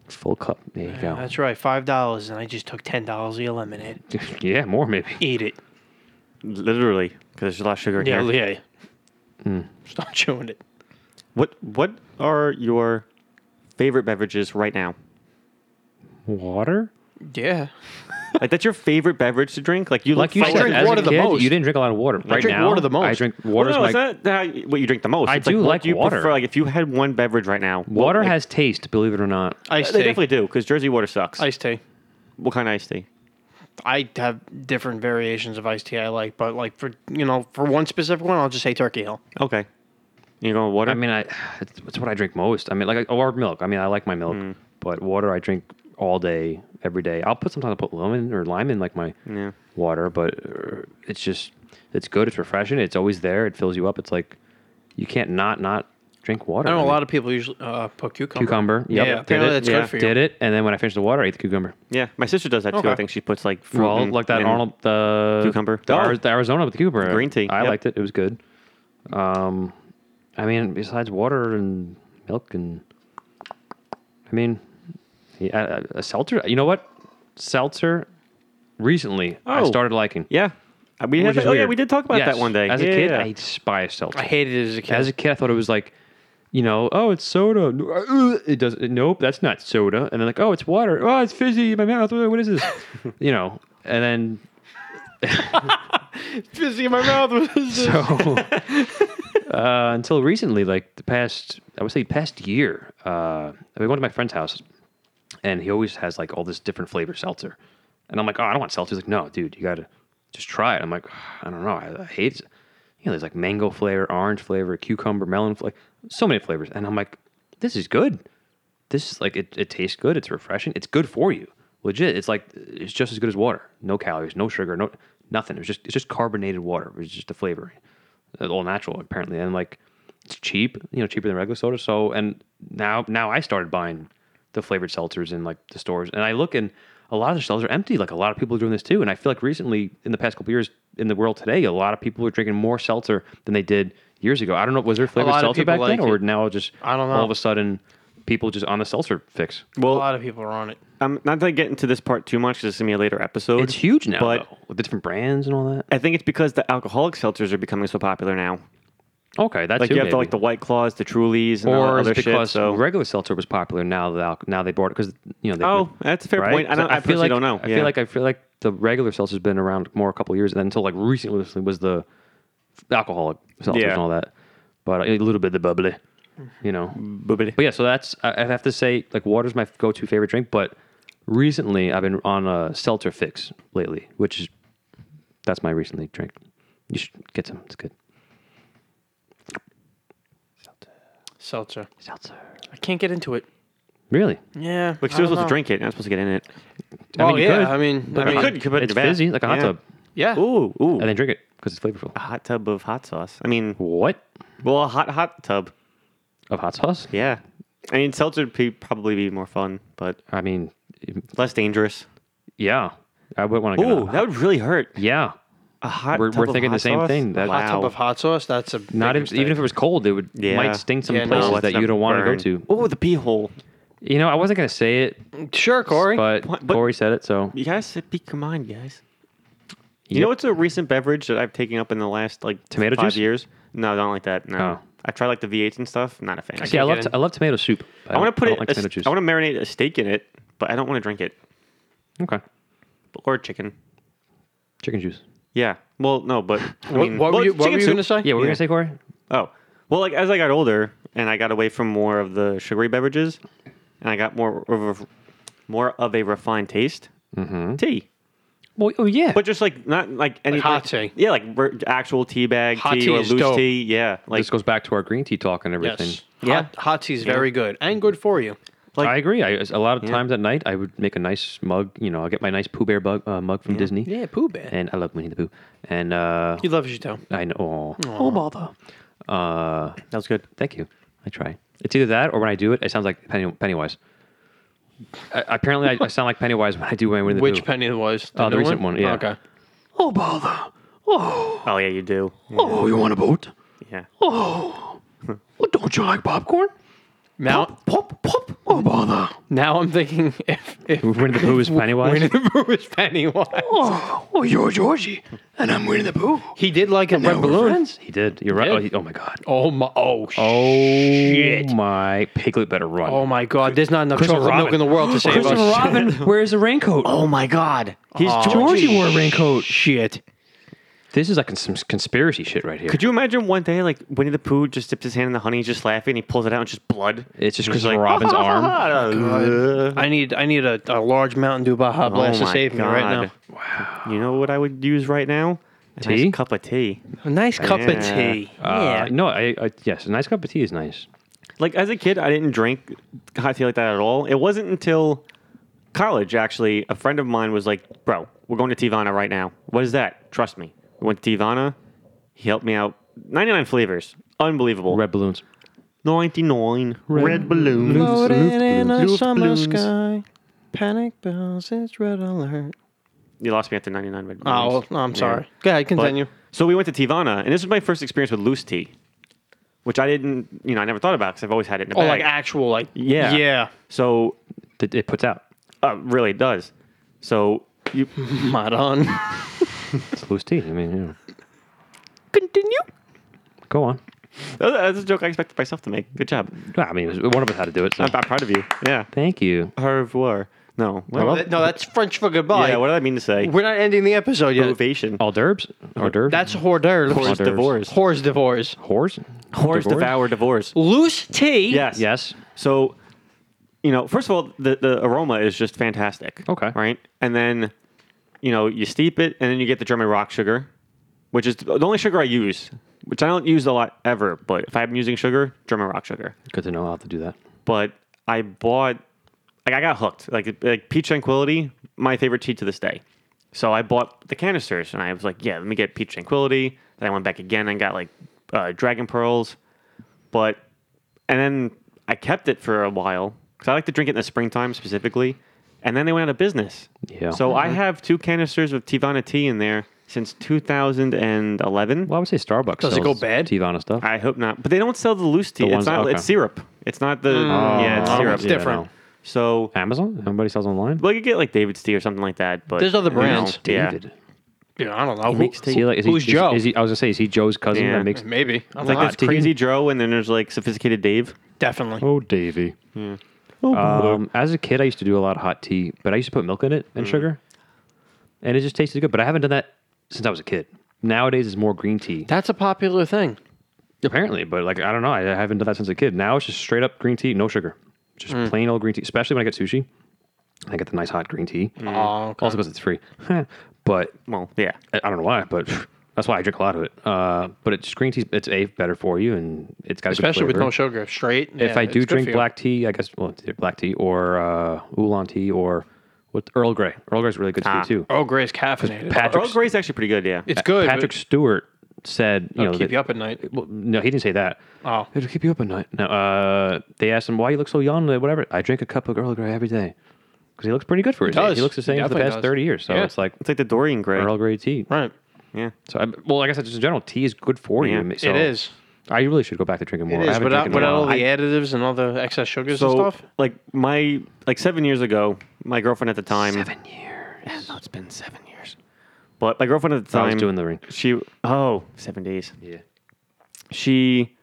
Speaker 1: full cup. There you go.
Speaker 2: That's right. Five dollars, and I just took ten dollars of your lemonade.
Speaker 1: yeah, more maybe.
Speaker 2: Eat it.
Speaker 3: Literally, because there's a lot of sugar in
Speaker 2: Yeah,
Speaker 3: here.
Speaker 2: yeah.
Speaker 1: Mm.
Speaker 2: Stop chewing it.
Speaker 3: What What are your favorite beverages right now?
Speaker 1: Water.
Speaker 2: Yeah.
Speaker 3: Like that's your favorite beverage to drink? Like you
Speaker 1: Like
Speaker 3: look
Speaker 1: you
Speaker 3: forward
Speaker 1: said,
Speaker 2: drink
Speaker 1: as a
Speaker 2: water the
Speaker 1: kid,
Speaker 2: most.
Speaker 1: You didn't drink a lot of water. right
Speaker 2: drink
Speaker 1: now,
Speaker 2: water the most.
Speaker 1: I drink
Speaker 3: Well,
Speaker 1: water.
Speaker 3: no,
Speaker 1: my,
Speaker 3: it's not how you- what you drink the most.
Speaker 1: I
Speaker 3: It's
Speaker 1: do
Speaker 3: what
Speaker 1: like
Speaker 3: do you
Speaker 1: water.
Speaker 3: Prefer? Like if you had one beverage right now, what-
Speaker 1: water
Speaker 3: like-
Speaker 1: has taste. Believe it or not.
Speaker 2: Ice
Speaker 3: They
Speaker 2: tea.
Speaker 3: definitely do because Jersey water sucks.
Speaker 2: Ice tea.
Speaker 3: What kind of iced tea?
Speaker 2: I have different variations of iced tea I like, but like for you know for one specific one, I'll just say Turkey Hill.
Speaker 3: Okay, you going with water?
Speaker 1: I mean, I it's, it's what I drink most. I mean, like or milk. I mean, I like my milk,
Speaker 2: Hmm.
Speaker 1: but water I drink all day, every day. I'll put sometimes I put lemon or lime in like my
Speaker 3: Yeah.
Speaker 1: water, but uh, it's just it's good. It's refreshing. It's always there. It fills you up. It's like you can't not not drink water.
Speaker 2: I know a
Speaker 1: mean,
Speaker 2: lot of people usually uh, put cucumber.
Speaker 1: cucumber. Yep,
Speaker 2: Yeah,
Speaker 1: did
Speaker 2: apparently
Speaker 1: it.
Speaker 2: that's
Speaker 3: Yeah.
Speaker 2: good for you.
Speaker 1: Did it, and then when I finished the water, I ate the cucumber.
Speaker 3: yeah, my sister does that too. I
Speaker 2: Okay.
Speaker 3: think she puts like fruit
Speaker 1: Well,
Speaker 3: and-
Speaker 1: like that
Speaker 3: Mm-hmm. and-
Speaker 1: Arnold the
Speaker 3: Cucumber.
Speaker 1: the, Ari-
Speaker 3: Oh.
Speaker 1: the Arizona with the cucumber.
Speaker 3: green tea,
Speaker 1: I
Speaker 3: yep.
Speaker 1: liked it. It was good. Um, I mean, besides water and milk and, I mean, yeah, a, a seltzer. You know what? Seltzer. Recently, I
Speaker 3: Oh.
Speaker 1: started liking.
Speaker 3: Yeah, Uh, we
Speaker 1: which
Speaker 3: had
Speaker 1: is
Speaker 3: that- oh yeah,
Speaker 1: weird.
Speaker 3: we did talk about
Speaker 1: Yes.
Speaker 3: that one day.
Speaker 1: As
Speaker 3: yeah.
Speaker 1: a kid, I despised seltzer.
Speaker 2: I hated it as a kid.
Speaker 1: As a kid, I thought it was like, you know, oh, it's soda. Uh, It does. Nope, that's not soda. And then like, oh, it's water. Oh, it's fizzy in my mouth. What is this? you know. And then
Speaker 2: fizzy in my mouth. Was
Speaker 1: So uh, until recently, like the past, I would say past year, uh, we went to my friend's house, and he always has like all this different flavor seltzer, and I'm like, oh, I don't want seltzer. He's like, no, dude, you gotta just try it. I'm like, I don't know, I, I hate. it." You know, there's like mango flavor, orange flavor, cucumber, melon flavor, so many flavors, and I'm like, this is good. This is like it, it tastes good. It's refreshing. It's good for you. Legit. It's like it's just as good as water. No calories, no sugar, no nothing. It was just it's just carbonated water. It was just the flavoring uh, all natural apparently, and like it's cheap, you know, cheaper than regular soda. So and now now I started buying the flavored seltzers in like the stores, and I look and a lot of the shelves are empty. Like a lot of people are doing this too, and I feel like recently in the past couple years in the world today, a lot of people are drinking more seltzer than they did years ago. I don't know, was there flavored
Speaker 2: lot of
Speaker 1: seltzer
Speaker 2: people
Speaker 1: back then,
Speaker 2: like
Speaker 1: or
Speaker 2: it.
Speaker 1: now just
Speaker 2: I don't know.
Speaker 1: All of a sudden, people just on the seltzer fix.
Speaker 2: a
Speaker 3: well,
Speaker 2: lot of people are on it.
Speaker 3: I'm Um, not gonna get into this part too much. 'cause This is gonna be a later episode.
Speaker 1: It's huge now,
Speaker 3: but
Speaker 1: though, with the different brands and all that.
Speaker 3: I think it's because the alcoholic seltzers are becoming so popular now.
Speaker 1: Okay, that's
Speaker 3: Like you have the, like the White Claws, the Trulies, and all that
Speaker 1: or is
Speaker 3: other
Speaker 1: it because
Speaker 3: shit. So
Speaker 1: regular seltzer was popular now that al- now they bought it because you know they
Speaker 3: Oh, that's a fair point. I don't- I
Speaker 1: feel
Speaker 3: personally
Speaker 1: like,
Speaker 3: don't know.
Speaker 1: I
Speaker 3: Yeah.
Speaker 1: feel like I feel like the regular seltzer has been around more a couple of years, and then until like recently recently was the alcoholic seltzers
Speaker 3: Yeah.
Speaker 1: and all that, but a little bit of the bubbly, you know.
Speaker 3: Boobity.
Speaker 1: But yeah, so that's I I have to say like water's my go-to favorite drink, but recently I've been on a seltzer fix lately, which is that's my recently drink. You should get some; it's good.
Speaker 2: Seltzer.
Speaker 1: Seltzer,
Speaker 2: I can't get into it.
Speaker 1: really?
Speaker 2: Yeah.
Speaker 3: But
Speaker 2: I
Speaker 3: you're
Speaker 2: don't
Speaker 3: supposed
Speaker 2: know.
Speaker 3: to drink it. You're not supposed to get in it.
Speaker 2: Oh
Speaker 1: mean, you
Speaker 2: yeah.
Speaker 1: could.
Speaker 2: I mean,
Speaker 1: But
Speaker 2: I
Speaker 1: you
Speaker 2: mean,
Speaker 3: could. You put it in
Speaker 1: it's
Speaker 3: your bath.
Speaker 1: fizzy like a hot
Speaker 3: Yeah.
Speaker 1: tub.
Speaker 2: yeah.
Speaker 3: Ooh, ooh.
Speaker 1: and then drink it because it's flavorful.
Speaker 3: a hot tub of hot sauce. I mean,
Speaker 1: What
Speaker 3: well, a hot hot tub.
Speaker 1: of hot sauce?
Speaker 3: Yeah. I mean, seltzer would be, probably be more fun, but
Speaker 1: I mean,
Speaker 3: less dangerous.
Speaker 1: yeah, I would want to.
Speaker 3: Ooh, that would really hurt.
Speaker 1: yeah,
Speaker 3: A hot
Speaker 1: We're-
Speaker 3: tub
Speaker 1: we're
Speaker 3: of
Speaker 1: thinking the
Speaker 3: hot
Speaker 1: same
Speaker 3: sauce?
Speaker 1: thing, that-
Speaker 2: Hot tub
Speaker 3: Wow.
Speaker 2: of hot sauce. That's a
Speaker 1: Not
Speaker 2: big
Speaker 1: if, even if
Speaker 2: mistake.
Speaker 1: it was cold, it would
Speaker 3: Yeah.
Speaker 1: might sting some
Speaker 2: Yeah, no,
Speaker 1: places
Speaker 2: let's
Speaker 1: that you
Speaker 3: not
Speaker 1: don't want to go
Speaker 3: burn.
Speaker 1: to.
Speaker 3: Oh, the pee hole.
Speaker 1: You know, I wasn't gonna say it,
Speaker 2: sure, Corey.
Speaker 1: but,
Speaker 3: What- but-
Speaker 1: Corey said it, so
Speaker 3: You guys said peak come on, guys. You
Speaker 1: Yep.
Speaker 3: know what's a recent beverage that I've taken up in the last like
Speaker 1: Tomato
Speaker 3: five
Speaker 1: juice?
Speaker 3: years? No, I don't like that.
Speaker 1: Oh.
Speaker 3: No. I tried like the V8s and stuff. Not a fan.
Speaker 1: See, I
Speaker 2: can't
Speaker 1: love
Speaker 2: get
Speaker 1: t-
Speaker 2: in.
Speaker 1: I love tomato soup.
Speaker 3: I want to put
Speaker 1: I
Speaker 3: it.
Speaker 1: don't like
Speaker 3: a
Speaker 1: tomato
Speaker 3: s-
Speaker 1: juice.
Speaker 3: I want to marinate a steak in it, but I don't want to drink it
Speaker 1: okay,
Speaker 3: or chicken.
Speaker 1: chicken juice.
Speaker 3: Yeah. Well, no, but I
Speaker 2: What-
Speaker 3: mean,
Speaker 2: what,
Speaker 3: well,
Speaker 2: were you,
Speaker 3: it's
Speaker 2: what
Speaker 3: chicken
Speaker 2: were you
Speaker 3: soup.
Speaker 2: going to say?
Speaker 1: Yeah, what were you
Speaker 3: Yeah.
Speaker 1: gonna say, Corey?
Speaker 3: Oh, well, like as I got older and I got away from more of the sugary beverages, and I got more of a, more of a refined taste. Mm-hmm. Tea,
Speaker 1: Well, oh yeah,
Speaker 3: but just like not like any
Speaker 2: hot tea.
Speaker 3: Yeah, like ver- actual tea bag
Speaker 2: Hot
Speaker 3: tea,
Speaker 2: tea
Speaker 3: or
Speaker 2: is
Speaker 3: loose
Speaker 2: dope.
Speaker 3: tea. Yeah, like
Speaker 1: this goes back to our green tea talk and everything.
Speaker 2: Yes.
Speaker 3: Yeah.
Speaker 2: Hot, hot tea is very good and good for you.
Speaker 3: Like-
Speaker 1: I agree. I, a lot of times at night, I would make a nice mug. You know, I get my nice Pooh Bear bug, uh, mug from Disney,
Speaker 2: Yeah, Pooh Bear.
Speaker 1: and I love Winnie the Pooh. And uh,
Speaker 2: He loves you too.
Speaker 1: I know. Oh, bother. Uh,
Speaker 3: that was good.
Speaker 1: thank you. I try. It's either that or when I do it, it sounds like Penny, Pennywise. I, apparently, I, I sound like Pennywise when I do my Winnie the
Speaker 2: Which
Speaker 1: Pooh.
Speaker 2: penny was?
Speaker 1: Oh, the
Speaker 2: new
Speaker 1: recent one, yeah.
Speaker 2: Okay.
Speaker 1: oh, bother. Oh,
Speaker 3: Oh yeah, you do. Yeah.
Speaker 1: oh, you want a boat?
Speaker 3: yeah.
Speaker 1: Oh, well, don't you like popcorn?
Speaker 2: Now,
Speaker 1: pop, pop. Oh, bother.
Speaker 2: now I'm thinking if, if
Speaker 1: Winnie the Pooh is Pennywise.
Speaker 2: Winnie the Pooh was Pennywise.
Speaker 1: oh, oh, you're Georgie, and I'm Winnie the Pooh.
Speaker 2: He did like a red balloon.
Speaker 1: He did. You're right.
Speaker 2: did.
Speaker 1: Oh, he- oh my god.
Speaker 2: Oh my! Oh, shit!
Speaker 1: Oh my piglet better run.
Speaker 2: Oh my God! There's not enough chocolate
Speaker 1: Robin.
Speaker 2: milk in the world to save
Speaker 1: Christopher
Speaker 2: us.
Speaker 1: Robin wears a raincoat.
Speaker 3: Oh my God, he's
Speaker 1: Georgie
Speaker 3: Georgie.
Speaker 1: wore a raincoat.
Speaker 2: Oh, Shit!
Speaker 1: This is like some conspiracy shit right here.
Speaker 3: Could you imagine one day like Winnie the Pooh just dips his hand in the honey, he's just laughing, he pulls it out, and it's just blood.
Speaker 1: it's just
Speaker 3: He's
Speaker 1: Christopher
Speaker 3: like,
Speaker 1: Robin's
Speaker 3: Oh,
Speaker 1: arm.
Speaker 2: I need I need a, a large Mountain Dew Baja Blast to
Speaker 3: my
Speaker 2: save me right
Speaker 3: God. You know what I would use right now? A
Speaker 1: Tea?
Speaker 3: nice cup of tea.
Speaker 2: now. A nice cup of
Speaker 3: Yeah.
Speaker 2: tea.
Speaker 1: Uh, No, I, I yes, a nice cup of tea is nice.
Speaker 3: Like as a kid, I didn't drink hot tea like that at all. It wasn't until college, actually, a friend of mine was like, "Bro, we're going to Tivana right now." What is that? Trust me. We went to Tivana. He helped me out. Ninety-nine flavors, unbelievable.
Speaker 1: Red balloons.
Speaker 3: Ninety-nine red, balloons. Loose balloons.
Speaker 2: panic bells, it's red alert.
Speaker 3: You lost me after ninety-nine red
Speaker 2: Oh,
Speaker 3: balloons.
Speaker 2: well, no, I'm
Speaker 3: Yeah.
Speaker 2: sorry. Go ahead,
Speaker 3: But-
Speaker 2: continue.
Speaker 3: so we went to Tivana, and this was my first experience with loose tea, which I didn't, you know, I never thought about because I've always had it in a
Speaker 2: oh,
Speaker 3: bag.
Speaker 2: like actual, like
Speaker 3: Yeah.
Speaker 2: yeah.
Speaker 3: so
Speaker 1: That it puts out.
Speaker 3: uh, really it does. So you
Speaker 2: Mod on.
Speaker 1: It's loose tea. I mean, you know.
Speaker 2: continue.
Speaker 1: go on.
Speaker 3: that's a joke I expected myself to make. Good job.
Speaker 1: Well, I mean, it was- one of us had to do it. So.
Speaker 3: I'm, I'm proud of you. Yeah.
Speaker 1: Thank you.
Speaker 3: Au revoir. No. What,
Speaker 1: Hello?
Speaker 2: No, that's French for goodbye.
Speaker 3: yeah. What did I mean to say?
Speaker 2: We're not ending the episode yet.
Speaker 3: Ovation.
Speaker 1: Hors d'oeuvres. Hors d'oeuvres.
Speaker 2: That's hors d'oeuvres.
Speaker 1: Hors d'oeuvres.
Speaker 3: divorce.
Speaker 2: Whores divorce.
Speaker 1: horse. Divorce?
Speaker 3: Horse devour divorce.
Speaker 2: Loose tea.
Speaker 3: Yes.
Speaker 1: Yes.
Speaker 3: So, you know, first of all, the the aroma is just fantastic.
Speaker 1: Okay.
Speaker 3: Right. And then, you know, you steep it, and then you get the German rock sugar, which is the only sugar I use, which I don't use a lot ever. But if I'm using sugar, German rock sugar.
Speaker 1: Good to know how to do that.
Speaker 3: but I bought like I got hooked. Like like peach tranquility, my favorite tea to this day. So I bought the canisters and I was like, yeah, let me get peach tranquility. Then I went back again and got like uh, dragon pearls, but and then I kept it for a while because I like to drink it in the springtime specifically. And then they went out of business.
Speaker 1: Yeah.
Speaker 3: So I have two canisters of Tivana tea in there since 2011.
Speaker 1: Well, I would say Starbucks.
Speaker 2: Does it go
Speaker 1: sells
Speaker 2: bad?
Speaker 1: Tivana stuff.
Speaker 3: I hope not. But they don't sell the loose tea.
Speaker 1: The
Speaker 3: it's
Speaker 1: ones-
Speaker 3: not.
Speaker 1: okay.
Speaker 3: It's syrup. It's not the. yeah, it's
Speaker 1: Um,
Speaker 2: Oh,
Speaker 3: syrup.
Speaker 2: it's different.
Speaker 1: no.
Speaker 3: So
Speaker 1: Amazon? Everybody sells online?
Speaker 3: Well, you get like David's tea or something like that, but
Speaker 2: There's other
Speaker 3: you know,
Speaker 2: brands.
Speaker 3: yeah.
Speaker 1: David.
Speaker 2: Yeah, I don't know. Who,
Speaker 3: makes tea.
Speaker 1: Is he like, is he,
Speaker 2: who's
Speaker 1: is-
Speaker 2: Joe?
Speaker 1: Is he, I was going to say, is he Joe's cousin
Speaker 3: Yeah.
Speaker 1: that makes.
Speaker 2: Maybe. I'm
Speaker 3: Like
Speaker 2: not.
Speaker 3: there's crazy Joe, and then there's like sophisticated Dave.
Speaker 2: Definitely.
Speaker 1: Oh, Davy.
Speaker 2: Oh,
Speaker 1: Um, as a kid, I used to do a lot of hot tea, but I used to put milk in it
Speaker 2: Mm.
Speaker 1: and sugar, and it just tasted good. But I haven't done that since I was a kid. Nowadays, it's more green tea,
Speaker 2: That's a popular thing.
Speaker 1: apparently. But like, I don't know. I haven't done that since a kid. Now it's just straight up green tea, no sugar, just
Speaker 2: Mm.
Speaker 1: plain old green tea. Especially when I get sushi, I get the nice hot green tea.
Speaker 2: Oh, okay.
Speaker 1: Also because it's free. but
Speaker 3: Well, yeah,
Speaker 1: I I don't know why, but that's why I drink a lot of it. Uh, but it's green tea. It's a better for you, and it's got a good
Speaker 2: especially with
Speaker 1: flavor.
Speaker 2: no sugar, straight.
Speaker 1: If I do drink black tea, I guess well, it's either black tea or uh, oolong tea or what Earl Grey. Earl Grey's really good
Speaker 3: Ah.
Speaker 1: tea too.
Speaker 2: Earl Grey's caffeinated.
Speaker 1: Patrick,
Speaker 3: Earl Grey's actually pretty good. Yeah,
Speaker 2: Oh, it's good.
Speaker 1: Patrick Stewart said, you
Speaker 2: but
Speaker 1: know,
Speaker 2: keep
Speaker 1: that-
Speaker 2: you up at night.
Speaker 1: well, no, he didn't say that.
Speaker 2: Oh.
Speaker 1: It'll keep you up at night. No, uh, they asked him why you look so young, uh, whatever. I drink a cup of Earl Grey every day because he looks pretty good for his age.
Speaker 2: does.
Speaker 1: He looks the
Speaker 2: He
Speaker 1: same for the
Speaker 2: definitely
Speaker 1: past
Speaker 2: does.
Speaker 1: thirty years, so
Speaker 2: Yeah.
Speaker 1: it's like
Speaker 3: it's like the Dorian Gray.
Speaker 1: Earl Grey tea.
Speaker 2: Right.
Speaker 3: Yeah.
Speaker 1: So, I, well, like I said, just in general, tea is good for
Speaker 3: Yeah.
Speaker 1: you.
Speaker 3: It
Speaker 1: So
Speaker 2: it is.
Speaker 1: I really should go back to drinking more.
Speaker 2: It
Speaker 1: I
Speaker 2: is uh,
Speaker 1: haven't
Speaker 2: without,
Speaker 1: drank in a
Speaker 2: without all
Speaker 1: while.
Speaker 2: the additives and all the excess sugars
Speaker 3: So,
Speaker 2: and stuff.
Speaker 3: like my like seven years ago, my girlfriend at the time.
Speaker 1: seven years.
Speaker 3: Yeah, no, it's been seven years. But my girlfriend at the
Speaker 1: I
Speaker 3: time
Speaker 1: was doing the ring.
Speaker 3: She oh seven days.
Speaker 1: Yeah.
Speaker 3: She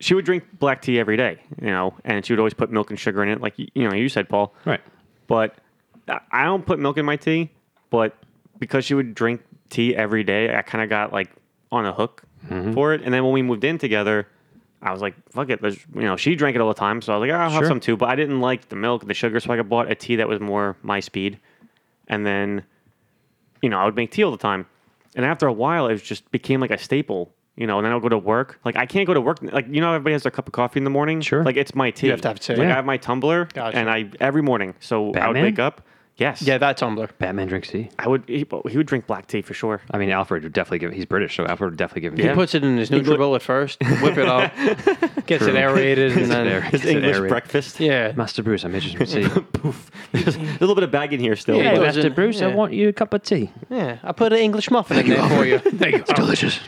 Speaker 3: she would drink black tea every day, you know, and she would always put milk and sugar in it, like y- you know you said, Paul.
Speaker 1: Right.
Speaker 3: But I- I don't put milk in my tea, but because she would drink tea every day, I kind of got like on a hook
Speaker 2: Mm-hmm.
Speaker 3: for it. And then when we moved in together, I was like, fuck it, let's, you know, she drank it all the time, so I was like, I'll have
Speaker 1: Sure.
Speaker 3: some too. But I didn't like the milk, the sugar, so I bought a tea that was more my speed. And then you know, I would make tea all the time. And after a while, it was just became like a staple, you know. And then I would go to work. Like I can't go to work. Like you know, how everybody has their cup of coffee in the morning.
Speaker 1: Sure.
Speaker 3: Like it's my tea.
Speaker 2: have to have tea.
Speaker 3: Like
Speaker 1: Yeah.
Speaker 3: I have my tumbler,
Speaker 2: Gotcha.
Speaker 3: and I every morning. So I
Speaker 1: Batman?
Speaker 3: would wake up. Yes.
Speaker 2: Yeah, that tumbler.
Speaker 1: Batman drinks tea.
Speaker 3: I would. He, he would drink black tea for sure.
Speaker 1: I mean, Alfred would definitely give. He's British, so Alfred would definitely give him.
Speaker 3: Yeah.
Speaker 1: tea.
Speaker 2: Puts it in his NutriBullet first, whip it up, gets it aerated, and
Speaker 1: aerated.
Speaker 2: then
Speaker 3: His
Speaker 1: It's an
Speaker 3: English
Speaker 1: area.
Speaker 3: breakfast.
Speaker 2: yeah,
Speaker 1: Master Bruce, I'm interested in tea.
Speaker 3: There's a little bit of bag in here still.
Speaker 2: Yeah,
Speaker 1: hey,
Speaker 2: it
Speaker 3: but-
Speaker 2: goes
Speaker 1: Master
Speaker 2: in-
Speaker 1: Bruce, I
Speaker 2: yeah.
Speaker 1: want you a cup of tea.
Speaker 2: yeah. I put an English muffin in there for you.
Speaker 1: It's delicious.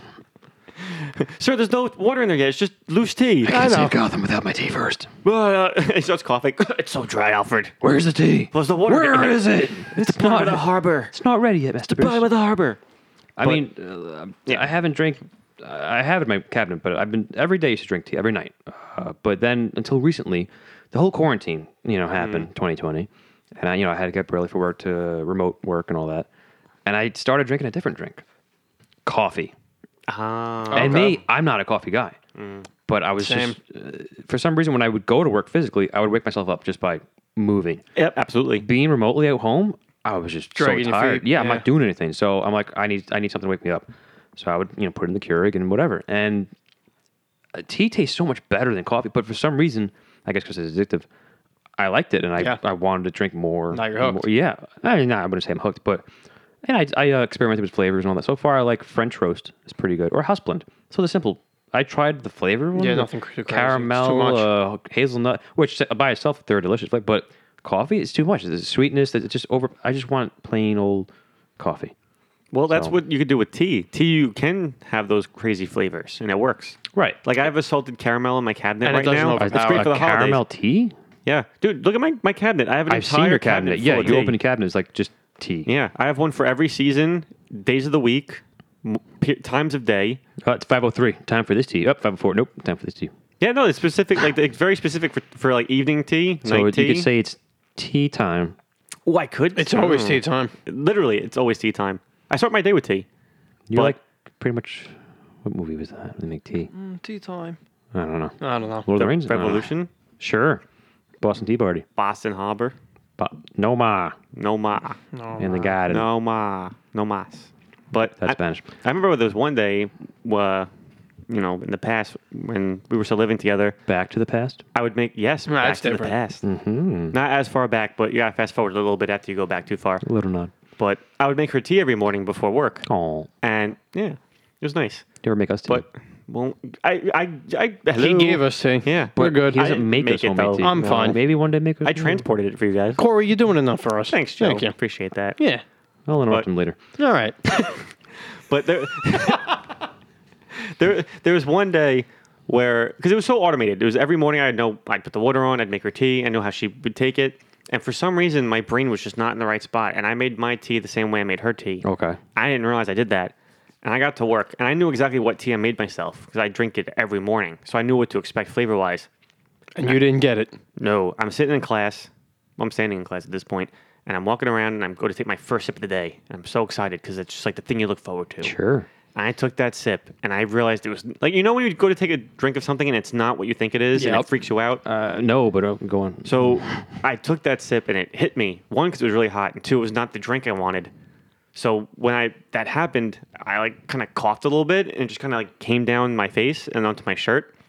Speaker 3: Sir, there's no water in there yet. It's just loose tea.
Speaker 1: I
Speaker 2: I
Speaker 1: can't
Speaker 2: know.
Speaker 1: save Gotham without my tea first.
Speaker 3: Uh, he starts coughing. it's so dry, Alfred.
Speaker 1: Where's the tea?
Speaker 3: Where's the water?
Speaker 1: Where is it? It's,
Speaker 3: by the harbor.
Speaker 1: It's not ready yet, Master
Speaker 3: By
Speaker 1: Bruce.
Speaker 3: the harbor.
Speaker 1: I mean, uh,
Speaker 3: Yeah.
Speaker 1: I haven't drank. I have in my cabinet, but I've been every day. I used to drink tea every night. Uh, but then until recently, the whole quarantine, you know, happened
Speaker 2: Mm.
Speaker 1: 2020, and I, you know, I had to get up early for work to remote work and all that, and I started drinking a different drink, coffee.
Speaker 3: Ah.
Speaker 1: And
Speaker 2: Oh. Okay. Mm.
Speaker 1: me, I'm not a coffee guy. But I was
Speaker 2: Same.
Speaker 1: just, uh, for some reason, when I would go to work physically, I would wake myself up just by moving.
Speaker 3: Yep, absolutely.
Speaker 1: Being remotely at home, I was just
Speaker 2: Dragging
Speaker 1: so
Speaker 2: your
Speaker 1: tired.
Speaker 2: feet,
Speaker 1: Yeah, I'm
Speaker 2: yeah.
Speaker 1: not doing anything. So I'm like, I need, I need something to wake me up. So I would, you know, put it in the Keurig and whatever. And uh, tea tastes so much better than coffee. But for some reason, I guess because it's addictive, I liked it and I,
Speaker 2: Yeah.
Speaker 1: I wanted to drink more.
Speaker 2: Now you're hooked.
Speaker 1: more- yeah. I mean, nah, I wouldn't say I'm hooked, but and I, I uh, experimented with flavors and all that. So far, I like French roast is pretty good or house blend. So the simple. I tried the flavor one.
Speaker 2: Yeah,
Speaker 1: the
Speaker 2: nothing cr- crazy. It's too
Speaker 1: Caramel,
Speaker 2: much.
Speaker 1: Uh, hazelnut, which uh, by itself they're a delicious flavor, but coffee is too much. There's sweetness that it's just over. I just want plain old coffee.
Speaker 3: Well, that's
Speaker 1: So-
Speaker 3: what you could do with tea. Tea, you can have those crazy flavors, and it works.
Speaker 1: Right.
Speaker 3: Like I have a salted caramel in my cabinet
Speaker 2: And it
Speaker 3: right
Speaker 2: doesn't
Speaker 3: now.
Speaker 2: overpower
Speaker 3: It's great for the
Speaker 1: a caramel
Speaker 3: holidays.
Speaker 1: tea.
Speaker 3: Yeah, dude, look at my, my cabinet. I have an
Speaker 1: I've
Speaker 3: entire
Speaker 1: seen your cabinet.
Speaker 3: full
Speaker 1: yeah,
Speaker 3: of
Speaker 1: you
Speaker 3: tea.
Speaker 1: open a cabinet, it's like just tea.
Speaker 3: Yeah, I have one for every season, days of the week, m- pe- times of day.
Speaker 1: Uh, it's five oh three. Time for this tea. Up oh, five oh four. Nope. Time for this tea.
Speaker 3: Yeah, no, it's specific. Like it's very specific for, for like evening tea,
Speaker 1: So
Speaker 3: night tea.
Speaker 1: you could say it's tea time.
Speaker 3: oh, I could.
Speaker 2: It's always
Speaker 1: Hmm.
Speaker 2: tea time.
Speaker 3: Literally, it's always tea time. I start my day with tea.
Speaker 1: You
Speaker 3: But-
Speaker 1: like pretty much what movie was that? They make tea.
Speaker 2: Tea time.
Speaker 1: I don't know.
Speaker 2: I don't know.
Speaker 1: Lord of the Rings. I don't know.
Speaker 3: Uh, Revolution,
Speaker 1: Sure. Boston Tea Party.
Speaker 3: Boston Harbor,
Speaker 1: But no ma
Speaker 3: no ma.
Speaker 2: No,
Speaker 1: in the garden.
Speaker 3: No ma, no mas. But
Speaker 1: That's
Speaker 3: I,
Speaker 1: Spanish.
Speaker 3: I remember there was one day, uh, you know, in the past when we were still living together,
Speaker 1: Back to the past.
Speaker 3: I would make yes
Speaker 2: Nah,
Speaker 3: back
Speaker 2: it's
Speaker 3: to the
Speaker 2: different.
Speaker 3: past,
Speaker 1: Mm-hmm.
Speaker 3: not as far back, but yeah, fast forward a little bit after you go back too far.
Speaker 1: A little nod.
Speaker 3: But I would make her tea every morning before work,
Speaker 1: Oh,
Speaker 3: and yeah, it was nice.
Speaker 1: you ever make us tea?
Speaker 3: But well, I I I hello.
Speaker 2: He gave us tea.
Speaker 3: Yeah.
Speaker 2: we're
Speaker 3: But
Speaker 2: good.
Speaker 1: he doesn't
Speaker 3: didn't
Speaker 1: make,
Speaker 3: make
Speaker 1: us
Speaker 3: it,
Speaker 1: homemade
Speaker 3: though.
Speaker 1: tea.
Speaker 2: I'm fine.
Speaker 1: Maybe one day make us.
Speaker 3: I transported it for you guys.
Speaker 2: Corey, you're doing enough for us.
Speaker 3: Thanks, Joe.
Speaker 2: Thank you.
Speaker 3: Appreciate that.
Speaker 2: Yeah.
Speaker 1: I'll interrupt
Speaker 3: but-
Speaker 1: him later.
Speaker 2: All right.
Speaker 3: But there, there, there was one day where because it was so automated. It was every morning. I'd know I'd put the water on. I'd make her tea. I know how she would take it. And for some reason, my brain was just not in the right spot. And I made my tea the same way I made her tea.
Speaker 1: Okay.
Speaker 3: I didn't realize I did that. And I got to work, and I knew exactly what tea I made myself because I drink it every morning, so I knew what to expect flavor wise.
Speaker 2: and you didn't get it.
Speaker 3: No, I'm sitting in class. Well, I'm standing in class at this point, and I'm walking around, and I'm going to take my first sip of the day. And I'm so excited because it's just like the thing you look forward to.
Speaker 1: Sure.
Speaker 3: And I took that sip, and I realized it was like you know when you go to take a drink of something and it's not what you think it is, and
Speaker 2: Yep.
Speaker 3: it freaks you out.
Speaker 1: Uh, no, but uh, go on.
Speaker 3: so I took that sip, and it hit me one because it was really hot, and two it was not the drink I wanted. So when I that happened, I like kind of coughed a little bit, and it just kind of like came down my face and onto my shirt.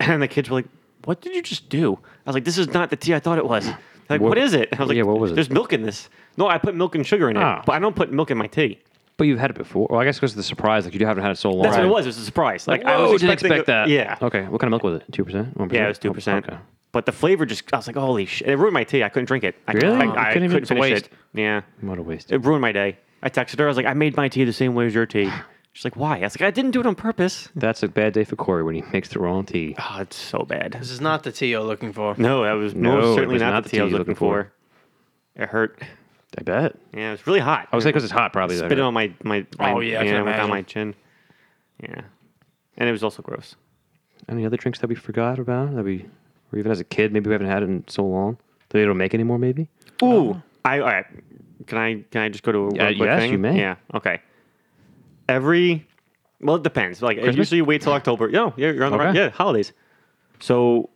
Speaker 3: And the kids were like, "What did you just do?" I was like, "This is not the tea I thought it was." They're like,
Speaker 1: What-
Speaker 3: what is it? And I was like,
Speaker 1: Yeah, what was it?
Speaker 3: There's milk in this. No, I put milk and sugar in it,
Speaker 1: Ah.
Speaker 3: but I don't put milk in my tea.
Speaker 1: But you've had it before. Well, I guess because of the surprise, like you haven't had it so long.
Speaker 3: That's what it was. It was a surprise. Like I
Speaker 1: Whoa,
Speaker 3: was
Speaker 1: didn't
Speaker 3: expecting
Speaker 1: expect
Speaker 3: a-
Speaker 1: that.
Speaker 3: Yeah.
Speaker 1: Okay. What kind of milk was it? Two percent.
Speaker 3: Yeah, it was two percent.
Speaker 1: Okay.
Speaker 3: But the flavor just—I was like, "Holy shit!" It ruined my tea. I couldn't drink it. I,
Speaker 1: Really?
Speaker 3: I,
Speaker 1: You
Speaker 3: I
Speaker 1: couldn't
Speaker 3: couldn't,
Speaker 1: even-
Speaker 3: finish
Speaker 1: waste.
Speaker 3: it. Yeah,
Speaker 1: What a waste.
Speaker 3: it ruined my day. I texted her. I was like, I made my tea the same way as your tea. She's like, why? I was like, I didn't do it on purpose.
Speaker 1: That's a bad day for Corey when he makes the wrong tea.
Speaker 3: Oh, it's so bad.
Speaker 2: This is not the tea you're looking for.
Speaker 3: No, that was
Speaker 1: No,
Speaker 3: most
Speaker 1: it
Speaker 3: certainly
Speaker 1: was
Speaker 3: not, the tea I was
Speaker 1: you're
Speaker 3: looking
Speaker 1: looking for.
Speaker 3: for. It hurt.
Speaker 1: I bet.
Speaker 3: Yeah, it was really hot.
Speaker 1: I would say because it's hot, probably. though,
Speaker 3: spit
Speaker 1: right?
Speaker 3: on my my, my
Speaker 2: Oh, yeah, I can
Speaker 3: yeah on
Speaker 2: imagine.
Speaker 3: my chin. Yeah, and it was also gross.
Speaker 1: Any other drinks that we forgot about that we, or even as a kid, maybe we haven't had in so long that they don't make anymore, maybe?
Speaker 3: Ooh, I all right. Can I can I just go to a one quick
Speaker 1: Oh. Uh, yes,
Speaker 3: thing?
Speaker 1: you may.
Speaker 3: Yeah. Okay. Every well, it depends. Like
Speaker 1: Christmas?
Speaker 3: usually you wait till October. No, yeah, you're on the right.
Speaker 1: Okay.
Speaker 3: Yeah, holidays. So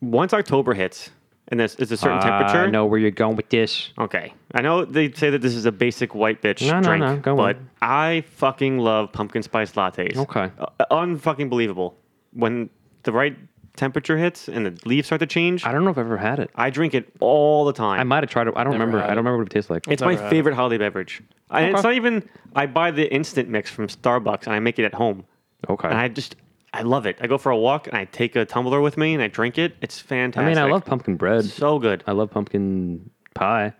Speaker 3: once October hits, and this is a certain temperature.
Speaker 1: I know Uh, where you're going with this.
Speaker 3: Okay. I know they say that this is a basic white bitch
Speaker 1: No, no,
Speaker 3: drink,
Speaker 1: no, go
Speaker 3: but
Speaker 1: on.
Speaker 3: I fucking love pumpkin spice lattes. Uh,
Speaker 1: Okay.
Speaker 3: unfucking believable. When the right temperature hits and the leaves start to change,
Speaker 1: I
Speaker 3: I,
Speaker 1: don't know if I've ever had it.
Speaker 3: drink it all the time.
Speaker 1: I might have tried it. I don't remember.
Speaker 2: had
Speaker 1: I don't remember what it tastes like.
Speaker 3: It's my
Speaker 2: Never had it.
Speaker 3: favorite holiday beverage. I, It's not even. I buy the instant mix from Starbucks and I make it at home,
Speaker 1: okay.
Speaker 3: and I
Speaker 1: I,
Speaker 3: just I love it. I go for a walk and I take a tumbler with me and I Uh, drink it. It's fantastic.
Speaker 1: mean, I love pumpkin bread.
Speaker 3: so good.
Speaker 1: I love pumpkin pie.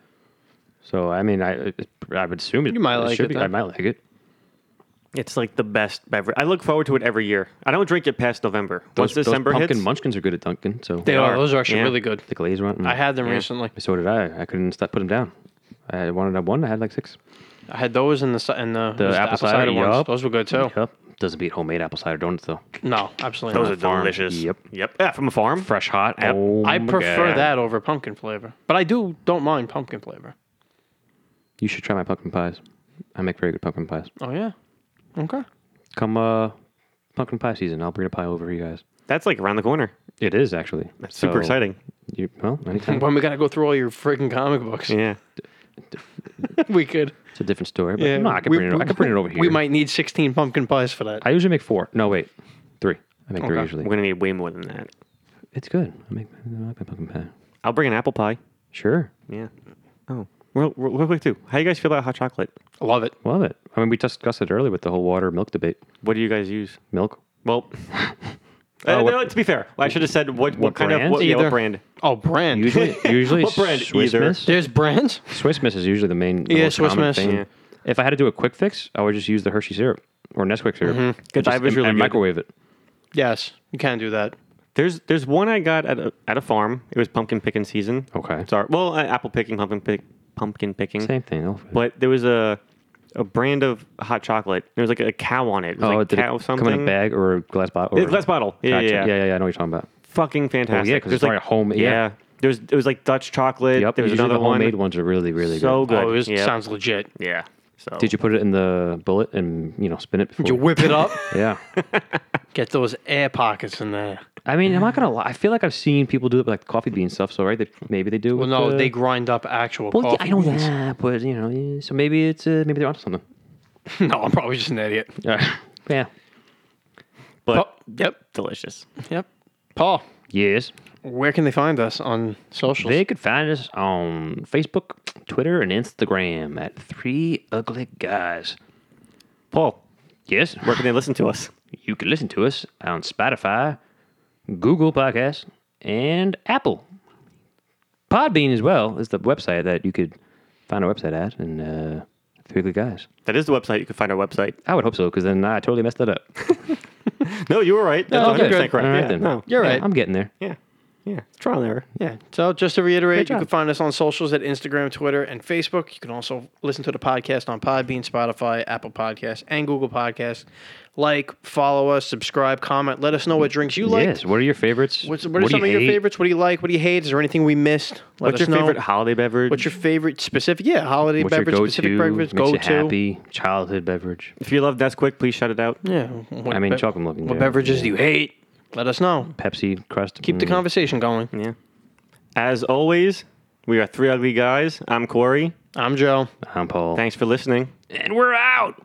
Speaker 1: So I mean, I it- I would assume it.
Speaker 2: You might
Speaker 1: it
Speaker 2: like
Speaker 1: should
Speaker 2: it,
Speaker 1: Be,
Speaker 2: then.
Speaker 1: I might like it.
Speaker 3: It's like the best beverage. I look forward to it every year. I don't drink it past November.
Speaker 1: Those,
Speaker 3: Once
Speaker 1: those
Speaker 3: December
Speaker 1: pumpkin
Speaker 3: hits,
Speaker 1: munchkins are good at Dunkin'. So
Speaker 2: They are.
Speaker 3: are.
Speaker 2: Those are actually
Speaker 3: Yeah.
Speaker 2: really good.
Speaker 1: the glaze run. mm.
Speaker 2: I had them
Speaker 3: Yeah.
Speaker 2: recently.
Speaker 1: So did I. I couldn't stop, put them down. I wanted to have one. I had like six.
Speaker 2: I had those and the ci- and the, it
Speaker 1: The
Speaker 2: was
Speaker 1: apple cider, yup.
Speaker 2: ones. Those were good too.
Speaker 1: Yep. Doesn't beat homemade apple cider donuts though.
Speaker 2: No, absolutely.
Speaker 3: those
Speaker 2: not.
Speaker 3: are
Speaker 1: farm.
Speaker 3: delicious.
Speaker 1: Yep.
Speaker 3: Yep. Yeah, from a farm.
Speaker 1: Fresh hot.
Speaker 3: Yep.
Speaker 1: Oh
Speaker 2: I
Speaker 1: my
Speaker 2: prefer
Speaker 1: God.
Speaker 2: that over pumpkin flavor, but I do don't mind pumpkin flavor.
Speaker 1: You should try my pumpkin pies. I make very good pumpkin pies.
Speaker 2: Oh yeah. Okay.
Speaker 1: Come uh, pumpkin pie season, I'll bring a pie over for you guys.
Speaker 3: That's like around the corner.
Speaker 1: It is actually.
Speaker 3: That's super
Speaker 1: So,
Speaker 3: exciting.
Speaker 1: You, well, anytime.
Speaker 2: When we gotta go through all your freaking comic books,
Speaker 3: Yeah.
Speaker 2: we could.
Speaker 1: It's a different story. But
Speaker 2: Yeah,
Speaker 1: no, I can
Speaker 2: we-
Speaker 1: bring it. I can bring it over here.
Speaker 2: We might need 16 pumpkin pies for that.
Speaker 1: I usually make four. No, wait, three. I make three
Speaker 2: Okay.
Speaker 1: usually.
Speaker 3: We're gonna need way more than that.
Speaker 1: It's good. I make I like my pumpkin pie.
Speaker 3: I'll bring an apple pie.
Speaker 1: Sure,
Speaker 3: Yeah. Oh, real, real, real quick too. How you guys feel about hot chocolate?
Speaker 2: Love it.
Speaker 1: love it. I mean, we discussed it earlier with the whole water milk debate.
Speaker 3: What do you guys use?
Speaker 1: Milk.
Speaker 3: Well, uh, no, to be fair, I should have said what, what,
Speaker 1: What
Speaker 3: kind of
Speaker 1: brand?
Speaker 3: what, yeah, what
Speaker 2: Either.
Speaker 3: brand.
Speaker 2: Oh, brand.
Speaker 1: Usually, usually
Speaker 3: What brand?
Speaker 1: Swiss
Speaker 3: Either.
Speaker 1: Miss.
Speaker 2: There's brands.
Speaker 1: Swiss Miss is usually the main. The
Speaker 2: Yeah,
Speaker 1: most
Speaker 2: Swiss
Speaker 1: common
Speaker 2: Miss.
Speaker 1: Thing.
Speaker 3: Yeah.
Speaker 1: If I had to do a quick fix, I would just use the Hershey syrup or Nesquik syrup.
Speaker 3: Mm-hmm. Good,
Speaker 1: Just-
Speaker 3: that was
Speaker 1: and-
Speaker 3: really
Speaker 1: and
Speaker 3: good.
Speaker 1: microwave it.
Speaker 2: Yes, you can do that.
Speaker 3: There's there's one I got at a, at a farm. It was pumpkin picking season.
Speaker 1: Okay.
Speaker 3: Sorry. Well, uh, apple picking, pumpkin pick, pumpkin picking.
Speaker 1: Same thing. it'll-
Speaker 3: But there was a a brand of hot chocolate. There was like a cow on it. It was like
Speaker 1: Oh, did it
Speaker 3: cow something.
Speaker 1: come in a bag or a glass bottle?
Speaker 3: Yeah,
Speaker 1: or-
Speaker 3: glass bottle. Yeah, yeah,
Speaker 1: Gotcha.
Speaker 3: yeah.
Speaker 1: yeah, yeah. I know what you're talking about.
Speaker 3: Fucking fantastic.
Speaker 1: Oh, 'cause
Speaker 3: There's
Speaker 1: it's already home- yeah.
Speaker 3: There's it was like Dutch chocolate.
Speaker 1: Yep.
Speaker 3: There was
Speaker 1: usually
Speaker 3: another
Speaker 1: the homemade
Speaker 3: one.
Speaker 1: ones are really, really
Speaker 3: So
Speaker 1: good.
Speaker 3: good.
Speaker 2: Oh, it was,
Speaker 3: Yep.
Speaker 2: sounds legit.
Speaker 3: Yeah. So
Speaker 1: Did you put it in the bullet and you know spin it? Before?
Speaker 2: You whip it up,
Speaker 1: Yeah.
Speaker 2: get those air pockets in there.
Speaker 1: I mean, I'm not gonna lie. I feel like I've seen people do it with like coffee bean stuff. So right, they, maybe they do. it
Speaker 2: Well,
Speaker 1: with
Speaker 2: no,
Speaker 1: the-
Speaker 2: they grind up actual
Speaker 1: Well, yeah,
Speaker 2: coffee.
Speaker 1: I know that, but you know, yeah, so maybe it's uh, maybe they're onto something.
Speaker 2: no, I'm probably just an idiot.
Speaker 1: yeah.
Speaker 3: But
Speaker 2: Paul- yep,
Speaker 3: delicious.
Speaker 2: yep. Paul,
Speaker 1: Yes.
Speaker 2: where can they find us on socials?
Speaker 1: They could find us on Facebook, Twitter, and Instagram at Three Ugly Guys.
Speaker 3: Paul,
Speaker 1: Yes.
Speaker 3: where can they listen to us?
Speaker 1: You can listen to us on Spotify, Google Podcasts, and Apple. Podbean as well is the website that you could find our website at, and uh, Three Ugly Guys.
Speaker 3: That is the website. You can find our website.
Speaker 1: I would hope so, because then I totally messed that up.
Speaker 3: No, you were right. That's
Speaker 1: Oh,
Speaker 3: 100
Speaker 1: good.
Speaker 3: percent correct.
Speaker 1: All right
Speaker 3: yeah.
Speaker 1: then.
Speaker 3: No,
Speaker 2: You're
Speaker 1: Yeah,
Speaker 2: right.
Speaker 1: I'm getting there.
Speaker 3: yeah, yeah. It's trial and error.
Speaker 2: Yeah. So just to reiterate, you
Speaker 3: Good
Speaker 2: can
Speaker 3: job.
Speaker 2: find us on socials at Instagram, Twitter, and Facebook. You can also listen to the podcast on Podbean, Spotify, Apple Podcasts, and Google Podcasts. Like, follow us, subscribe, comment. Let us know what drinks you like.
Speaker 1: yes. What are your favorites?
Speaker 2: What's, what are
Speaker 1: do
Speaker 2: some of
Speaker 1: you
Speaker 2: your
Speaker 1: hate?
Speaker 2: favorites? What do you like? What do you hate? Is there anything we missed? Let
Speaker 3: What's
Speaker 2: us
Speaker 3: your
Speaker 2: know.
Speaker 3: favorite holiday beverage?
Speaker 2: What's your favorite specific? Yeah, holiday
Speaker 1: What's
Speaker 2: beverage,
Speaker 1: your go-to?
Speaker 2: specific
Speaker 1: makes
Speaker 2: beverage, go
Speaker 1: you
Speaker 2: to.
Speaker 1: happy childhood beverage.
Speaker 3: if you love That's Quick, please shout it out.
Speaker 2: Yeah. What
Speaker 1: I mean,
Speaker 2: be-
Speaker 1: chocolate milk in
Speaker 2: What
Speaker 1: general,
Speaker 2: beverages
Speaker 1: yeah.
Speaker 2: do you hate? Let us know.
Speaker 1: Pepsi crust.
Speaker 2: Keep the
Speaker 1: mm.
Speaker 2: conversation going.
Speaker 3: Yeah. As always, we are three ugly guys. I'm Corey.
Speaker 2: I'm Joe.
Speaker 1: I'm Paul.
Speaker 3: Thanks for listening.
Speaker 1: And we're out.